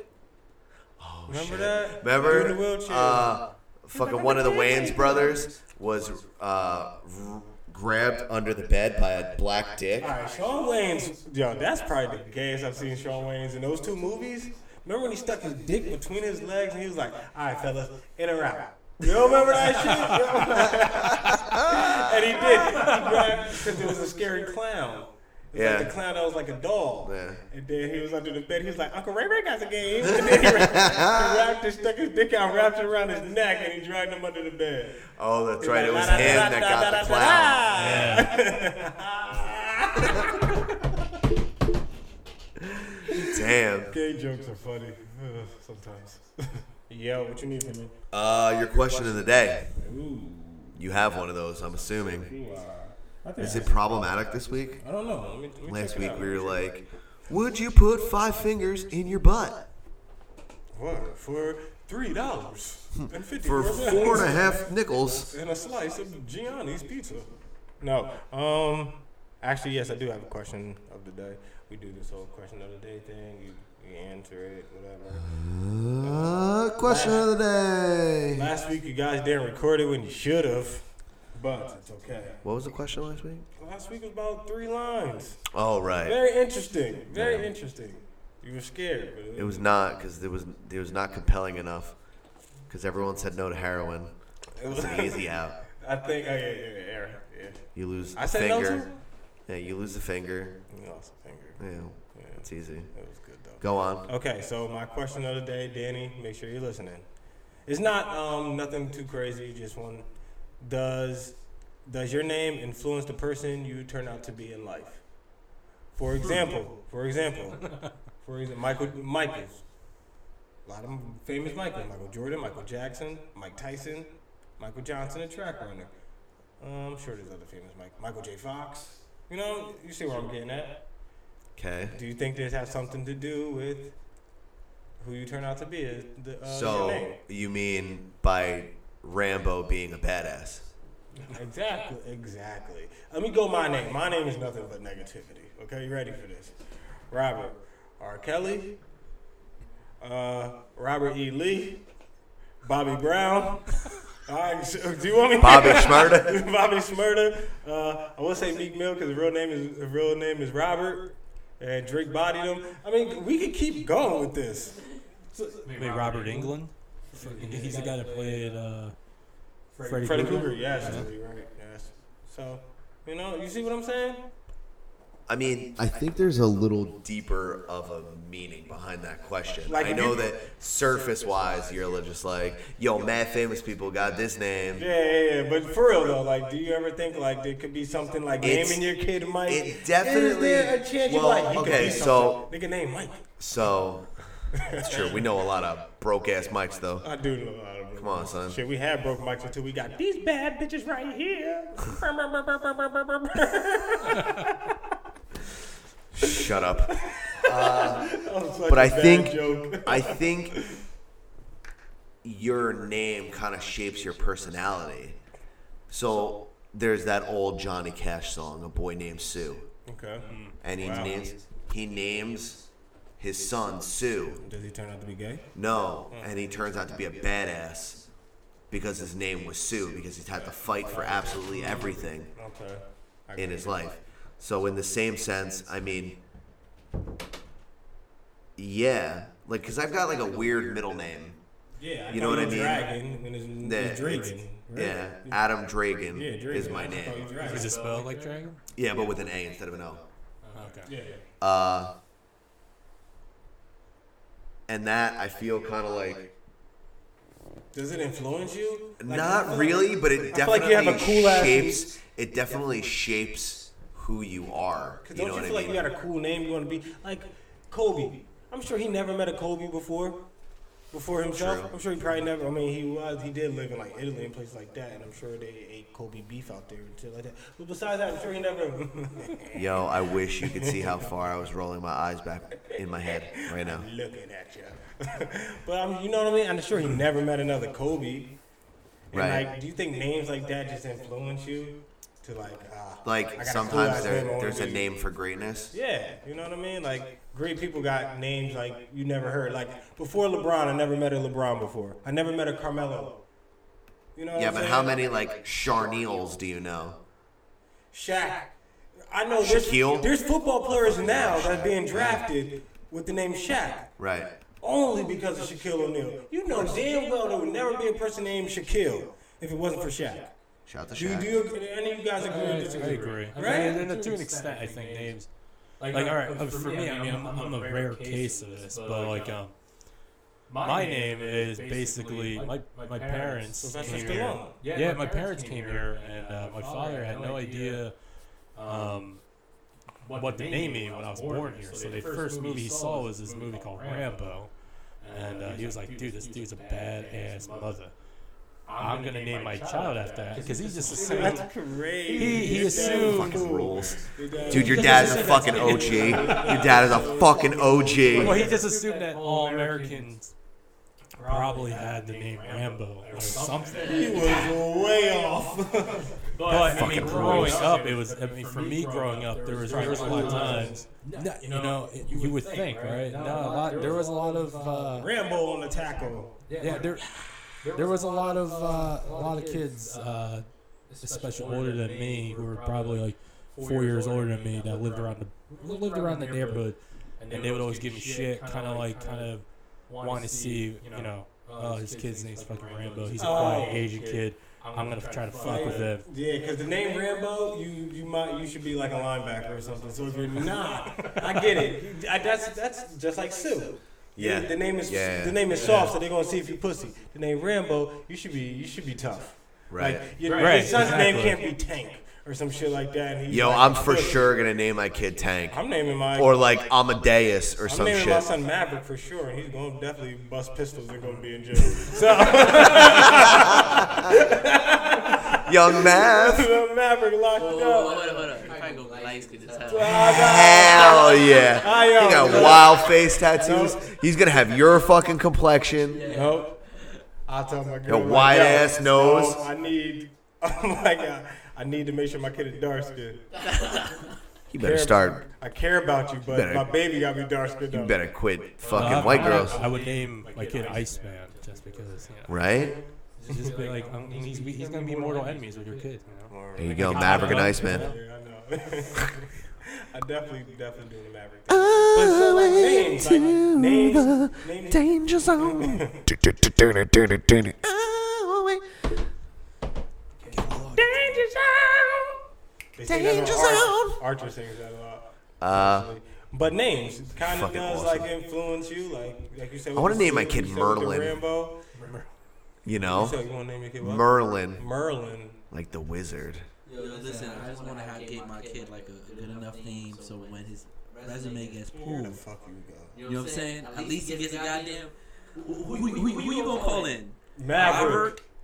S3: Oh, Remember that? Dude in the
S2: Remember,
S3: wheelchair.
S2: uh, fucking one of the Wayans brothers was uh, r- grabbed under the bed by a black dick.
S3: All right, Sean Wayne's, yo, that's probably the gayest I've seen Sean Wayne's in those two movies. Remember when he stuck his dick between his legs and he was like, all right, fellas, in or out. You don't remember that shit? and he did. He grabbed because it was a scary clown. It was
S2: Yeah.
S3: like the clown that was like a doll.
S2: Yeah.
S3: And then he was under the bed. He was like, Uncle Ray Ray got the game. And then he, wrapped, he wrapped his, stuck his dick out, wrapped it around his neck, and he dragged him under the bed.
S2: Oh, that's right. It was him that got the clown.
S3: clown.
S2: Damn.
S3: Gay jokes are funny uh, sometimes. yeah, what you need from me?
S2: Uh, your question of the day.
S3: Ooh,
S2: You have one of those, I'm assuming.
S3: ooh, uh, I think
S2: Is it problematic this week?
S3: I don't know. Let me, let me
S2: Last
S3: check it
S2: week
S3: out.
S2: we were like, would you put five fingers in your butt
S3: What? for three dollars and fifty
S2: Hmm. for
S3: cents
S2: four and a half nickels?
S3: and a slice of Gianni's pizza? No. Um. Actually, yes, I do have a question of the day. We do this whole question of the day thing. You, you answer it, whatever.
S2: Uh, question of the day.
S3: Last week you guys didn't record it when you should have, but it's okay.
S2: What was the question last week?
S3: Last week was about three lines.
S2: Oh, right.
S3: Very interesting. Very interesting. You were scared. But
S2: It was not because it was it was not compelling enough because everyone said no to heroin.
S3: It
S2: It's an easy out.
S3: I think. Oh yeah, yeah, yeah. yeah.
S2: You lose
S3: I
S2: a
S3: said no to.
S2: finger. Yeah, you lose a finger.
S3: You lost a finger.
S2: Yeah,
S3: Yeah,
S2: it's easy.
S3: that was good though.
S2: Go on.
S3: Okay, so my question of the day, Danny, make sure you're listening. It's not um, nothing too crazy, just one. Does does your name influence the person you turn out to be in life? For example, for example, for example, Michael Michaels. A lot of famous Michael, Michael Jordan, Michael Jackson, Mike Tyson, Michael Johnson, a track runner. Um, I'm sure there's other famous Mike, Michael J. Fox. You know, you see where I'm getting at.
S2: Okay.
S3: Do you think this has something to do with who you turn out to be? uh, The, uh, your
S2: So
S3: name?
S2: you mean by Rambo being a badass?
S3: exactly, exactly. Let me go. My name. My name is nothing but negativity. Okay, you ready for this? Robert R. Kelly, uh, Robert E. Lee, Bobby Brown. All right, so do you want me?
S2: Bobby Schmurda.
S3: Bobby Smurda. Uh, I would say Meek Mill because his real name is his real name is Robert, and Drake bodied him. I mean, we could keep going with this.
S4: Wait, Robert England? He's the guy that played uh, Freddy,
S3: Freddy
S4: Krueger.
S3: Krueger, yes, you're right, yes. So, you know, you see what I'm saying?
S2: I mean, I think there's a little deeper of a meaning behind that question.
S3: Like,
S2: I
S3: if
S2: know
S3: you-
S2: that surface wise, you're just like, yo, mad famous people got this name.
S3: Yeah, yeah, yeah. But for real though, like, do you ever think like there could be something like
S2: It's-
S3: naming your kid Mike?
S2: it definitely-
S3: Is there a chance you
S2: well,
S3: like? You could
S2: okay,
S3: be
S2: so-
S3: something. nigga name Mike.
S2: So it's true. We know a lot of broke ass mics though.
S3: I do know a lot of broke.
S2: Come on, son.
S3: Shit, we had broke mics until we got these.
S9: These bad bitches right here.
S2: Shut up.
S3: Such
S2: But
S3: a
S2: I
S3: bad
S2: think
S3: joke.
S2: I think your name kind of shapes your personality. So there's that old Johnny Cash song, "A Boy Named Sue,"
S3: Okay. hmm.
S2: and he
S3: Wow.
S2: names he names his son Sue.
S3: Does he turn out to be gay?
S2: No, and he turns out to be a badass because his name was Sue because he's had to fight for absolutely everything
S3: Okay. I
S2: in his life. So in the same sense, I mean, yeah, like because I've got like a weird middle name.
S3: Yeah,
S2: you know what I mean?
S3: Dragon when his,
S2: Yeah, it's-
S3: his Dragon, right?
S2: yeah, Adam Dragon
S3: Yeah, Dragon.
S2: is my
S3: I thought he was
S2: name.
S3: Dragon.
S4: Is it spelled like Dragon?
S2: Yeah, but with an A instead of an O.
S4: Okay.
S3: Yeah.
S2: Uh, and that I feel kind of like
S3: Does it influence you?
S2: not really, but it
S3: feel like
S2: definitely
S3: you have a cool-ass
S2: shapes. It definitely shapes who you are.
S3: Cause
S2: You
S3: don't
S2: know
S3: you
S2: what
S3: feel like
S2: I
S3: you
S2: mean?
S3: got a cool name you want to be? Like Kobe. I'm sure he never met a Kobe before. Before himself,
S2: True.
S3: I'm sure he probably never. I mean, he was he did live in like Italy and places like that, and I'm sure they ate Kobe beef out there and shit like that. But besides that, I'm sure he never.
S2: Yo, I wish you could see how far I was rolling my eyes back in my head right now.
S3: looking at you, but I'm, you know what I mean. I'm sure he never met another Kobe. And
S2: Right.
S3: Like, do you think names like that just influence you to like? Ah, I got
S2: Like
S3: a
S2: sometimes
S3: cool-ass
S2: there,
S3: name, I wanna
S2: there's a
S3: be-
S2: name for greatness.
S3: Yeah, you know what I mean? Like, great people got names like you never heard. Like, before LeBron, I never met a LeBron before. I never met a Carmelo. You know what
S2: Yeah,
S3: I'm
S2: but
S3: saying?
S2: how many like Charneals do you know?
S3: Shaq. I know there's,
S2: Shaquille?
S3: there's football players now that's being drafted with the name Shaq
S2: Right.
S3: only because of Shaquille O'Neal. You know damn well there would never be a person named Shaquille if it wasn't for Shaq.
S2: Shout out to
S3: Do, you-
S2: Shaq.
S3: do you, any of you guys agree with this?
S4: I agree. Right?
S3: Right?
S4: and to an extent, I think names. Like, all right, uh, for me, I mean, I'm, I'm a rare case of this, but like, um, my name is basically my my parents
S3: Sylvester
S4: came here.
S3: Stallone.
S4: Yeah, uh, my parents came here, and uh, my father had no idea um, what did they mean when I was born here. So the first movie he saw was this movie called Rambo, and uh, he was like, "Dude, this dude's a badass mother. I'm gonna name my child after that because he just assumed
S3: That's crazy.
S4: he he assumed
S2: Fucking rules.
S3: Dude,
S2: Dude, your dad's a fucking OG. Your dad is a fucking
S4: well
S2: OG.
S4: he just assumed that all Americans probably had the name Rambo or something.
S3: he was way off.
S4: But I mean, growing up, it was. I mean, for me growing up, there was there was a lot of times. no, You know, it- you would think, right? No, a lot. There was a lot of. uh,
S3: Rambo on the tackle.
S4: Yeah, there, there was a lot of uh, a lot of kids, uh, especially older than me, who were probably like four years older than me that lived around the lived around the neighborhood, and they would always give me shit, kind of like kind of want to see, you know, oh, his kid's name's fucking Rambo. He's a
S3: Oh.
S4: quiet Asian kid. I'm gonna try to fuck with him.
S3: Yeah, because the name Rambo, you you might you should be like a linebacker or something. So if you're not, I get it. You- I, that's that's just like Sue.
S2: Yeah.
S3: The name is
S2: Yeah.
S3: the name is soft, so they're gonna see if you pussy. The name Rambo, you should be you should be tough.
S2: Right.
S3: Like, your,
S4: Right,
S3: your son's name
S4: exactly.
S3: can't be Tank or some shit like that. and he's
S2: Yo,
S3: like,
S2: I'm for sure gonna name my kid Tank
S3: I'm naming my
S2: or like Amadeus or
S3: I'm
S2: some
S3: naming my
S2: shit.
S3: son Maverick for sure, and he's going to definitely bust pistols and going to be in jail. So
S2: Young Math.
S3: Maverick locked
S8: Whoa,
S3: up.
S8: whoa, whoa, hold up, hold up. You probably go light skin to tell.
S2: Hell yeah.
S3: I
S2: He
S3: am.
S2: got wild face tattoos. He's gonna have your fucking complexion.
S3: Nope. I'll tell my girl.
S2: Your
S3: like,
S2: wide
S3: yo,
S2: ass nose.
S3: no, I need. I'm like, I, I need to make sure my kid is dark skinned.
S2: You better start.
S3: I care about you, but
S2: Better-
S3: my baby got to be dark skinned.
S2: You better quit fucking
S4: Uh,
S2: white
S4: I-
S2: girls,
S4: I would name my kid Iceman just because. You know,
S2: right?
S4: just be like, um, he's, he's gonna be mortal enemies with your kid. You know?
S2: There you go, Maverick and Iceman.
S3: Yeah, I know. I definitely, definitely doing the Maverick. Thing. But so, like, names, like, names, names.
S2: Danger zone.
S9: Danger zone.
S3: They sing that on Archer, Archer sings that a lot.
S2: Uh,
S3: But names kind of
S2: Fucking
S3: does
S2: awesome.
S3: like influence you, like like you said.
S2: I wanna
S3: with
S2: name my
S3: Sue,
S2: kid
S3: you said with the
S2: Merlin.
S3: Rambo.
S2: you
S3: You
S2: know,
S3: said you want to name your kid what?
S2: Merlin,
S3: Merlin.
S2: like the wizard.
S8: Yo, listen, I just want to have gave my kid like a good enough name so when his resume gets pulled,
S3: Fuck you, go.
S8: you know what I'm saying? At least he gets a goddamn. Who, who, who, who, who you gonna call in?
S3: Maverick.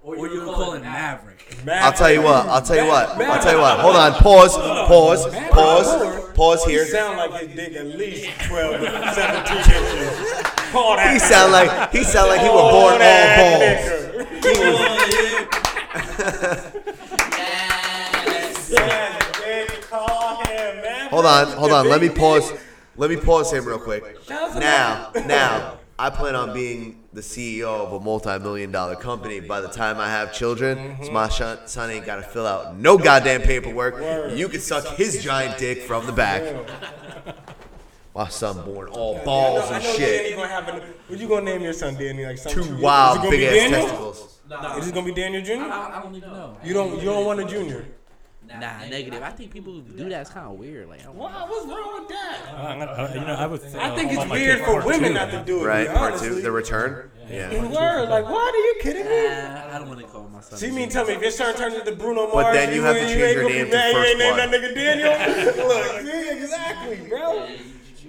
S8: Robert, or you gonna call in Maverick?
S2: I'll tell you what. I'll tell you what. I'll tell you what. Hold on. Pause. Pause. Pause. Pause
S3: He
S2: here.
S3: sound like his dick at least 12 to 17 inches. Call that.
S2: He sound like he sound like he was born all balls.
S3: nigga.
S8: Yes.
S3: Yes, baby, call him Maverick.
S2: Hold on, hold on. Let me pause. Let me pause him real quick. Now, now, I plan on being the CEO of a multi-million dollar company by the time I have children. So
S3: Mm-hmm.
S2: my son son ain't got to fill out no goddamn paperwork. You can suck his giant dick from the back. My son born all balls
S3: I
S2: and
S3: know
S2: shit.
S3: Danny gonna have a. What you gonna name your son, Danny? Like something
S2: Two
S3: true. Is it
S2: wild
S3: gonna be
S2: big ass
S3: Daniel?
S2: testicles.
S3: Is it gonna be Daniel Jr.?
S8: I don't even know.
S3: You don't. You don't want a junior.
S8: Nah, negative. I think people who do that's kind of weird. Like, um, I don't
S3: Wow, what's wrong with that?
S4: Uh,
S3: Oh,
S4: I'm gonna, I, you know, I would. Think,
S3: I think it's
S4: my kid
S3: weird for
S4: part
S3: women
S4: two,
S3: not
S4: man.
S3: to do it.
S2: Right, part
S3: honestly.
S2: two, the return. Yeah.
S3: Word, like, why are you kidding me?
S8: Nah, I don't want to call my son.
S3: See me and tell me if your son turns into Bruno Mars,
S2: then you have to
S3: ain't-
S2: change
S3: ain't
S2: your
S3: gonna
S2: name
S3: be
S2: to
S3: mad You
S2: First
S3: ain't named
S2: Blood.
S3: that nigga Daniel. Look, see, exactly, bro.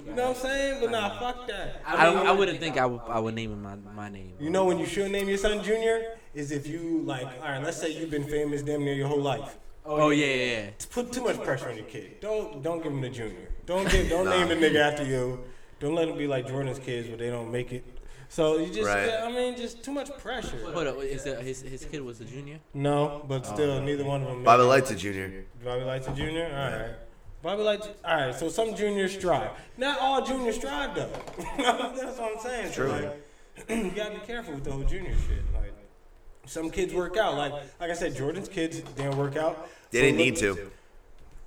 S3: You know what I'm saying? But nah, fuck that.
S8: I, don't, I wouldn't think I would. I would name him my, my name.
S3: You know when you should name your son Junior is if you like. All right, let's say you've been famous damn near your whole life.
S8: Oh yeah, yeah. yeah.
S3: Put too much pressure on your kid. Don't don't give him the Junior. Don't give, don't name a nigga after you. Don't let him be like Jordan's kids where they don't make it. So you just,
S2: Right.
S3: I mean, just too much pressure.
S8: Hold up, is that uh, his his kid was a junior?
S3: No, but
S2: Oh,
S3: still, neither one of them.
S2: Bobby Lights a junior.
S3: Bobby Lights a junior? All right. Bobby Lights, all right, so some juniors strive. Not all juniors strive, though. That's what I'm saying. True. you got to be careful with the whole junior shit. Like, some kids work out. Like, like I said, Jordan's kids didn't work out.
S2: They didn't need to,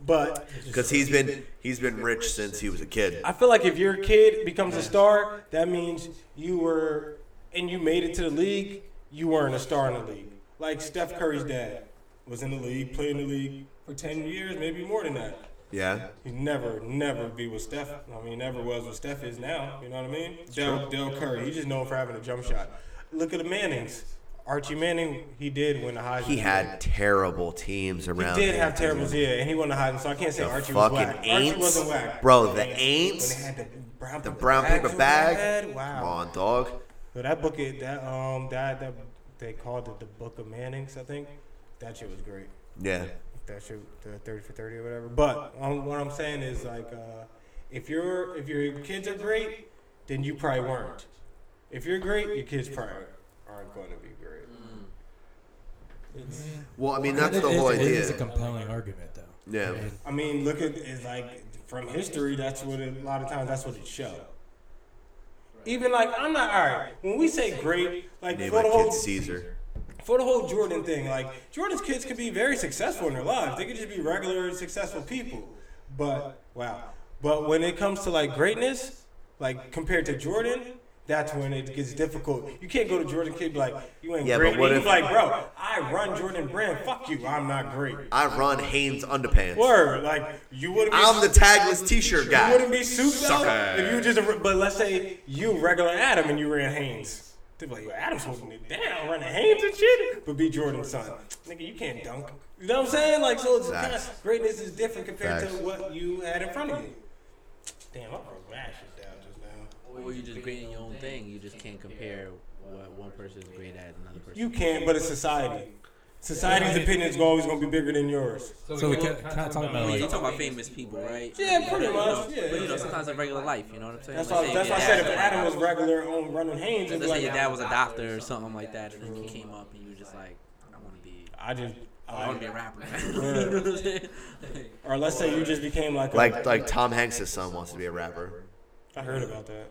S3: But
S2: cause he's been he's been rich since he was a kid.
S3: I feel like if your kid becomes a star, that means you were, and you made it to the league, you weren't a star in the league. Like Steph Curry's dad was in the league, played in the league for 10 years, maybe more than that.
S2: Yeah.
S3: He never, never be with Steph. I mean, never was what Steph is now. You know what I mean? Del, Del Curry. He's just known for having a jump shot. Look at the Mannings. Archie Manning, he did win the Heisman.
S2: He had terrible teams
S3: He
S2: around.
S3: did
S2: him.
S3: have terrible yeah, and he won the Heisman, so I can't say
S2: The
S3: Archie was
S2: fucking
S3: whack. Archie
S2: Aints?
S3: wasn't whack.
S2: Bro, the
S3: When they
S2: Aints,
S3: had the brown,
S2: the brown paper
S3: you
S2: bag.
S3: had, Wow.
S2: Come on, dog.
S3: But that book, it- that um, that that they called it the Book of Mannings, I think. That shit was great.
S2: Yeah.
S3: That shit, the thirty for thirty or whatever. But um, what I'm saying is like, uh, if your if your kids are great, then you probably weren't. If you're great, your kids probably aren't going to be great.
S2: Well, I mean, that's the
S4: It is-
S2: whole
S4: It is a
S2: idea.
S4: compelling argument, though.
S2: Yeah.
S3: I mean, look at it's like from history. That's what it, a lot of times that's what it show. Even like I'm not all right. When we say great, like
S2: Name
S3: for
S2: my
S3: the whole
S2: kid Caesar.
S3: for the whole Jordan thing, like Jordan's kids could be very successful in their lives. They could just be regular successful people. But wow. But when it comes to like greatness, like compared to Jordan, that's when it gets difficult. You can't go to Jordan kid be like you ain't
S2: Yeah,
S3: great.
S2: but what
S3: And
S2: if-
S3: he's like, bro, I run Jordan Brand. Fuck you. I'm not great.
S2: I run Haynes underpants.
S3: Word, like you wouldn't. be-
S2: I'm the tagless T-shirt
S3: You
S2: guy.
S3: wouldn't be souped up if you just. a- But let's say you regular Adam and you ran Haynes. They'd be like, well, Adam's holding it down, running Haynes and shit. But be Jordan's son, nigga. You can't dunk. You know what I'm saying? Like, so it's kind
S2: Facts.
S3: of, greatness is different compared
S2: Facts.
S3: to what you had in front of you. Damn, I broke my shit down just now.
S8: Or you just great in your own thing. You just can't compare what one person is great at and another person.
S3: You can't, but it's society. Society's opinions are always gonna be bigger than yours.
S4: So we can kind of talking
S8: I
S4: about
S8: mean, you're
S4: like
S8: talking about famous people, right?
S3: Yeah, pretty much. Yeah.
S8: But you know, sometimes in regular life, you know what I'm saying?
S3: That's
S8: Like,
S3: why.
S8: say
S3: That's why
S8: your
S3: I said if
S8: dad's a-
S3: Adam was regular on running Haynes, it'd
S8: Let's
S3: be
S8: say
S3: like,
S8: your dad was a doctor or something like that, and then you came up and you were just like, I want to be,
S3: I just.
S8: I want to be a rapper. You know what I'm saying?
S3: Or let's say you just became like a,
S2: Like like Tom Hanks' son wants to be a rapper.
S3: I heard about that.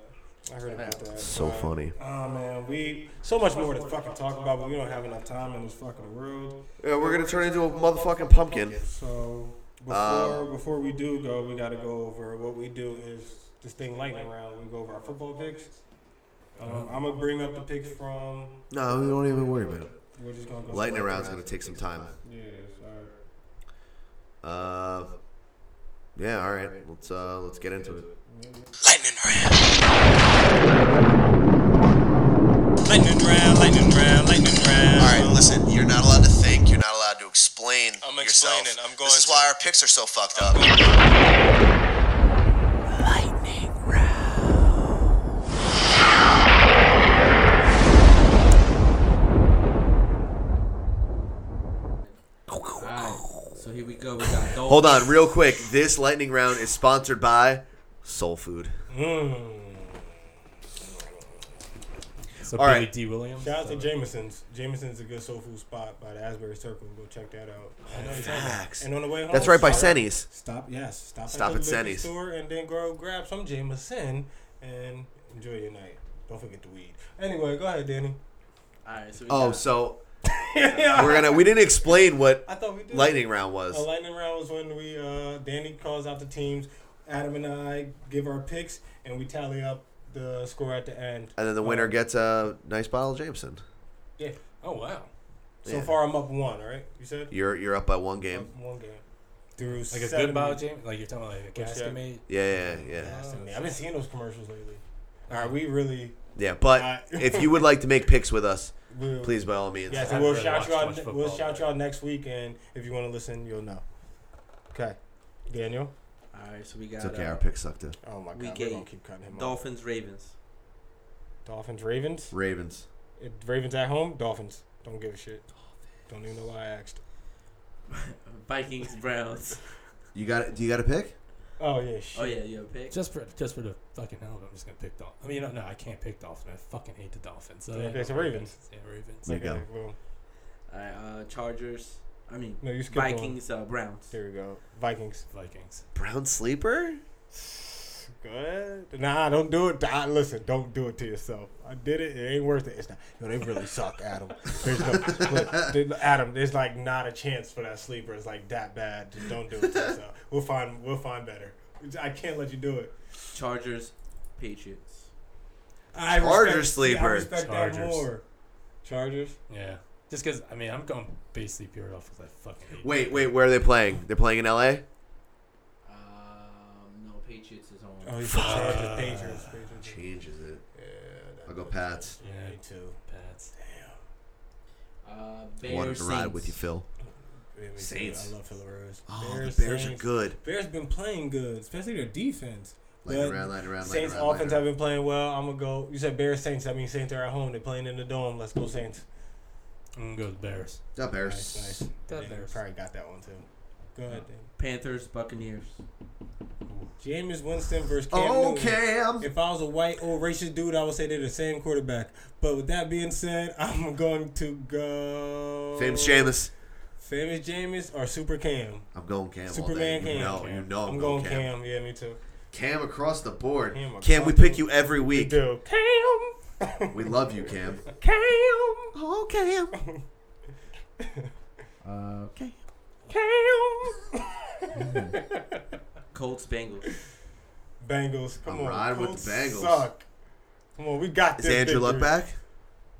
S3: I heard about that.
S2: So funny.
S3: Oh man, we so much more to fucking talk about, but we don't have enough time in this fucking world.
S2: Yeah, we're gonna turn into a motherfucking pumpkin.
S3: So before
S2: Um,
S3: before we do go, we gotta go over what we do is this thing lightning round. We go over our football picks.
S2: Uh-huh.
S3: Um, I'm gonna bring up the picks from.
S2: No, we don't even worry about it.
S3: We're just gonna go
S2: Lightning round's gonna take some time.
S3: Yeah, sorry.
S2: Uh, yeah. All right. Let's uh let's get into it.
S9: Lightning round, lightning round, lightning round.
S10: All right, listen. You're not allowed to think. You're not allowed to explain.
S9: I'm
S10: yourself.
S9: explaining, I'm going
S10: This is
S9: to.
S10: why our picks are so fucked up.
S8: All right, so here we go. We got Dolphins.
S2: Hold on, real quick. This lightning round is sponsored by Soul Food.
S3: Mm-hmm.
S4: so
S2: All
S4: Billy
S2: right.
S4: D. Williams.
S3: Shout out to Jameson's. Jameson's a good soul food spot by the Asbury Circle. Go check that out. I know it's
S2: Facts.
S3: And on the way home,
S2: That's right by
S3: stop-
S2: Sennies.
S3: Stop. Yes. Stop.
S2: Stop
S3: at
S2: at
S3: the liquor
S2: Senni's.
S3: store and then go grab some Jameson and enjoy your night. Don't forget the weed. Anyway, go ahead, Danny.
S8: All right, so we
S2: Oh,
S8: got-
S2: so we're gonna we didn't explain what
S3: I thought we did
S2: lightning round
S3: A
S2: was.
S3: lightning round was when we uh, Danny calls out the teams. Adam and I give our picks and we tally up the score at the end.
S2: And then the winner gets a nice bottle of Jameson.
S3: Yeah.
S4: Oh wow.
S3: So
S2: Yeah.
S3: far, I'm up one. All right. You said
S2: You're you're up by one game.
S3: one game. Through
S4: Like a
S3: seven-
S4: good bottle, James. Like you're talking about like a
S3: What's
S4: casket
S3: that?
S4: made.
S2: Yeah, yeah, yeah.
S3: Oh, man, I've been seeing those commercials lately. All right, we really.
S2: Yeah, but
S3: Alright.
S2: if you would like to make picks with us,
S3: We'll,
S2: please by all means.
S3: Yes,
S4: I've
S3: and we'll
S4: really
S3: shout
S4: watched
S3: you
S4: much
S3: out.
S4: football.
S3: We'll shout you out next week, and if you want to listen, you'll know. Okay, Daniel.
S8: all right, so we
S2: It's
S8: got
S2: okay,
S8: uh,
S2: our picks suck too.
S3: Oh my God,
S8: Week
S3: we're
S8: eight.
S3: gonna keep cutting him off.
S8: Dolphins, Ravens.
S3: Dolphins, Ravens.
S2: Ravens.
S3: It, Ravens at home. Dolphins. Don't give a shit. Don't even know why I asked.
S8: Vikings, Browns.
S2: You got do you got a pick?
S3: Oh yeah, shit.
S8: Oh yeah, you have a pick.
S4: Just for just for the fucking hell of it, I'm just gonna pick Dolphins. I mean, no, no, I can't pick Dolphins. I fucking hate the Dolphins. So,
S3: Yeah, it's the Ravens.
S4: Yeah, Ravens.
S2: There you go.
S3: Okay, well,
S8: All right, uh, Chargers. I mean,
S3: No, you skipped one.
S8: Vikings, uh, Browns.
S3: There we go. Vikings.
S4: Vikings.
S2: Brown sleeper?
S3: Good. Nah, don't do it. I, listen, don't do it to yourself. I did it. It ain't worth it. It's not. No, they really suck, Adam. There's no, look, there- Adam. There's like not a chance for that sleeper. It's like that bad. Just don't do it to yourself. We'll find. We'll find better. I can't let you do it.
S8: Chargers, Patriots.
S3: I respect-
S2: Charger
S3: see, I
S2: sleeper.
S3: respect that
S4: Chargers.
S3: more. Chargers.
S4: Yeah. Just because I mean, I'm going basically pure off because I fucking hate.
S2: Wait, wait, where are they playing? They're playing in LA?
S8: Um, no, Patriots is on.
S3: Oh, he's the Chargers. Patriots. Patriots.
S2: Changes it.
S3: Yeah,
S2: I'll go Pats.
S4: Yeah,
S3: me too.
S4: Pats.
S2: Wanted
S8: Uh, Bears,
S2: to ride
S8: Saints.
S2: with you, Phil.
S3: Yeah, me too.
S8: Saints.
S3: I love Philip Rivers.
S2: Oh, the Bears are
S3: Saints.
S2: good.
S3: Bears been playing good, especially their defense.
S2: Light
S3: But
S2: it around, light it around, light it
S3: Saints
S2: around, light it
S3: offense
S2: around.
S3: have been playing well. I'm gonna go. You said Bears Saints. I mean Saints are at home. They're playing in the dome. Let's go Saints.
S4: I'm gonna go with Bears.
S2: The Bears.
S3: Nice, nice.
S4: The
S3: They
S4: Bears.
S3: probably got that one too. Go ahead. Then.
S8: Panthers, Buccaneers.
S3: Jameis Winston versus Cam
S2: Oh,
S3: Newton.
S2: Cam.
S3: If I was a white old racist dude, I would say they're the same quarterback. But with that being said, I'm going to go
S2: Famous Seamus.
S3: famous Jameis or Super Cam,
S2: I'm going Cam. all
S3: Superman
S2: day. You
S3: Cam.
S2: know, you know I'm,
S3: I'm going Cam. Yeah, me too.
S2: Cam across the board.
S3: Cam
S2: Cam,
S3: across
S2: we
S3: the
S2: pick
S3: board.
S2: you every week.
S3: Dude, Cam,
S2: We love you, Cam.
S3: Cam,
S2: Oh, Cam.
S8: Uh,
S3: Cam.
S8: Colts, Bengals.
S3: Bengals, come
S2: I'm
S3: on,
S2: riding with
S3: Colts
S2: the Bengals.
S3: Suck. Come on, we got
S2: Is
S3: this.
S2: Andrew Luck
S3: victory.
S2: back?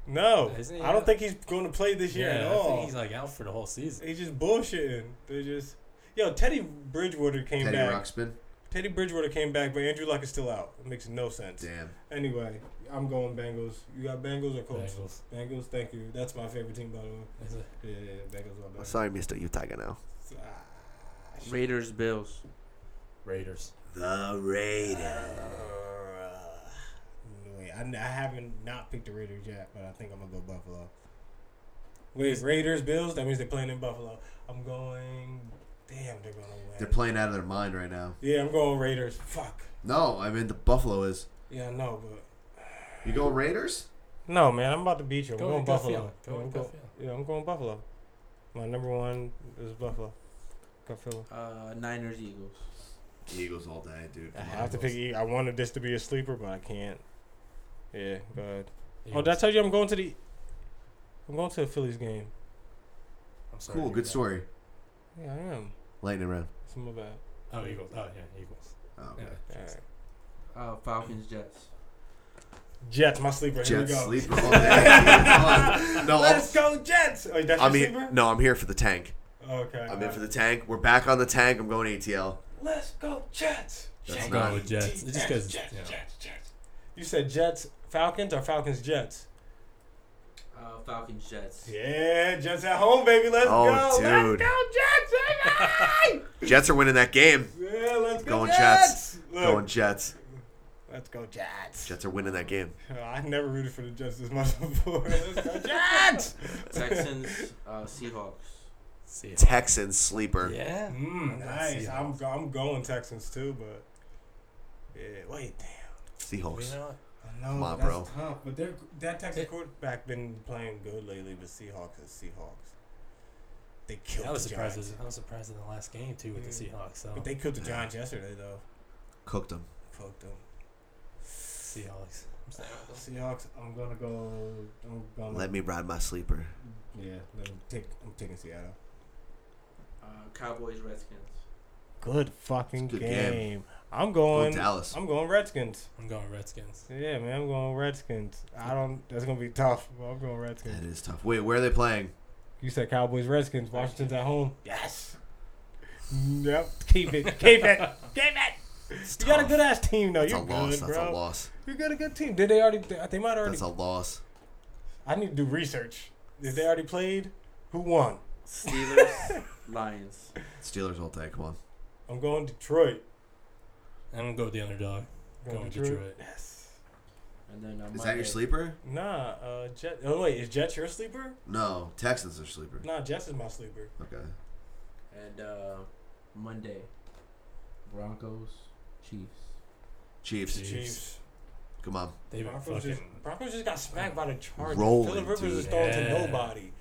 S3: No,
S4: Isn't he
S3: I don't
S4: out?
S3: think he's going to play this year
S4: Yeah,
S3: at
S4: I think
S3: all.
S4: he's like out for the whole season.
S3: He's just bullshitting. They're just. Yo, Teddy Bridgewater came
S2: Teddy
S3: back.
S2: Ruxpin.
S3: Teddy Bridgewater came back, but Andrew Luck is still out. It makes no sense.
S2: Damn.
S3: Anyway, I'm going Bengals. You got Bengals or Colts?
S4: Bengals.
S3: Bengals. thank you. That's my favorite team, by the way.
S4: Is it?
S3: Yeah, yeah, yeah Bengals all day.
S2: Sorry, Mr. You Tiger now.
S3: Ah, shit.
S8: Raiders, Bills.
S4: Raiders.
S2: The Raiders.
S3: Wait, Uh, I, I haven't not picked the Raiders yet, but I think I'm gonna go Buffalo. Wait, Raiders, Bills. That means they're playing in Buffalo. I'm going. Damn, they're gonna win.
S2: They're playing out of their mind right now.
S3: yeah, I'm going Raiders. Fuck.
S2: No, I mean the Buffalo is.
S3: Yeah, I know, but
S2: You going Raiders?
S3: No, Oh, man, I'm about to beat you. I'm
S4: Go
S3: going
S4: with
S3: Buffalo.
S4: Gutfield. Go
S3: I'm
S4: with
S3: go-
S4: Gutfield.
S3: yeah, I'm going Buffalo. My number one is Buffalo. Buffalo.
S8: Uh, Niners, Eagles.
S2: Eagles all day, dude.
S3: I
S2: Come
S3: have
S2: on.
S3: to pick. E- I wanted this to be a sleeper, but I can't. Yeah, but oh,
S4: Eagles.
S3: did I tell you I'm going to the? I'm going to the Phillies game.
S4: I'm sorry,
S2: Cool,
S4: you
S2: good
S4: got-
S2: story.
S3: Yeah, I am.
S2: Lightning round.
S3: It's my bad.
S4: Oh, Eagles. Oh yeah, Eagles.
S2: Oh, okay.
S4: Yeah.
S3: All right.
S8: Uh, Falcons, Jets.
S3: Jets, my sleeper. Here
S2: Jets
S3: we go.
S2: sleeper all day. Come on. No, I'll-
S3: Let's go Jets. Oh, that's
S2: I'm
S3: your
S2: here.
S3: sleeper.
S2: No, I'm here for the tank.
S3: Okay.
S2: I'm in
S3: alright.
S2: for the tank. We're back on the tank. I'm going ATL.
S3: Let's go Jets.
S2: That's
S4: I'm
S2: not-
S4: going with Jets. It's just because.
S3: Jets,
S4: You know,
S3: Jets, Jets. You said Jets, Falcons, or Falcons, Jets?
S8: Uh, Falcons, Jets.
S3: Yeah, Jets at home, baby. Let's
S2: Oh,
S3: go.
S2: dude.
S3: Let's go, Jets.
S2: Jets are winning that game.
S3: baby! yeah, let's go,
S2: Going
S3: Jets.
S2: Jets.
S3: Look,
S2: Going Jets.
S3: let's go, Jets.
S2: Jets are winning that game.
S3: Oh, I never rooted for the Jets this much before. Let's go, Jets.
S8: Texans, uh, Seahawks.
S4: see it.
S2: Texans sleeper.
S4: Yeah.
S3: Mm, nice. I'm,
S4: Seahawks.
S3: go- I'm going Texans, too, but. Yeah, wait, damn.
S2: Seahawks.
S4: You know,
S3: I know,
S2: Come on,
S3: that's
S2: bro.
S3: tough, but they're- that Texas
S4: It-
S3: quarterback been playing good lately, but Seahawks is Seahawks. They killed
S4: I was
S3: the
S4: surprised.
S3: Giants.
S4: I was surprised in the last game too with the
S3: Yeah.
S4: Seahawks. So
S3: But they killed the Giants yesterday, though.
S2: Cooked them.
S3: Fuck them.
S4: Seahawks.
S3: Seahawks. I'm gonna go. I'm gonna,
S2: Let me ride my sleeper.
S3: Yeah, let me take. I'm taking Seattle.
S8: Uh, Cowboys, Redskins.
S3: Good fucking
S2: Good game.
S3: game. I'm
S2: Go
S3: going.
S2: Dallas.
S3: I'm going Redskins.
S4: I'm going Redskins.
S3: Yeah, man. I'm going Redskins. I don't. That's gonna be tough. But I'm going
S2: That
S3: Redskins.
S2: is tough. Wait, where are they playing?
S3: You said Cowboys, Redskins. Washington's at home. Yes. Yep. Keep it. Keep it. Keep it.
S2: It's
S3: You got a
S2: tough.
S3: good ass team though.
S2: That's a
S3: You're
S2: loss.
S3: good,
S2: That's a
S3: bro.
S2: loss.
S3: You got a good team. Did they already? They might already.
S2: That's a loss.
S3: I need to do research. Did they already played? Who won?
S8: Steelers, Lions.
S2: Steelers all day. Come on.
S3: I'm going Detroit.
S4: I'm gonna go with the underdog. Going with Detroit.
S3: Yes.
S8: And then uh,
S2: Is that your
S8: Monday,
S2: sleeper?
S3: Nah, uh, Jet. Oh wait, is Jets your sleeper?
S2: No, Texans are sleeper.
S3: Nah, Jets is my sleeper.
S2: Okay.
S8: And uh, Monday, Broncos, Chiefs.
S2: Chiefs.
S4: Chiefs.
S3: Chiefs.
S2: Come on.
S4: They've been
S3: Broncos
S4: fucking.
S3: just, Broncos just got smacked by the Chargers.
S2: Rolling,
S3: Phillip Rivers
S2: dude.
S3: is throwing to
S4: Yeah.
S3: nobody,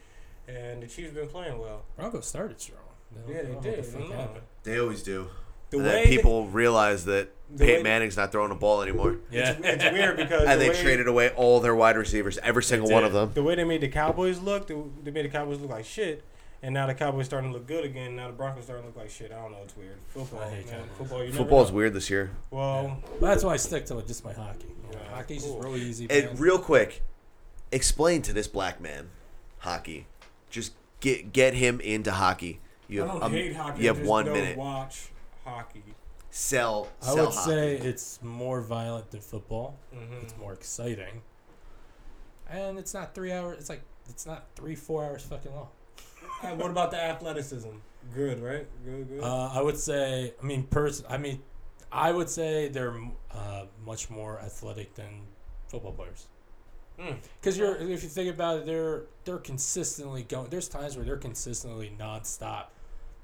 S3: and the Chiefs been playing well.
S4: Broncos started strong. don't-
S3: Yeah, they
S4: don't know
S3: did.
S4: What the fuck
S3: I know.
S4: happened.
S2: They always do.
S3: The
S2: and
S3: way
S2: then people realize that
S3: the
S2: Peyton
S3: way-
S2: Manning's not throwing a ball anymore.
S4: Yeah.
S3: it's weird because
S2: And
S3: the
S2: they
S3: way,
S2: traded away all their wide receivers, every single one of them.
S3: the way they made the Cowboys look. They, they made the Cowboys look like shit, and now the Cowboys starting to look good again. Now the Broncos starting to look like shit. I don't know. It's weird. Football,
S4: I hate
S3: man.
S4: Cowboys.
S3: Football, you never
S2: Football's
S3: know.
S2: weird this year.
S3: Well,
S4: But that's why I stick to just my hockey. You know,
S3: Yeah,
S4: hockey's
S3: cool.
S4: just really easy. man.
S2: And real quick, explain to this black man hockey. Just get get him into hockey. You
S3: I
S2: have
S3: don't
S2: um,
S3: hate hockey.
S2: you
S3: I
S2: have
S3: just
S2: one
S3: don't
S2: minute.
S3: Watch hockey.
S2: Sell
S4: I
S2: sell
S4: would
S2: hockey.
S4: say it's more violent than football.
S3: Mhm.
S4: It's more exciting. And it's not three hours. It's like It's not three, four hours fucking long.
S3: Hey, what about the athleticism? Good, right? Good, good.
S4: Uh, I would say, I mean, person, I mean, I would say they're uh, much more athletic than football players. Because you're, if you think about it, they're they're consistently going. There's times where they're consistently nonstop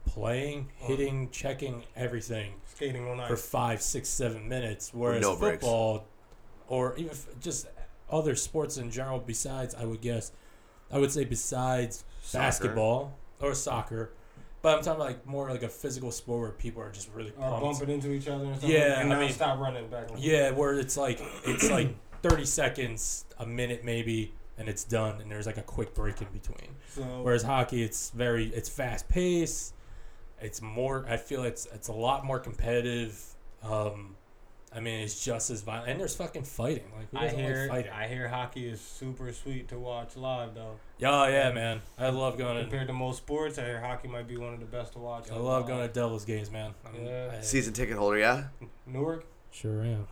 S4: playing, hitting, checking everything
S3: Skating on
S4: for
S3: ice.
S4: five, six, seven minutes. Whereas
S2: no breaks.
S4: football, or even f- just other sports in general, besides I would guess, I would say besides basketball or soccer, but I'm talking like more like a physical sport where people are just really
S3: Or
S4: pumped.
S3: Uh, bumping into each other and stuff.
S4: Yeah,
S3: and
S4: I
S3: now
S4: mean-
S3: stop running back. and forth.
S4: Yeah, where it's like it's like 30 seconds, a minute maybe, and it's done, and there's like a quick break in between.
S3: So
S4: Whereas hockey, it's very it's fast paced. It's more. I feel it's it's a lot more competitive. Um, I mean, it's just as violent, and there's fucking fighting. Like who
S3: I
S4: doesn't
S3: hear,
S4: like fighting?
S3: I hear hockey is super sweet to watch live though.
S4: Oh yeah, man. I love going to
S3: Compared to most sports, I hear hockey might be one of the best to watch.
S4: I love going to Devils games, man. I'm,
S3: Yeah.
S4: I
S2: Season ticket holder, yeah.
S3: Newark.
S4: sure am.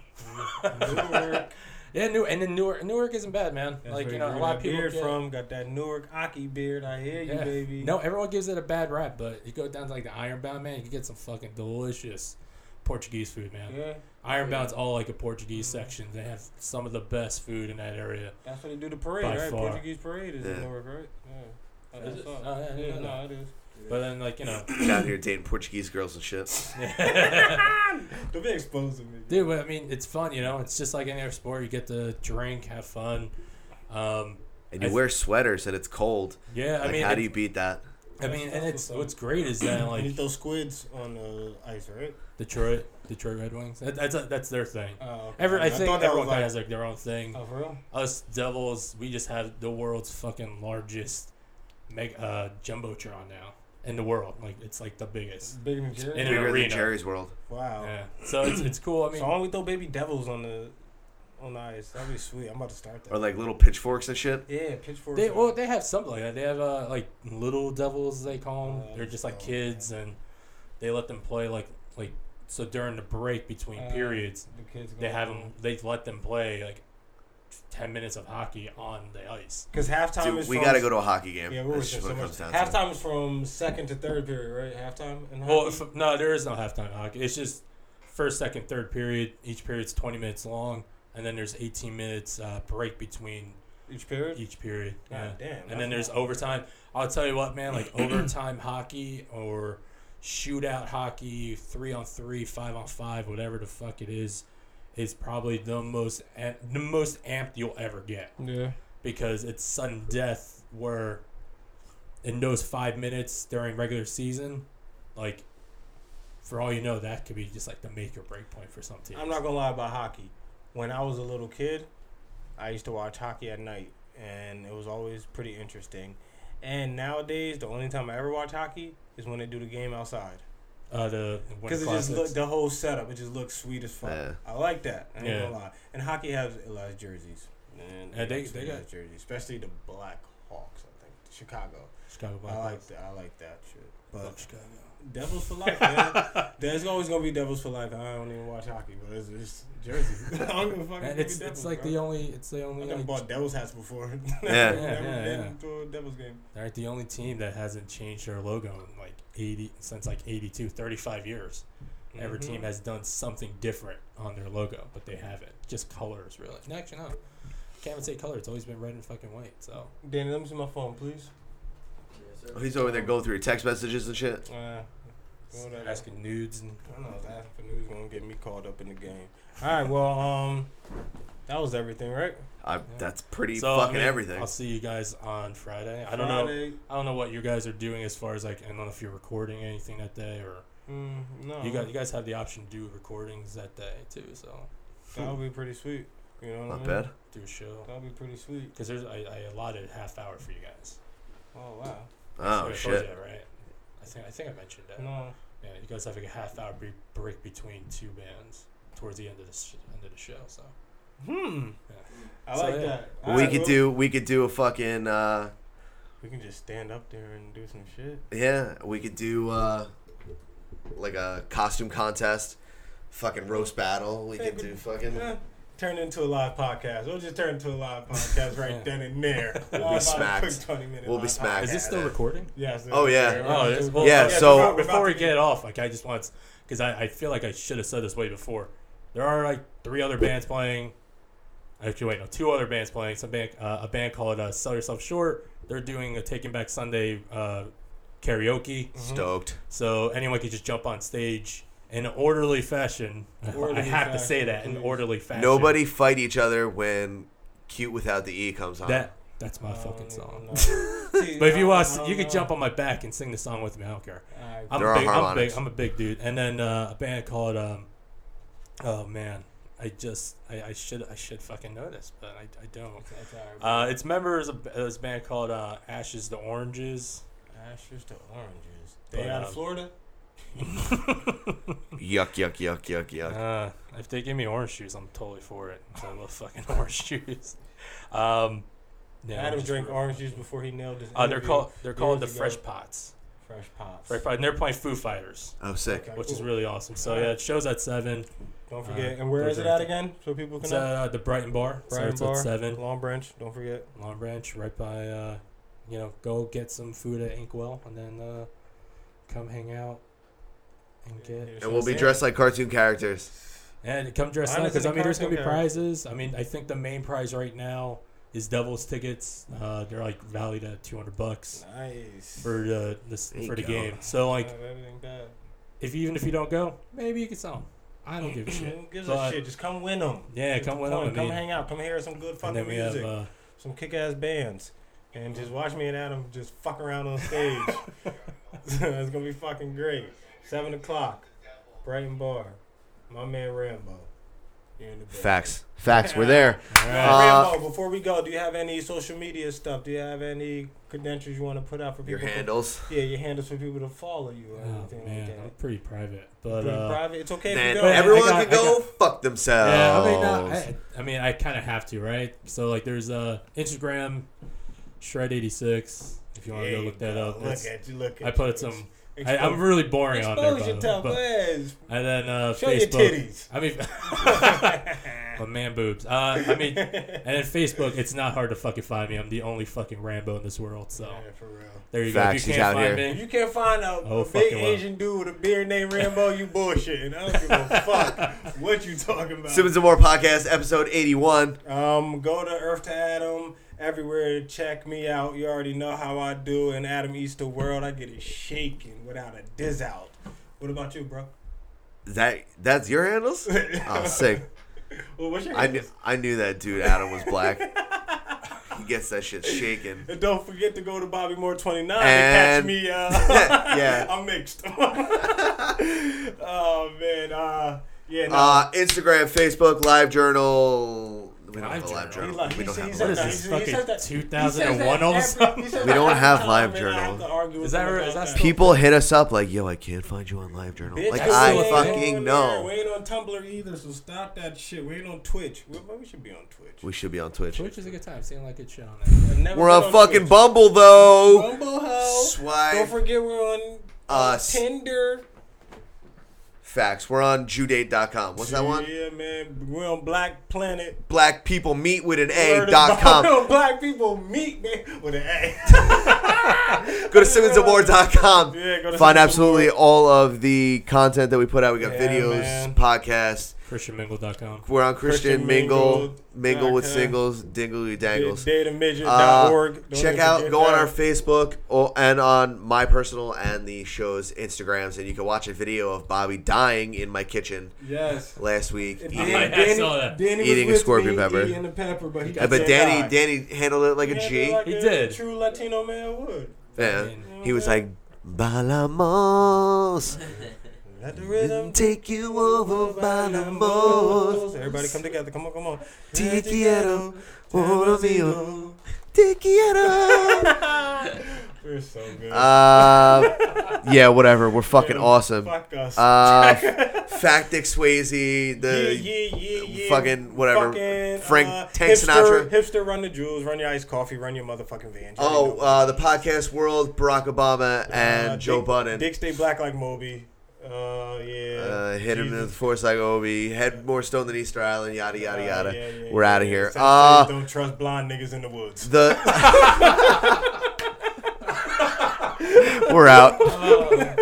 S3: Newark.
S4: Yeah, New and then Newark Newark isn't bad, man.
S3: That's
S4: like
S3: where
S4: you know, a
S3: grew
S4: lot
S3: that
S4: of people
S3: beard
S4: get-
S3: from got that Newark hockey beard. I hear you,
S4: Yeah.
S3: baby.
S4: No, everyone gives it a bad rap, but you go down to like the Ironbound, man, you can get some fucking delicious Portuguese food, man.
S3: Yeah, Mm-hmm.
S4: Ironbound's all like a Portuguese section. They have some of the best food in that area.
S3: that's what they do the parade,
S4: By
S3: right?
S4: far.
S3: Portuguese parade is in
S2: Yeah.
S3: Newark, right? Yeah.
S4: Is
S3: That's
S4: it?
S3: what's
S4: Oh, yeah, I
S3: up.
S4: didn't
S3: Yeah,
S4: know
S3: no, it is.
S4: But then like, you know
S2: Down here dating Portuguese girls and shit.
S3: Don't be exposing me.
S4: Dude, but, I mean it's fun, you know, it's just like any other sport. You get to drink, have fun. Um
S2: And you
S4: I-
S2: wear sweaters and it's cold.
S4: yeah, I
S2: Like,
S4: mean
S2: how
S4: it-
S2: do you beat that?
S4: I mean and it's what's great is that
S3: You
S4: like
S3: need those squids on the ice, right?
S4: Detroit Detroit Red Wings. That, that's a, that's their thing.
S3: Oh, okay.
S4: Every, I, think
S3: thought that
S4: everyone
S3: was
S4: kinda
S3: like-
S4: has like their own thing.
S3: Oh, for real?
S4: us devils we just have the world's fucking largest meg uh jumbotron now in the world like it's like the biggest
S3: Bigger than Jerry?
S4: In an
S2: Bigger
S4: arena.
S2: than Jerry's World.
S3: wow.
S4: yeah so it's, it's cool i mean
S3: so why don't we throw baby devils on the on the ice? That'd be sweet. I'm about to start that.
S2: Or like little pitchforks and shit.
S3: yeah, pitchforks.
S4: they
S3: are-
S4: well they have something like that they have uh like little devils they call them
S3: Oh,
S4: they're just like
S3: oh,
S4: kids and they let them play like like so during the break between
S3: Uh,
S4: periods
S3: the kids
S4: they have them they let them play like 10 minutes of hockey on the ice
S3: because halftime
S2: Dude,
S3: is.
S2: we
S3: from,
S2: got to go to a hockey game.
S3: Yeah, we're
S2: That's
S3: wasting
S2: just what
S3: so
S2: it
S3: much.
S2: comes down to.
S3: Halftime is from second to third period, right? Halftime. In
S4: Well,
S3: hockey?
S4: if, no, there is no halftime hockey. It's just first, second, third period. Each period's 20 minutes long, and then there's 18 minutes uh, break between
S3: each period.
S4: each period.
S3: God damn,
S4: and
S3: that's
S4: then there's
S3: not-
S4: overtime. I'll tell you what, man, like overtime hockey or shootout hockey, three on three, five on five, whatever the fuck it is, is probably the most am- the most amped you'll ever get
S3: yeah.
S4: because it's sudden death where in those five minutes during regular season, like for all you know, that could be just like the make or break point for some teams.
S3: I'm not gonna lie about hockey. When I was a little kid, I used to watch hockey at night, and it was always pretty interesting. And nowadays, the only time I ever watch hockey is when they do the game outside.
S4: uh, the
S3: Because
S4: because
S3: it just look the whole setup, it just looks sweet as fuck.
S2: Yeah.
S3: I like that. I ain't
S4: Yeah.
S3: gonna lie. And hockey has a lot of jerseys. And
S4: Yeah,
S3: got
S4: they- they
S3: sweet
S4: got-
S3: ass jerseys, especially the Black Hawks. I think Chicago.
S4: Chicago
S3: I like
S4: Blackhawks.
S3: that. I like that shit.
S4: Love
S3: But
S4: Chicago.
S3: Devils for life. man. There's always gonna be Devils for life. I don't even watch hockey, but it's just jerseys. I don't give a fuck.
S4: And
S3: It's,
S4: it's it's like the only it's the
S3: I
S4: only
S3: done
S4: like,
S3: bought Devils hats before.
S2: Yeah.
S4: Yeah, yeah,
S3: Never
S4: yeah.
S3: been to a Devils game.
S4: they're the only team that hasn't changed their logo in like 80 since like 82 35 years. Every
S3: Mhm.
S4: team has done something different on their logo, but they haven't. Just colors, really. No, Actually, no. Can't even say color. It's always been red and fucking white. So
S3: Danny, let me see my phone, please.
S2: Oh, he's over there going through your text messages and shit.
S3: Uh, whatever.
S4: asking nudes and
S3: I don't know if that afternoon's gonna get me caught up in the game. All right, well, um, that was everything, right?
S2: I, That's pretty
S4: So, I
S2: fucking
S4: mean,
S2: everything.
S4: I'll see you guys on Friday. I don't know. I don't know what you guys are doing as far as like. I don't know if you're recording anything that day or
S3: Mm, no,
S4: you guys. You guys have the option to do recordings that day too. So
S3: that would be pretty sweet. You know, what I
S2: Not
S3: mean?
S2: bad.
S4: do a show
S3: That would be pretty sweet.
S4: because there's I, I allotted a half hour for you guys.
S3: Oh wow.
S4: I
S2: Oh
S4: told you
S2: shit.
S4: that, right. I think I think I mentioned that.
S3: No,
S4: Yeah, you guys have like a half hour bre- break between two bands towards the end of the sh- end of the show. So
S3: I
S4: Hmm. So,
S3: like
S4: yeah.
S3: that.
S2: Well,
S3: All
S2: we
S3: right,
S2: could
S3: well,
S2: do we could do a fucking uh,
S3: We can just stand up there and do some shit.
S2: yeah we could do uh, like a costume contest, fucking roast battle. We could do fucking
S3: Yeah. Turn it into a live podcast. We'll just turn it into a live podcast right then and there. We'll
S2: be smacked. We'll be smacked.
S4: Is this still recording?
S3: Yes.
S2: Oh, yeah.
S4: Oh, it is? Well,
S2: Yeah,
S4: okay,
S2: so-
S4: before, before we get off, like I just want because I, I feel like I should have said this way before. There are like three other bands playing. Actually, wait, no, two other bands playing. Some band, uh, a band called uh, Sell Yourself Short. They're doing a Taking Back Sunday uh, karaoke,
S2: Mm-hmm. Stoked.
S4: so anyone could just jump on stage in an orderly fashion. I
S3: Orderly
S4: have to say
S3: fashion,
S4: that in
S3: please.
S4: orderly fashion.
S2: Nobody fight each other when "Cute Without the E" comes on.
S4: That that's my fucking song.
S3: but
S4: But if you want, you could jump Uh, on my back and sing the song with me. I don't care. I'm
S2: There
S4: a
S2: are
S4: big, I'm a big,
S2: harmonics.
S4: I'm a big dude. And then uh, a band called, um, oh man, I just, I, I should, I should fucking know this, but I, I don't. Uh, its members of uh, this band called uh, Ashes to Oranges.
S3: Ashes to oranges.
S4: But,
S3: They out
S4: um,
S3: of Florida.
S2: yuck, yuck, yuck, yuck, yuck.
S4: Uh, if they give me orange juice, I'm totally for it. 'cause I love fucking orange juice. Um, yeah,
S3: Adam
S4: just-
S3: drank orange juice before he nailed his.
S4: Uh, they're
S3: interview
S4: called, they're called the
S3: years
S4: Fresh
S3: ago.
S4: Pots.
S3: Fresh pops.
S4: Fresh Pots. And they're playing Foo Fighters,
S2: oh, sick.
S3: Okay,
S4: which is
S3: cool.
S4: really awesome. So yeah, it shows at seven.
S3: Don't forget.
S4: Uh,
S3: and where
S4: those
S3: is it
S4: are-
S3: at again? So people can.
S4: It's uh, at
S3: know?
S4: uh, the Brighton Bar. so
S3: Brighton
S4: it's
S3: Bar,
S4: at seven.
S3: Long Branch. Don't forget.
S4: Long Branch, right by, uh, you know, go get some food at Inkwell and then uh, come hang out and get.
S2: And we'll be dressed like cartoon characters.
S4: And come dress
S3: Mine
S4: up
S3: is in
S4: because, I
S3: the
S4: mean, there's going to be
S3: cartoon
S4: prizes. I mean, I think the main prize right now is Devil's tickets. Uh, they're like valued at 200 bucks
S3: Nice.
S4: for the, this,
S2: There you
S4: for the
S2: go.
S4: game. So,
S3: Like
S4: like,
S3: everything bad.
S4: if even if you don't go, maybe you can sell them. I don't give a shit.
S3: Who gives
S4: But-
S3: a shit? Just come win them.
S4: Yeah, come win 'em, I
S3: Come
S4: mean.
S3: hang out. Come hear some good
S4: And
S3: fucking
S4: then we have.
S3: music.
S4: Uh,
S3: some kick ass bands. And just watch me and Adam just fuck around on stage. it's gonna be fucking great. Seven o'clock, Brighton Bar. My man Rambo. You're in the bed.
S2: Facts. Facts. We're there. Uh,
S3: Rambo, before we go, do you have any social media stuff? Do you have any credentials you want to put out for
S2: your
S3: people? to-
S2: handles.
S3: Yeah, your handles for people to follow you or
S4: oh,
S3: anything
S4: man.
S3: like that.
S4: I'm pretty private. But.
S3: Pretty
S4: uh,
S3: private. It's okay if you
S2: Then
S3: go.
S2: everyone
S4: I got-
S2: can go
S4: I
S2: fuck themselves.
S4: Yeah, I mean,
S2: Oh.
S4: no, I, I mean, I kind of have to, right? So like, there's uh, Instagram, shred eighty six. If Oh, you want to
S3: There
S4: go
S3: you
S4: look that up,
S3: Look
S4: It's-
S3: at you. Look at
S4: I put
S3: you.
S4: some. I,
S3: Expose-
S4: I'm really boring on there,
S3: expose
S4: by
S3: your
S4: the way,
S3: tough
S4: but-
S3: ass.
S4: and then uh,
S3: Show your
S4: Facebook.
S3: titties.
S4: I mean, but man boobs. Uh, I mean, and then Facebook. It's not hard to fucking find me. I'm the only fucking Rambo in this world. So
S3: Yeah, for real.
S4: there you
S2: Facts, he's
S4: go. If you can't
S2: out here.
S4: find
S3: If
S4: me,
S3: you can't find a,
S4: Oh,
S3: a big
S4: fucking well.
S3: Asian dude with a beard named Rambo, you bullshitting. I don't give a fuck what you talking about.
S2: Simmons and More podcast, episode eighty-one.
S3: Um, go to Earth to Adam everywhere. Check me out. You already know how I do. And Adam Eats the world. I get it shaking without a diz out. What about you, bro?
S2: That that's your handles. Oh, sick.
S3: Well, what's your
S2: I knew, I knew that dude Adam was black. he gets that shit shaken.
S3: And don't forget to go to Bobby Moore 29 and catch
S2: And-
S3: me. Uh,
S2: Yeah.
S3: I'm mixed. oh, man. Uh, yeah, no.
S2: Uh, Instagram, Facebook, Live Journal. We don't have a Live
S4: Live Journal.
S2: Journal.
S3: He
S2: We
S3: like- he
S2: don't have.
S3: said- he
S2: a
S3: said
S2: Live
S4: what is
S3: that-
S2: Journal.
S4: this
S3: he says
S4: fucking
S3: that-
S4: two thousand and one
S3: He
S4: or
S3: says that
S4: something?
S3: every- he says
S2: We don't
S3: that
S2: have
S3: every
S2: Live
S3: time, and I have
S2: Journal.
S3: to argue with
S4: Is that
S3: him
S4: re-
S3: about
S4: is that
S3: that.
S2: People hit us up like, "Yo, I can't find you on Live Journal."
S3: Bitch,
S2: Like,
S3: we
S2: I
S3: ain't
S2: fucking
S3: on there. We
S2: know.
S3: ain't on Tumblr either, so stop that shit. We ain't on Twitch. We, we should be on Twitch.
S2: We should be on Twitch.
S4: Twitch is a good time. Seeing like good shit on there.
S3: I've never
S2: We're
S3: been
S2: on fucking
S3: Twitch.
S2: Bumble though.
S3: Bumble Hell. Don't
S2: Swipe
S3: forget we're on
S2: us.
S3: Tinder.
S2: Facts. We're on Judate.com. What's that one?
S3: Yeah, man. We're on Black Planet.
S2: Black people meet with an
S3: Word is
S2: A.com.
S3: bond. Black people meet, man, with an A.
S2: Go to SimmonsandMore.com.
S3: Yeah, go
S2: Find
S3: to Simmons and
S2: absolutely all of the content that we put out. We got
S3: Yeah,
S2: videos,
S3: man.
S2: podcasts.
S4: ChristianMingle.com.
S2: We're on Christian,
S3: Christian
S2: Mingle, Mingle,
S3: Mingle.
S2: with
S3: Okay.
S2: Singles, Dingle with Dangles. Uh,
S3: DataMidget.org. Don't
S2: check
S3: even
S2: out,
S3: forget
S2: go on
S3: that.
S2: our Facebook or, and on my personal and the show's Instagrams, and you can watch a video of Bobby dying in my kitchen
S3: Yes.
S2: last week.
S3: And
S2: eating-
S4: I
S3: Danny, Danny,
S4: saw that.
S3: Danny was
S2: Eating a
S3: with
S2: scorpion
S3: me,
S2: pepper.
S3: Eating a pepper, but he
S2: Uh,
S3: got
S2: but
S3: bit
S2: Danny,
S3: by-
S2: Danny handled it like a G.
S3: Like
S4: He
S3: a
S4: did.
S3: True Latino man would.
S2: yeah.
S4: mean-
S2: He was like, "Balamos,
S3: Let the rhythm
S2: take you over,
S3: balamos.
S2: Balamos."
S3: Everybody come together. Come on, come on.
S2: Te quiero, amor mío. Te quiero.
S3: We're so good.
S2: Uh, yeah, whatever. We're fucking
S3: Yeah,
S2: awesome.
S3: Fuck us.
S2: Uh, Fact Dick Swayze,
S3: yeah,
S2: the
S3: yeah, yeah, yeah.
S2: fucking whatever,
S3: Fucking,
S2: Frank
S3: uh,
S2: Tank
S3: hipster,
S2: Sinatra.
S3: Hipster, run the jewels, run your iced coffee, run your motherfucking van.
S2: Oh, uh, the podcast world, Barack Obama and
S3: Uh,
S2: Joe
S3: Dick-
S2: Budden.
S3: Dick stay black like Moby. Uh, Oh yeah.
S2: Uh, hit him in the
S3: Jesus.
S2: force like Obi. Head more stone than Easter Island. Yada yada
S3: Oh,
S2: yada.
S3: yeah, yeah,
S2: We're
S3: yeah.
S2: out of here.
S3: South
S2: Uh,
S3: Philly don't trust blind niggas in the woods.
S2: the we're out.